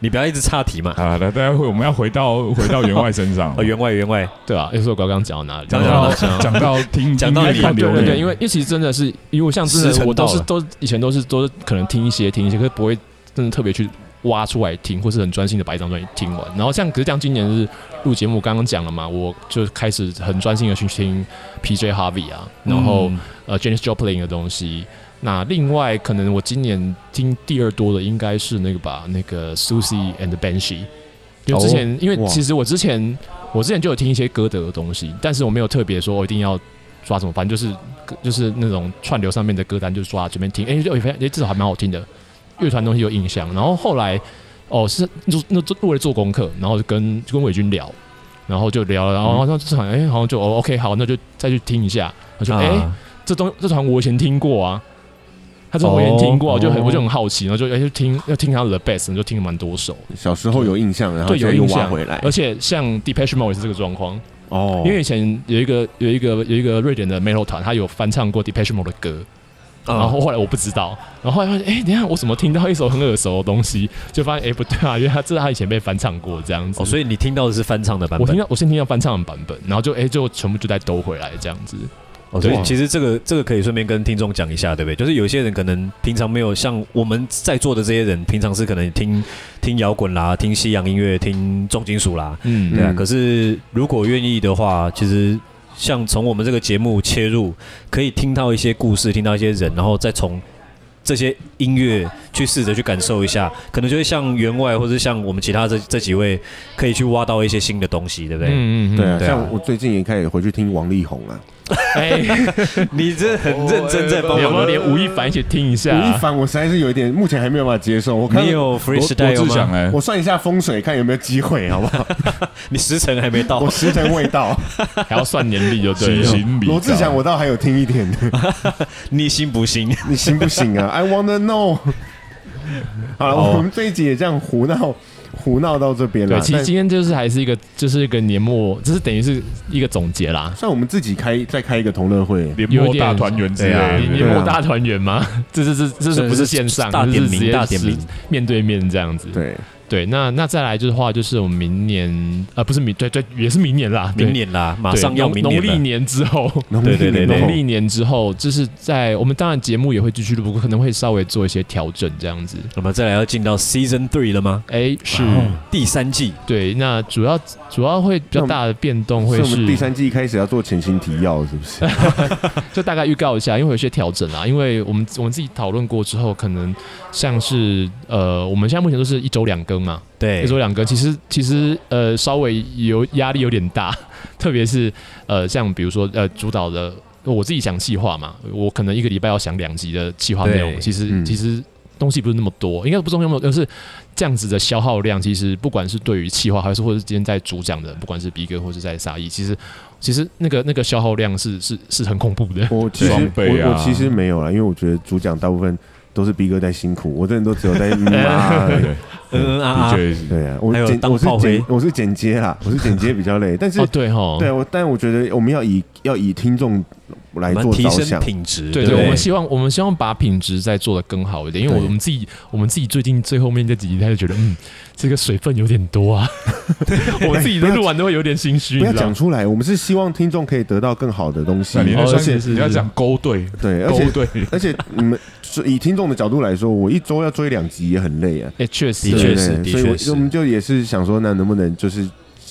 Speaker 4: 你不要一直岔题嘛。
Speaker 5: 好了，大家会，我们要回到回到员外身上
Speaker 4: 哦，。员外员外，
Speaker 3: 对啊，就是我刚刚讲到哪里？
Speaker 4: 讲
Speaker 5: 讲
Speaker 4: 到
Speaker 5: 到讲到听
Speaker 4: 讲到
Speaker 5: 音乐
Speaker 4: 你
Speaker 5: 看
Speaker 3: 对
Speaker 5: 流
Speaker 3: 对
Speaker 5: 年
Speaker 3: 对，因为因为其实真的是，因为像真
Speaker 4: 时
Speaker 3: 的
Speaker 4: 辰
Speaker 3: 我都是
Speaker 4: 到了
Speaker 3: 都以前都是都是可能听一些听一些，可是不会真的特别去挖出来听，或是很专心的把一张专辑听完。然后像可是像今年是录节目，刚刚讲了嘛，我就开始很专心的去听 PJ Harvey 啊，然后、
Speaker 4: 嗯
Speaker 3: 呃 Janis Joplin 的东西。那另外可能我今年听第二多的应该是那个吧，那个 Susie and the Banshee。因为
Speaker 4: 哦
Speaker 3: 之前，因为
Speaker 1: 哇
Speaker 3: 其实我之前我之前就有听一些歌德的东西，但是我没有特别说哦我一定要抓什么，反正就是就是那种串流上面的歌单就抓随便听，哎、就哎发现哎这首还蛮好听的，乐团东西有印象。然后后来哦是就那做为了做功课，然后就跟就跟伟军聊，然后就聊了，
Speaker 4: 嗯
Speaker 3: 然后好像这团哎、好像就哦 OK 好，那就再去听一下。我说哎、
Speaker 4: 啊
Speaker 3: 这东这团我以前听过啊，他这团我以前听过、
Speaker 4: 哦
Speaker 3: 我就很
Speaker 4: 哦
Speaker 3: 我就很好奇，然后就哎、就听要听他的 best，就听了蛮多首。
Speaker 1: 小时候有印象，然后
Speaker 3: 对，
Speaker 1: 现
Speaker 3: 有
Speaker 1: 在又
Speaker 3: 印
Speaker 1: 挖
Speaker 3: 象
Speaker 1: 回来
Speaker 3: 而。且像 Depeche Mode 也是这个状况，
Speaker 1: 哦
Speaker 3: 因为以前有一个有一个有一个瑞典的 metal 团，他有翻唱过 Depeche Mode 的歌，
Speaker 4: 啊
Speaker 3: 然后后来我不知道，然后后来发现，哎、等一下我怎么听到一首很耳熟的东西，就发现，哎、不对啊，因为他这是他以前被翻唱过这样子，
Speaker 4: 哦，所以你听到的是翻唱的版
Speaker 3: 我听
Speaker 4: 本。
Speaker 3: 到我先听到翻唱的版本，然后就哎、就全部就再兜回来这样子，
Speaker 4: 哦，所以
Speaker 1: 对
Speaker 4: 其实这个这个可以顺便跟听众讲一下，对不对？就是有些人可能平常没有像我们在座的这些人，平常是可能听听摇滚啦、听西洋音乐、听重金属啦，
Speaker 3: 嗯
Speaker 4: 对啊。
Speaker 1: 嗯
Speaker 4: 可是如果愿意的话，其实像从我们这个节目切入，可以听到一些故事，听到一些人，然后再从这些音乐去试着去感受一下，可能就会像员外或者像我们其他这这几位，可以去挖到一些新的东西，对不对？
Speaker 3: 嗯
Speaker 1: 对啊，
Speaker 4: 对啊
Speaker 1: 像我最近也开始回去听王力宏啊，
Speaker 3: 哎、
Speaker 1: 啊
Speaker 4: 你这很认真在帮
Speaker 3: 有
Speaker 5: 哦
Speaker 4: 我
Speaker 3: 没有
Speaker 4: 们。
Speaker 3: 连吴亦凡一起听一下、啊
Speaker 1: 吴亦凡我实在是有一点，目前还没有办法接受。我看
Speaker 4: 你有 freestyle
Speaker 5: 哎罗志
Speaker 4: 吗
Speaker 5: 祥？哎，
Speaker 1: 我算一下风水，看有没有机会，好不好？
Speaker 4: 你时辰还没到
Speaker 1: 我，时辰未到。
Speaker 3: 还要算年历就对
Speaker 5: 行
Speaker 3: 了。
Speaker 5: 行比
Speaker 1: 罗志祥我倒还有听一点的，
Speaker 4: 你信不信？
Speaker 1: 你行不行 啊？I wanna know。好了，
Speaker 4: 哦
Speaker 1: 我们这一集也这样胡闹胡闹到这边了。
Speaker 3: 对，其实
Speaker 1: 但
Speaker 3: 今天就是还是一个，就是一个年末，这是等于是一个总结啦。
Speaker 1: 算我们自己开再开一个同乐会，
Speaker 5: 联
Speaker 3: 有
Speaker 5: 络
Speaker 3: 点
Speaker 5: 大团圆之类
Speaker 4: 对啊
Speaker 5: 的
Speaker 3: 年
Speaker 1: 对
Speaker 3: 年
Speaker 1: 啊
Speaker 3: 末大团圆吗？ 这是这这是不是线上？
Speaker 4: 大点
Speaker 3: 这是直
Speaker 4: 名，
Speaker 3: 接
Speaker 4: 大点名
Speaker 3: 是，面对面这样子。
Speaker 1: 对，
Speaker 3: 对，那那再来就是话，就是我们明年啊，不是明对对，也是明年啦，对
Speaker 4: 明年啦，马
Speaker 3: 对
Speaker 4: 上要
Speaker 3: 农
Speaker 4: 明年
Speaker 3: 农历
Speaker 4: 了。
Speaker 3: 年之后。
Speaker 1: 农
Speaker 4: 对
Speaker 1: 历
Speaker 4: 对对
Speaker 1: 年
Speaker 4: 对
Speaker 1: 后
Speaker 3: 农历年之后，就是在我们当然节目也会继续录，不过可能会稍微做一些调整这样子。
Speaker 4: 我们再来要进到 Season Three 了吗？
Speaker 3: 哎，是
Speaker 4: 第三季
Speaker 3: 对，那主要主要会比较大的变动会
Speaker 1: 是我
Speaker 3: 是
Speaker 1: 们第三季开始要做前情提要，是不 是？
Speaker 3: 就大概预告一下，因为有一些调整啊，因为我们我们自己讨论过之后，可能像是呃，我们现在目前都是一周两更嘛，
Speaker 4: 对
Speaker 3: 一周两更，其实其实呃稍微有压力有点大， 特别是呃像比如说呃主导的，我自己想企划嘛，我可能一个礼拜要想两集的企划内容，
Speaker 4: 对
Speaker 3: 其实、
Speaker 1: 嗯
Speaker 3: 其实东西不是那么多，应该不是那么多，就是这样子的消耗量，其实不管是对于企划，还是或者是今天在主讲的，不管是 B 哥或是在沙溢，其实其实那个那个消耗量是是是很恐怖的。
Speaker 1: 我其实
Speaker 5: 双倍
Speaker 1: 我
Speaker 5: 啊
Speaker 1: 我其实没有啦，因为我觉得主讲大部分都是逼哥在辛苦，我这人都只 有在骂而已。
Speaker 5: 对，
Speaker 4: 嗯嗯啊
Speaker 5: 的
Speaker 4: 啊，
Speaker 5: 确是。
Speaker 1: 对啊，我
Speaker 4: 还有
Speaker 1: 剪
Speaker 4: 当
Speaker 1: 我是
Speaker 4: 炮
Speaker 1: 剪
Speaker 4: 灰
Speaker 1: 我是剪接啦，我是剪接比较累，但是
Speaker 3: 哦，对哈，
Speaker 1: 对啊我但我觉得我们要以要以听众来
Speaker 4: 我们
Speaker 1: 做
Speaker 4: 提
Speaker 1: 着
Speaker 4: 升
Speaker 1: 想，
Speaker 4: 品质，
Speaker 3: 对
Speaker 4: 不
Speaker 3: 对，我
Speaker 4: 对
Speaker 3: 们希望我们希望把品质再做得更好一点，因为
Speaker 1: 对
Speaker 3: 我们自己我们自己最近最后面这几集，他就觉得嗯，这个水分有点多啊， 我自己都录完都会有点心虚，
Speaker 1: 不
Speaker 3: 你
Speaker 1: 要
Speaker 3: 知道
Speaker 1: 讲
Speaker 3: 吗？
Speaker 1: 出来，我们是希望听众可以得到更好的东西
Speaker 5: 那。你那
Speaker 3: 哦
Speaker 5: 算
Speaker 3: 是是
Speaker 5: 你要
Speaker 3: 是
Speaker 5: 讲勾兑，
Speaker 1: 对，而
Speaker 5: 勾
Speaker 1: 且
Speaker 5: 兑，
Speaker 1: 而且你们是以听众的角度来说，我一周要追两集也很累啊。
Speaker 3: 哎，确
Speaker 4: 的
Speaker 3: 实，
Speaker 4: 确
Speaker 1: 对
Speaker 4: 是
Speaker 1: 对
Speaker 4: 的
Speaker 1: 所以
Speaker 4: 确
Speaker 1: 我
Speaker 4: 是
Speaker 1: 我们就也是想说，那能不能就是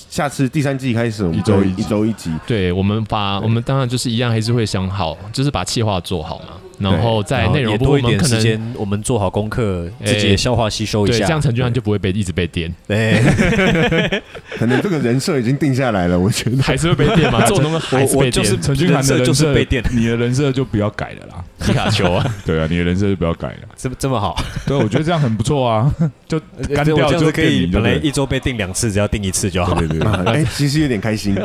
Speaker 1: 下次第三季开始，我们
Speaker 5: 一周
Speaker 1: 就
Speaker 5: 一集
Speaker 1: 一周一集，
Speaker 3: 对，我们把我们当然就是一样，还是会想好，就是把企划做好嘛，然后在
Speaker 4: 然后
Speaker 3: 内容
Speaker 4: 也
Speaker 3: 部分我
Speaker 4: 多一
Speaker 3: 们
Speaker 4: 点
Speaker 3: 可
Speaker 4: 时
Speaker 3: 能
Speaker 4: 间，我们做好功课，自己
Speaker 3: 哎
Speaker 4: 也消化吸收一
Speaker 3: 对，
Speaker 4: 下。
Speaker 3: 这样陈俊翰就不会被一直被电，
Speaker 4: 对，
Speaker 1: 可能这个人设已经定下来了，我觉 得。
Speaker 3: 还是会被电 嘛，这种东西还是
Speaker 4: 哎我
Speaker 3: 被
Speaker 4: 我就
Speaker 3: 电，
Speaker 4: 是
Speaker 5: 陈俊涵的
Speaker 4: 人设就是
Speaker 5: 设
Speaker 4: 被电
Speaker 5: 你的人设就不要改了 啦。
Speaker 3: 皮卡丘啊，
Speaker 5: 对啊，你的人设就不要改了。
Speaker 4: 这么这么好，
Speaker 5: 对，我觉得这样很不错啊， 就干
Speaker 4: 呃我
Speaker 5: 掉
Speaker 4: 这样
Speaker 5: 就
Speaker 4: 子可以，
Speaker 5: 电影就
Speaker 4: 本来
Speaker 5: 对了
Speaker 4: 一周被定两次，只要定一次就好。
Speaker 5: 对对对，
Speaker 1: 啊哎、其实有点开 心，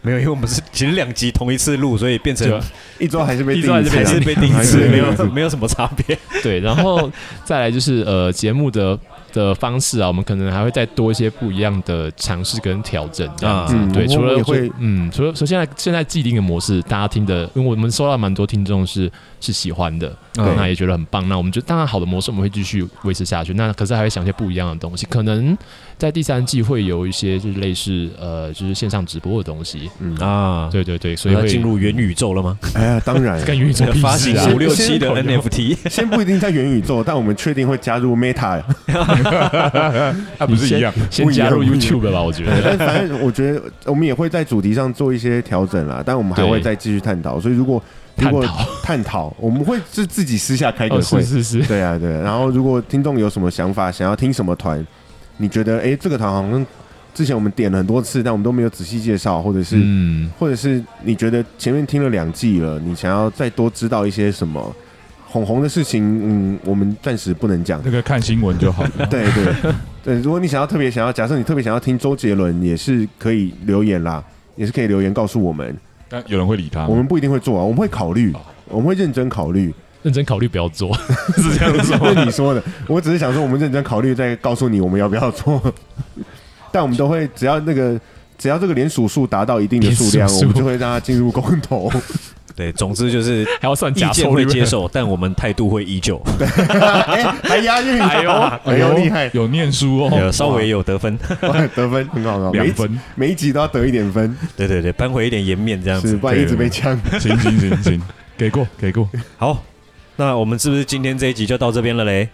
Speaker 4: 没有，因为我们是其实两集同一次录，所以变成
Speaker 3: 对啊
Speaker 1: 一周还是被
Speaker 3: 一
Speaker 1: 定
Speaker 3: 周还
Speaker 1: 一
Speaker 3: 是
Speaker 1: 次
Speaker 4: 还
Speaker 1: 啊，
Speaker 4: 是被定一
Speaker 5: 还
Speaker 4: 次，
Speaker 5: 是
Speaker 4: 没
Speaker 5: 被定一次
Speaker 4: 有没有什么差别。
Speaker 3: 对，然后再来就是呃节目的的方式啊，我们可能还会再多一些不一样的尝试跟调整这样子。
Speaker 1: 嗯
Speaker 3: 对，
Speaker 1: 我
Speaker 3: 除
Speaker 1: 我
Speaker 3: 了
Speaker 1: 也会
Speaker 3: 嗯，除了首先在现在既定的模式，大家听的，因为我们收到蛮多听众是是喜欢的，
Speaker 1: 对
Speaker 3: 那也觉得很棒。那我们就当然好的模式我们会继续维持下去，那可是还会想一些不一样的东西，可能在第三季会有一些就是类似呃就是线上直播的东西。
Speaker 4: 啊，
Speaker 3: 对对对，所以
Speaker 4: 要
Speaker 3: 会
Speaker 4: 进入元宇宙了 吗？
Speaker 1: 哎呀，当然，
Speaker 3: 跟元宇宙比
Speaker 4: 发
Speaker 3: 试
Speaker 4: 行
Speaker 3: 啊，
Speaker 4: 五六七 的 NFT，
Speaker 1: 先不一定在元宇宙，但我们确定会加入 Meta。
Speaker 5: 啊不是一样，
Speaker 3: 先加入
Speaker 1: 不一样
Speaker 3: YouTube 吧，我觉 得。
Speaker 1: 但反正我觉得我们也会在主题上做一些调整啦，但我们还
Speaker 3: 对
Speaker 1: 会再继续探讨。所以如果如
Speaker 3: 探
Speaker 1: 果
Speaker 3: 讨
Speaker 1: 探讨，我们会是自己私下开个
Speaker 3: 哦，
Speaker 1: 会
Speaker 3: 是。是是，
Speaker 1: 对啊，对啊。然后如果听众有什么想法，想要听什么团，你觉得哎、诶这个团好像之前我们点了很多次，但我们都没有仔细介绍，或者是、
Speaker 3: 嗯，
Speaker 1: 或者是你觉得前面听了两季了，你想要再多知道一些什么红红的事情，嗯，我们暂时不能讲。
Speaker 5: 那个看新闻就好了。
Speaker 1: 对对对，如果你想要特别想要，假设你特别想要听周杰伦，也是可以留言啦，也是可以留言告诉我们，
Speaker 5: 但有人会理他
Speaker 1: 我
Speaker 5: 吗？
Speaker 1: 们不一定会做啊，我们会考虑，我们会认真考虑，
Speaker 3: 认真考虑不要 做，是这样子吗？
Speaker 1: 是你说的，我只是想说我们认真考虑，再告诉你我们要不要做， 但我们都会只要那个。只要这个连署数达到一定的数量，
Speaker 3: 联署
Speaker 1: 我
Speaker 3: 数
Speaker 1: 们就会让它进入公投。
Speaker 4: 对，总之就是
Speaker 3: 还要算
Speaker 4: 意
Speaker 3: 假
Speaker 4: 见
Speaker 3: 收率
Speaker 4: 会接受，但我们态度会依 旧，
Speaker 1: 哎、还押韵，
Speaker 3: 哎呦
Speaker 1: 哎呦，厉害，
Speaker 5: 有念书
Speaker 4: 有
Speaker 5: 哦，
Speaker 4: 稍微有得分。
Speaker 1: 得分很好，很好，每
Speaker 5: 两
Speaker 1: 一集
Speaker 5: 分，
Speaker 1: 每一集都要得一点分，
Speaker 4: 对对对，扳回一点颜面这样
Speaker 1: 是
Speaker 4: 子。
Speaker 1: 不然一直被呛。
Speaker 5: 行行行行，给过给过。
Speaker 4: 好，那我们是不是今天这一集就到这边了嘞？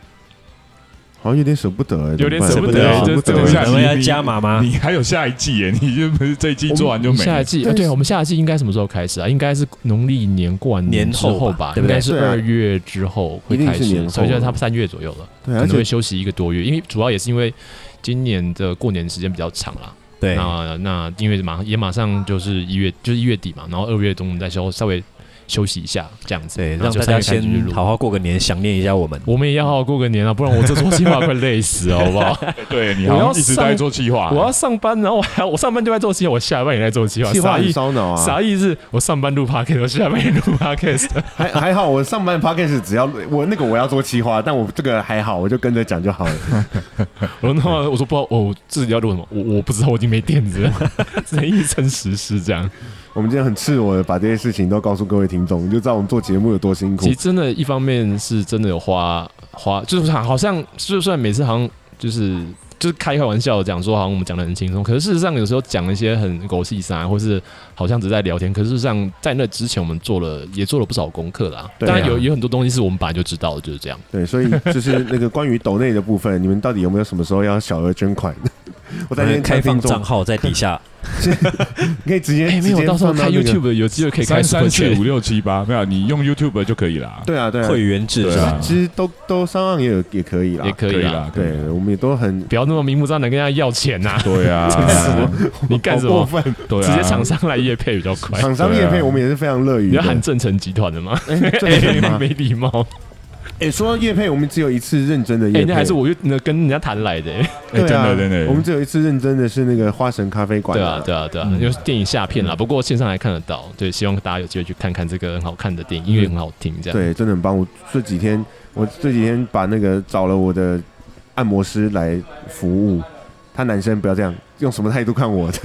Speaker 1: 好像有点舍不得，
Speaker 3: 有点
Speaker 1: 怎
Speaker 3: 舍
Speaker 1: 么
Speaker 3: 不
Speaker 1: 办
Speaker 3: 得
Speaker 4: 舍
Speaker 5: 这
Speaker 1: 不
Speaker 5: 这
Speaker 1: 得
Speaker 5: 个
Speaker 1: 对啊
Speaker 5: 下
Speaker 4: 我们要
Speaker 5: 集
Speaker 4: 加码吗
Speaker 5: 你？你还有下一季耶？你就不是这一季做完就没
Speaker 3: 下
Speaker 5: 了
Speaker 3: 一。季，呃对我们下一季应该什么时候开始啊？应该是农历年过完
Speaker 4: 年
Speaker 3: 之
Speaker 4: 后
Speaker 3: 后
Speaker 4: 吧
Speaker 3: 吧，
Speaker 4: 对不
Speaker 3: 应
Speaker 4: 对啊
Speaker 3: 该是
Speaker 1: 对啊
Speaker 3: 二月之后会
Speaker 1: 一定
Speaker 3: 开
Speaker 1: 是年
Speaker 3: 始，
Speaker 1: 后
Speaker 3: 所以就
Speaker 1: 了
Speaker 3: 差不多三月左右了，
Speaker 1: 对，
Speaker 3: 可
Speaker 1: 而
Speaker 3: 能
Speaker 1: 且
Speaker 3: 会休息一个多月，因为主要也是因为今年的过年时间比较长啦。
Speaker 4: 对，
Speaker 3: 那那因为马上也马上就是一月，就是一月底嘛，然后二月中我们再稍稍微休息一下这样子，
Speaker 4: 对，
Speaker 3: 然后
Speaker 4: 让
Speaker 3: 就
Speaker 4: 大家
Speaker 3: 三月开始
Speaker 4: 先
Speaker 3: 录
Speaker 4: 好。好过个年，想念一下我们。
Speaker 3: 我们也要好好过个年啊，不然我这做计划快累死了，好不好？
Speaker 5: 对你
Speaker 3: 我
Speaker 5: 好
Speaker 3: 要
Speaker 5: 像一直
Speaker 3: 上
Speaker 5: 在做企划，啊
Speaker 3: 我要上班，然后我还要我上班就在做计划，我下班也在做计划，
Speaker 1: 计划
Speaker 3: 啥
Speaker 1: 很
Speaker 3: 意
Speaker 1: 烧脑啊。
Speaker 3: 啥意思？我上班录 podcast，我下班也录 podcast，
Speaker 1: 还还好，我上班 podcast 只要我那个我要做企划，但我这个还好，我就跟着讲就好了。
Speaker 3: 我那我说不知道，我自己要录什么，我我不知道，我已经没点子了， 只能一身实施这样。
Speaker 1: 我们今天很赤裸的把这些事情都告诉各位听众，你就知道我们做节目有多辛苦
Speaker 3: 其实。真的，一方面是真的有花花，就是好像就算每次好像就是就是开开玩笑讲说好像我们讲的很轻松，可是事实上有时候讲一些很狗屁啥，或是好像只是在聊天，可是事实上在那之前我们做了也做了不少功课啦。
Speaker 1: 对啊
Speaker 3: 当然有有很多东西是我们本来就知道的，就是这样。
Speaker 1: 对，所以就是那个关于抖内的部分，你们到底有没有什么时候要小额捐 款？ 我在那边
Speaker 4: 开
Speaker 1: 看
Speaker 4: 放
Speaker 1: 听
Speaker 4: 账
Speaker 1: 众，
Speaker 4: 号在底下，
Speaker 1: 你可以直接
Speaker 3: 哎、没
Speaker 1: 直
Speaker 3: 有，
Speaker 1: 接
Speaker 3: 到时候
Speaker 1: 放
Speaker 3: 开
Speaker 1: 那个
Speaker 3: YouTube 有机会可以开
Speaker 5: 三
Speaker 3: s
Speaker 5: 三
Speaker 3: u
Speaker 5: 四五六七八，没有，你用 YouTube 就可以啦。
Speaker 1: 对啊对啊，
Speaker 4: 会员制
Speaker 5: 对
Speaker 4: 是
Speaker 5: 啊
Speaker 4: 吧？
Speaker 1: 其实都都上岸也有也哎可以啦
Speaker 3: 也。可以啦。
Speaker 5: 可以啦，
Speaker 1: 对，我们也都很
Speaker 3: 不要那么明目张胆跟人家要钱 呐、
Speaker 5: 对啊，
Speaker 3: 你干什
Speaker 1: 好过
Speaker 3: 么？
Speaker 1: 分，
Speaker 5: 对啊，
Speaker 3: 直接厂商来夜配比较快。
Speaker 1: 厂商
Speaker 5: 对啊
Speaker 1: 业配我们也是非常乐于
Speaker 3: 你
Speaker 1: 的
Speaker 3: 要。喊正成集团的 吗？
Speaker 1: 哎，
Speaker 3: 哎、
Speaker 1: 这个吗
Speaker 3: 没礼貌！
Speaker 1: 哎，说到业配，我们只有一次认真的
Speaker 3: 哎、
Speaker 1: 业配，
Speaker 3: 那还是我就那跟人家谈来的、
Speaker 5: 哎
Speaker 1: 对
Speaker 5: 真
Speaker 1: 啊，
Speaker 5: 的真的，
Speaker 1: 我们只有一次认真的是那个花神咖啡馆、
Speaker 3: 对啊，对啊，对啊，
Speaker 5: 嗯
Speaker 3: 因为电影下片啦，不过线上还看得到。对，希望大家有机会去看看这个很好看的电影，音乐很好听，这样。
Speaker 1: 对真的很棒。我这几天，我这几天把那个找了我的按摩师来服务，他男生不要这样，用什么态度看 我的，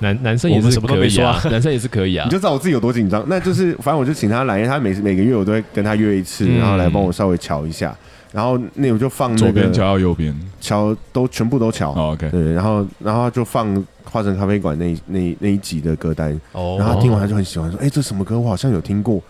Speaker 3: 男男生也
Speaker 4: 我们
Speaker 3: 是
Speaker 4: 什么都
Speaker 3: 可
Speaker 4: 没
Speaker 3: 以
Speaker 4: 说啊
Speaker 3: 啊， 男生也是可以啊
Speaker 1: 你就。知道我自己有多紧张。那就是，反正我就请他来，他每每个月我都会跟他约一次，
Speaker 3: 嗯
Speaker 1: 然后来帮我稍微瞧一下，然后那我就放那
Speaker 5: 左边
Speaker 1: 个
Speaker 5: 瞧到右边
Speaker 1: 瞧都全部都瞧，
Speaker 5: 哦，OK，
Speaker 1: 对，然后然后就放花神咖啡馆那一那一那一集的歌单，然后
Speaker 4: 哦，
Speaker 1: 他听完他就很喜欢，说：“哎、这什么歌？我好像有听过。”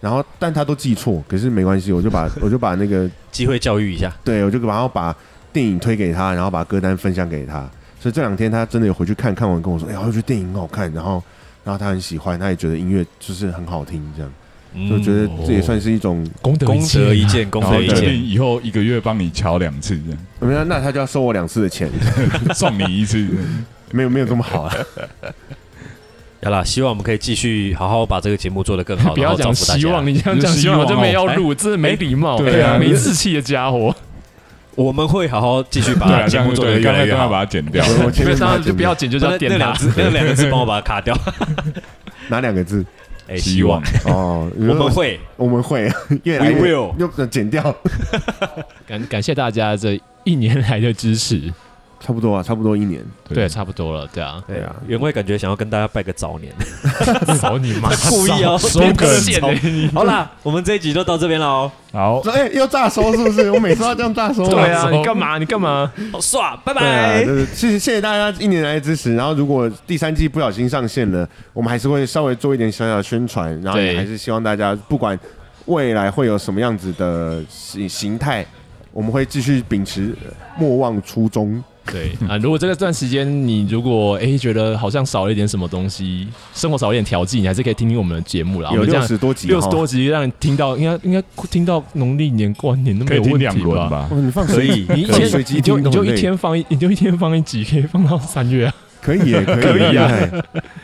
Speaker 1: 然后，但他都记错，可是没关系，我就 把我就把那个，
Speaker 4: 机会教育一下，
Speaker 1: 对我就然后把电影推给他，然后把歌单分享给他，所以这两天他真的有回去看看完跟我说，哎、呀，我觉得电影很好看，然后然后他很喜欢，他也觉得音乐就是很好听，这样
Speaker 4: 嗯
Speaker 1: 就觉得这也算是一种，
Speaker 3: 功德
Speaker 4: 哦功德一
Speaker 3: 啊
Speaker 4: 件，功
Speaker 5: 然
Speaker 4: 德
Speaker 5: 后
Speaker 4: 一
Speaker 5: 决
Speaker 4: 件。
Speaker 5: 定以后一个月帮你瞧两次，这样
Speaker 4: 哦
Speaker 1: 那、那他就要收我两次的钱，
Speaker 5: 送你一次。
Speaker 1: 没有没有这么好 啊。
Speaker 4: 好啦，希望我们可以继续好好把这个节目做 得更好，
Speaker 3: 不
Speaker 4: 然
Speaker 3: 要
Speaker 4: 后造
Speaker 3: 讲
Speaker 4: 福大
Speaker 3: 希
Speaker 4: 家
Speaker 3: 望，。你这样讲
Speaker 5: 就是
Speaker 3: 希
Speaker 5: 希望
Speaker 3: 望，我真没要
Speaker 4: 哦
Speaker 3: 录，真的没礼貌，
Speaker 5: 对啊
Speaker 3: 哎呀没
Speaker 5: 就是
Speaker 3: 志气的家伙。
Speaker 4: 我们会好好继续
Speaker 5: 对
Speaker 4: 把
Speaker 5: 啊，
Speaker 4: 节
Speaker 5: 这
Speaker 4: 目
Speaker 5: 样
Speaker 4: 做得
Speaker 5: 对，
Speaker 4: 越
Speaker 5: 刚
Speaker 4: 来
Speaker 5: 才
Speaker 4: 越
Speaker 5: 刚刚
Speaker 4: 好。
Speaker 5: 把它剪掉。
Speaker 1: 我前
Speaker 3: 所
Speaker 1: 面
Speaker 3: 以当
Speaker 1: 把
Speaker 3: 然就不要剪，就是
Speaker 4: 那
Speaker 3: 要
Speaker 4: 那
Speaker 3: 电
Speaker 4: 两
Speaker 3: 他。
Speaker 4: 只，那两个字帮我把它卡掉。
Speaker 1: 哪两个字
Speaker 4: 哎，
Speaker 5: 希
Speaker 4: 希
Speaker 5: 望
Speaker 4: 望
Speaker 1: 哦，
Speaker 4: 我们会，
Speaker 1: 我们会 越
Speaker 4: We
Speaker 1: 来越
Speaker 4: will，
Speaker 1: 又剪掉，
Speaker 3: 感感谢大家这一年来的支持，
Speaker 1: 差不多啊，差不多一年。
Speaker 3: 对，差不多了，对啊
Speaker 1: 对啊
Speaker 4: 原会感觉想要跟大家拜个早年，
Speaker 3: 扫你 妈，
Speaker 4: 故意哦要
Speaker 3: 收
Speaker 4: 编
Speaker 3: 个
Speaker 4: 个
Speaker 3: 线
Speaker 4: 草
Speaker 3: 欸你
Speaker 4: 好啦，我们这一集就到这边了哦，
Speaker 5: 好，
Speaker 1: 哎、要诈收是不是？我每次都要这样诈收
Speaker 3: 对啊，
Speaker 5: 收
Speaker 3: 你干嘛？你干嘛？
Speaker 4: 好帅，拜
Speaker 1: 对啊，
Speaker 4: 拜
Speaker 1: 就。是谢谢谢谢大家一年来的支持。然后如果第三季不小心上线了，我们还是会稍微做一点小小的宣传，然后也
Speaker 3: 对
Speaker 1: 还是希望大家不管未来会有什么样子的形形态，我们会继续秉持呃莫忘初衷。
Speaker 3: 对啊，如果这个段时间你如果哎觉得好像少了一点什么东西，生活少了一点调剂，你还是可以听听我们的节目啦。我
Speaker 1: 有
Speaker 3: 们这
Speaker 1: 六
Speaker 3: 样
Speaker 1: 十多集，哦
Speaker 3: 六十多集，让你听到应该应该听到农历年过完年都
Speaker 5: 可
Speaker 3: 没
Speaker 5: 以
Speaker 3: 有
Speaker 5: 听
Speaker 3: 问
Speaker 5: 两
Speaker 3: 题
Speaker 5: 轮？吧
Speaker 1: 哦，。你放
Speaker 4: 可
Speaker 1: 随
Speaker 4: 以
Speaker 1: 机，
Speaker 3: 你一
Speaker 1: 放
Speaker 3: 天
Speaker 1: 随机
Speaker 3: 你就
Speaker 1: 听
Speaker 3: 你
Speaker 1: 都
Speaker 3: 就
Speaker 1: 很
Speaker 3: 一
Speaker 1: 累，
Speaker 3: 天放一，你就一天放一集，可以放到三月啊，
Speaker 1: 可以 耶，可
Speaker 5: 可以啊
Speaker 1: 耶，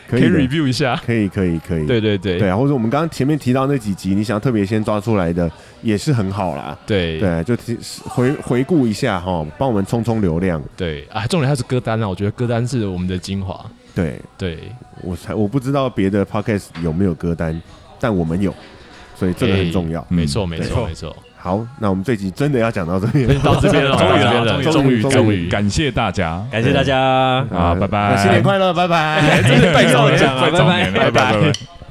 Speaker 1: 可
Speaker 3: 可
Speaker 1: 以
Speaker 3: 以啊
Speaker 1: 的
Speaker 3: review 一下。
Speaker 1: 可以，可以，可以，
Speaker 3: 对对对
Speaker 1: 对啊，或者我们刚刚前面提到那几集，你想要特别先抓出来的也是很好啦。
Speaker 3: 对
Speaker 1: 对，就提回回顾一下哈，帮我们冲冲流量。
Speaker 3: 对啊，重点还是歌单啊，我觉得歌单是我们的精华。
Speaker 1: 对
Speaker 3: 对，
Speaker 1: 我才我不知道别的 podcast 有没有歌单，但我们有，所以这个很重要。
Speaker 5: 嗯
Speaker 3: 没错，没
Speaker 4: 错
Speaker 3: 错，没错。
Speaker 1: 好，那我们这集真的要讲到这边，
Speaker 3: 到这边了， 到
Speaker 4: 终于
Speaker 3: 这边
Speaker 4: 了
Speaker 3: 了，
Speaker 1: 终于
Speaker 5: 感
Speaker 1: 终
Speaker 3: 于
Speaker 5: 感谢大家，
Speaker 4: 感谢大家。
Speaker 5: 啊拜拜
Speaker 1: 呃那新年快乐，拜拜。
Speaker 4: 真的拜
Speaker 5: 拜
Speaker 4: 早年啊
Speaker 5: 拜
Speaker 4: 拜拜
Speaker 5: 拜拜拜拜。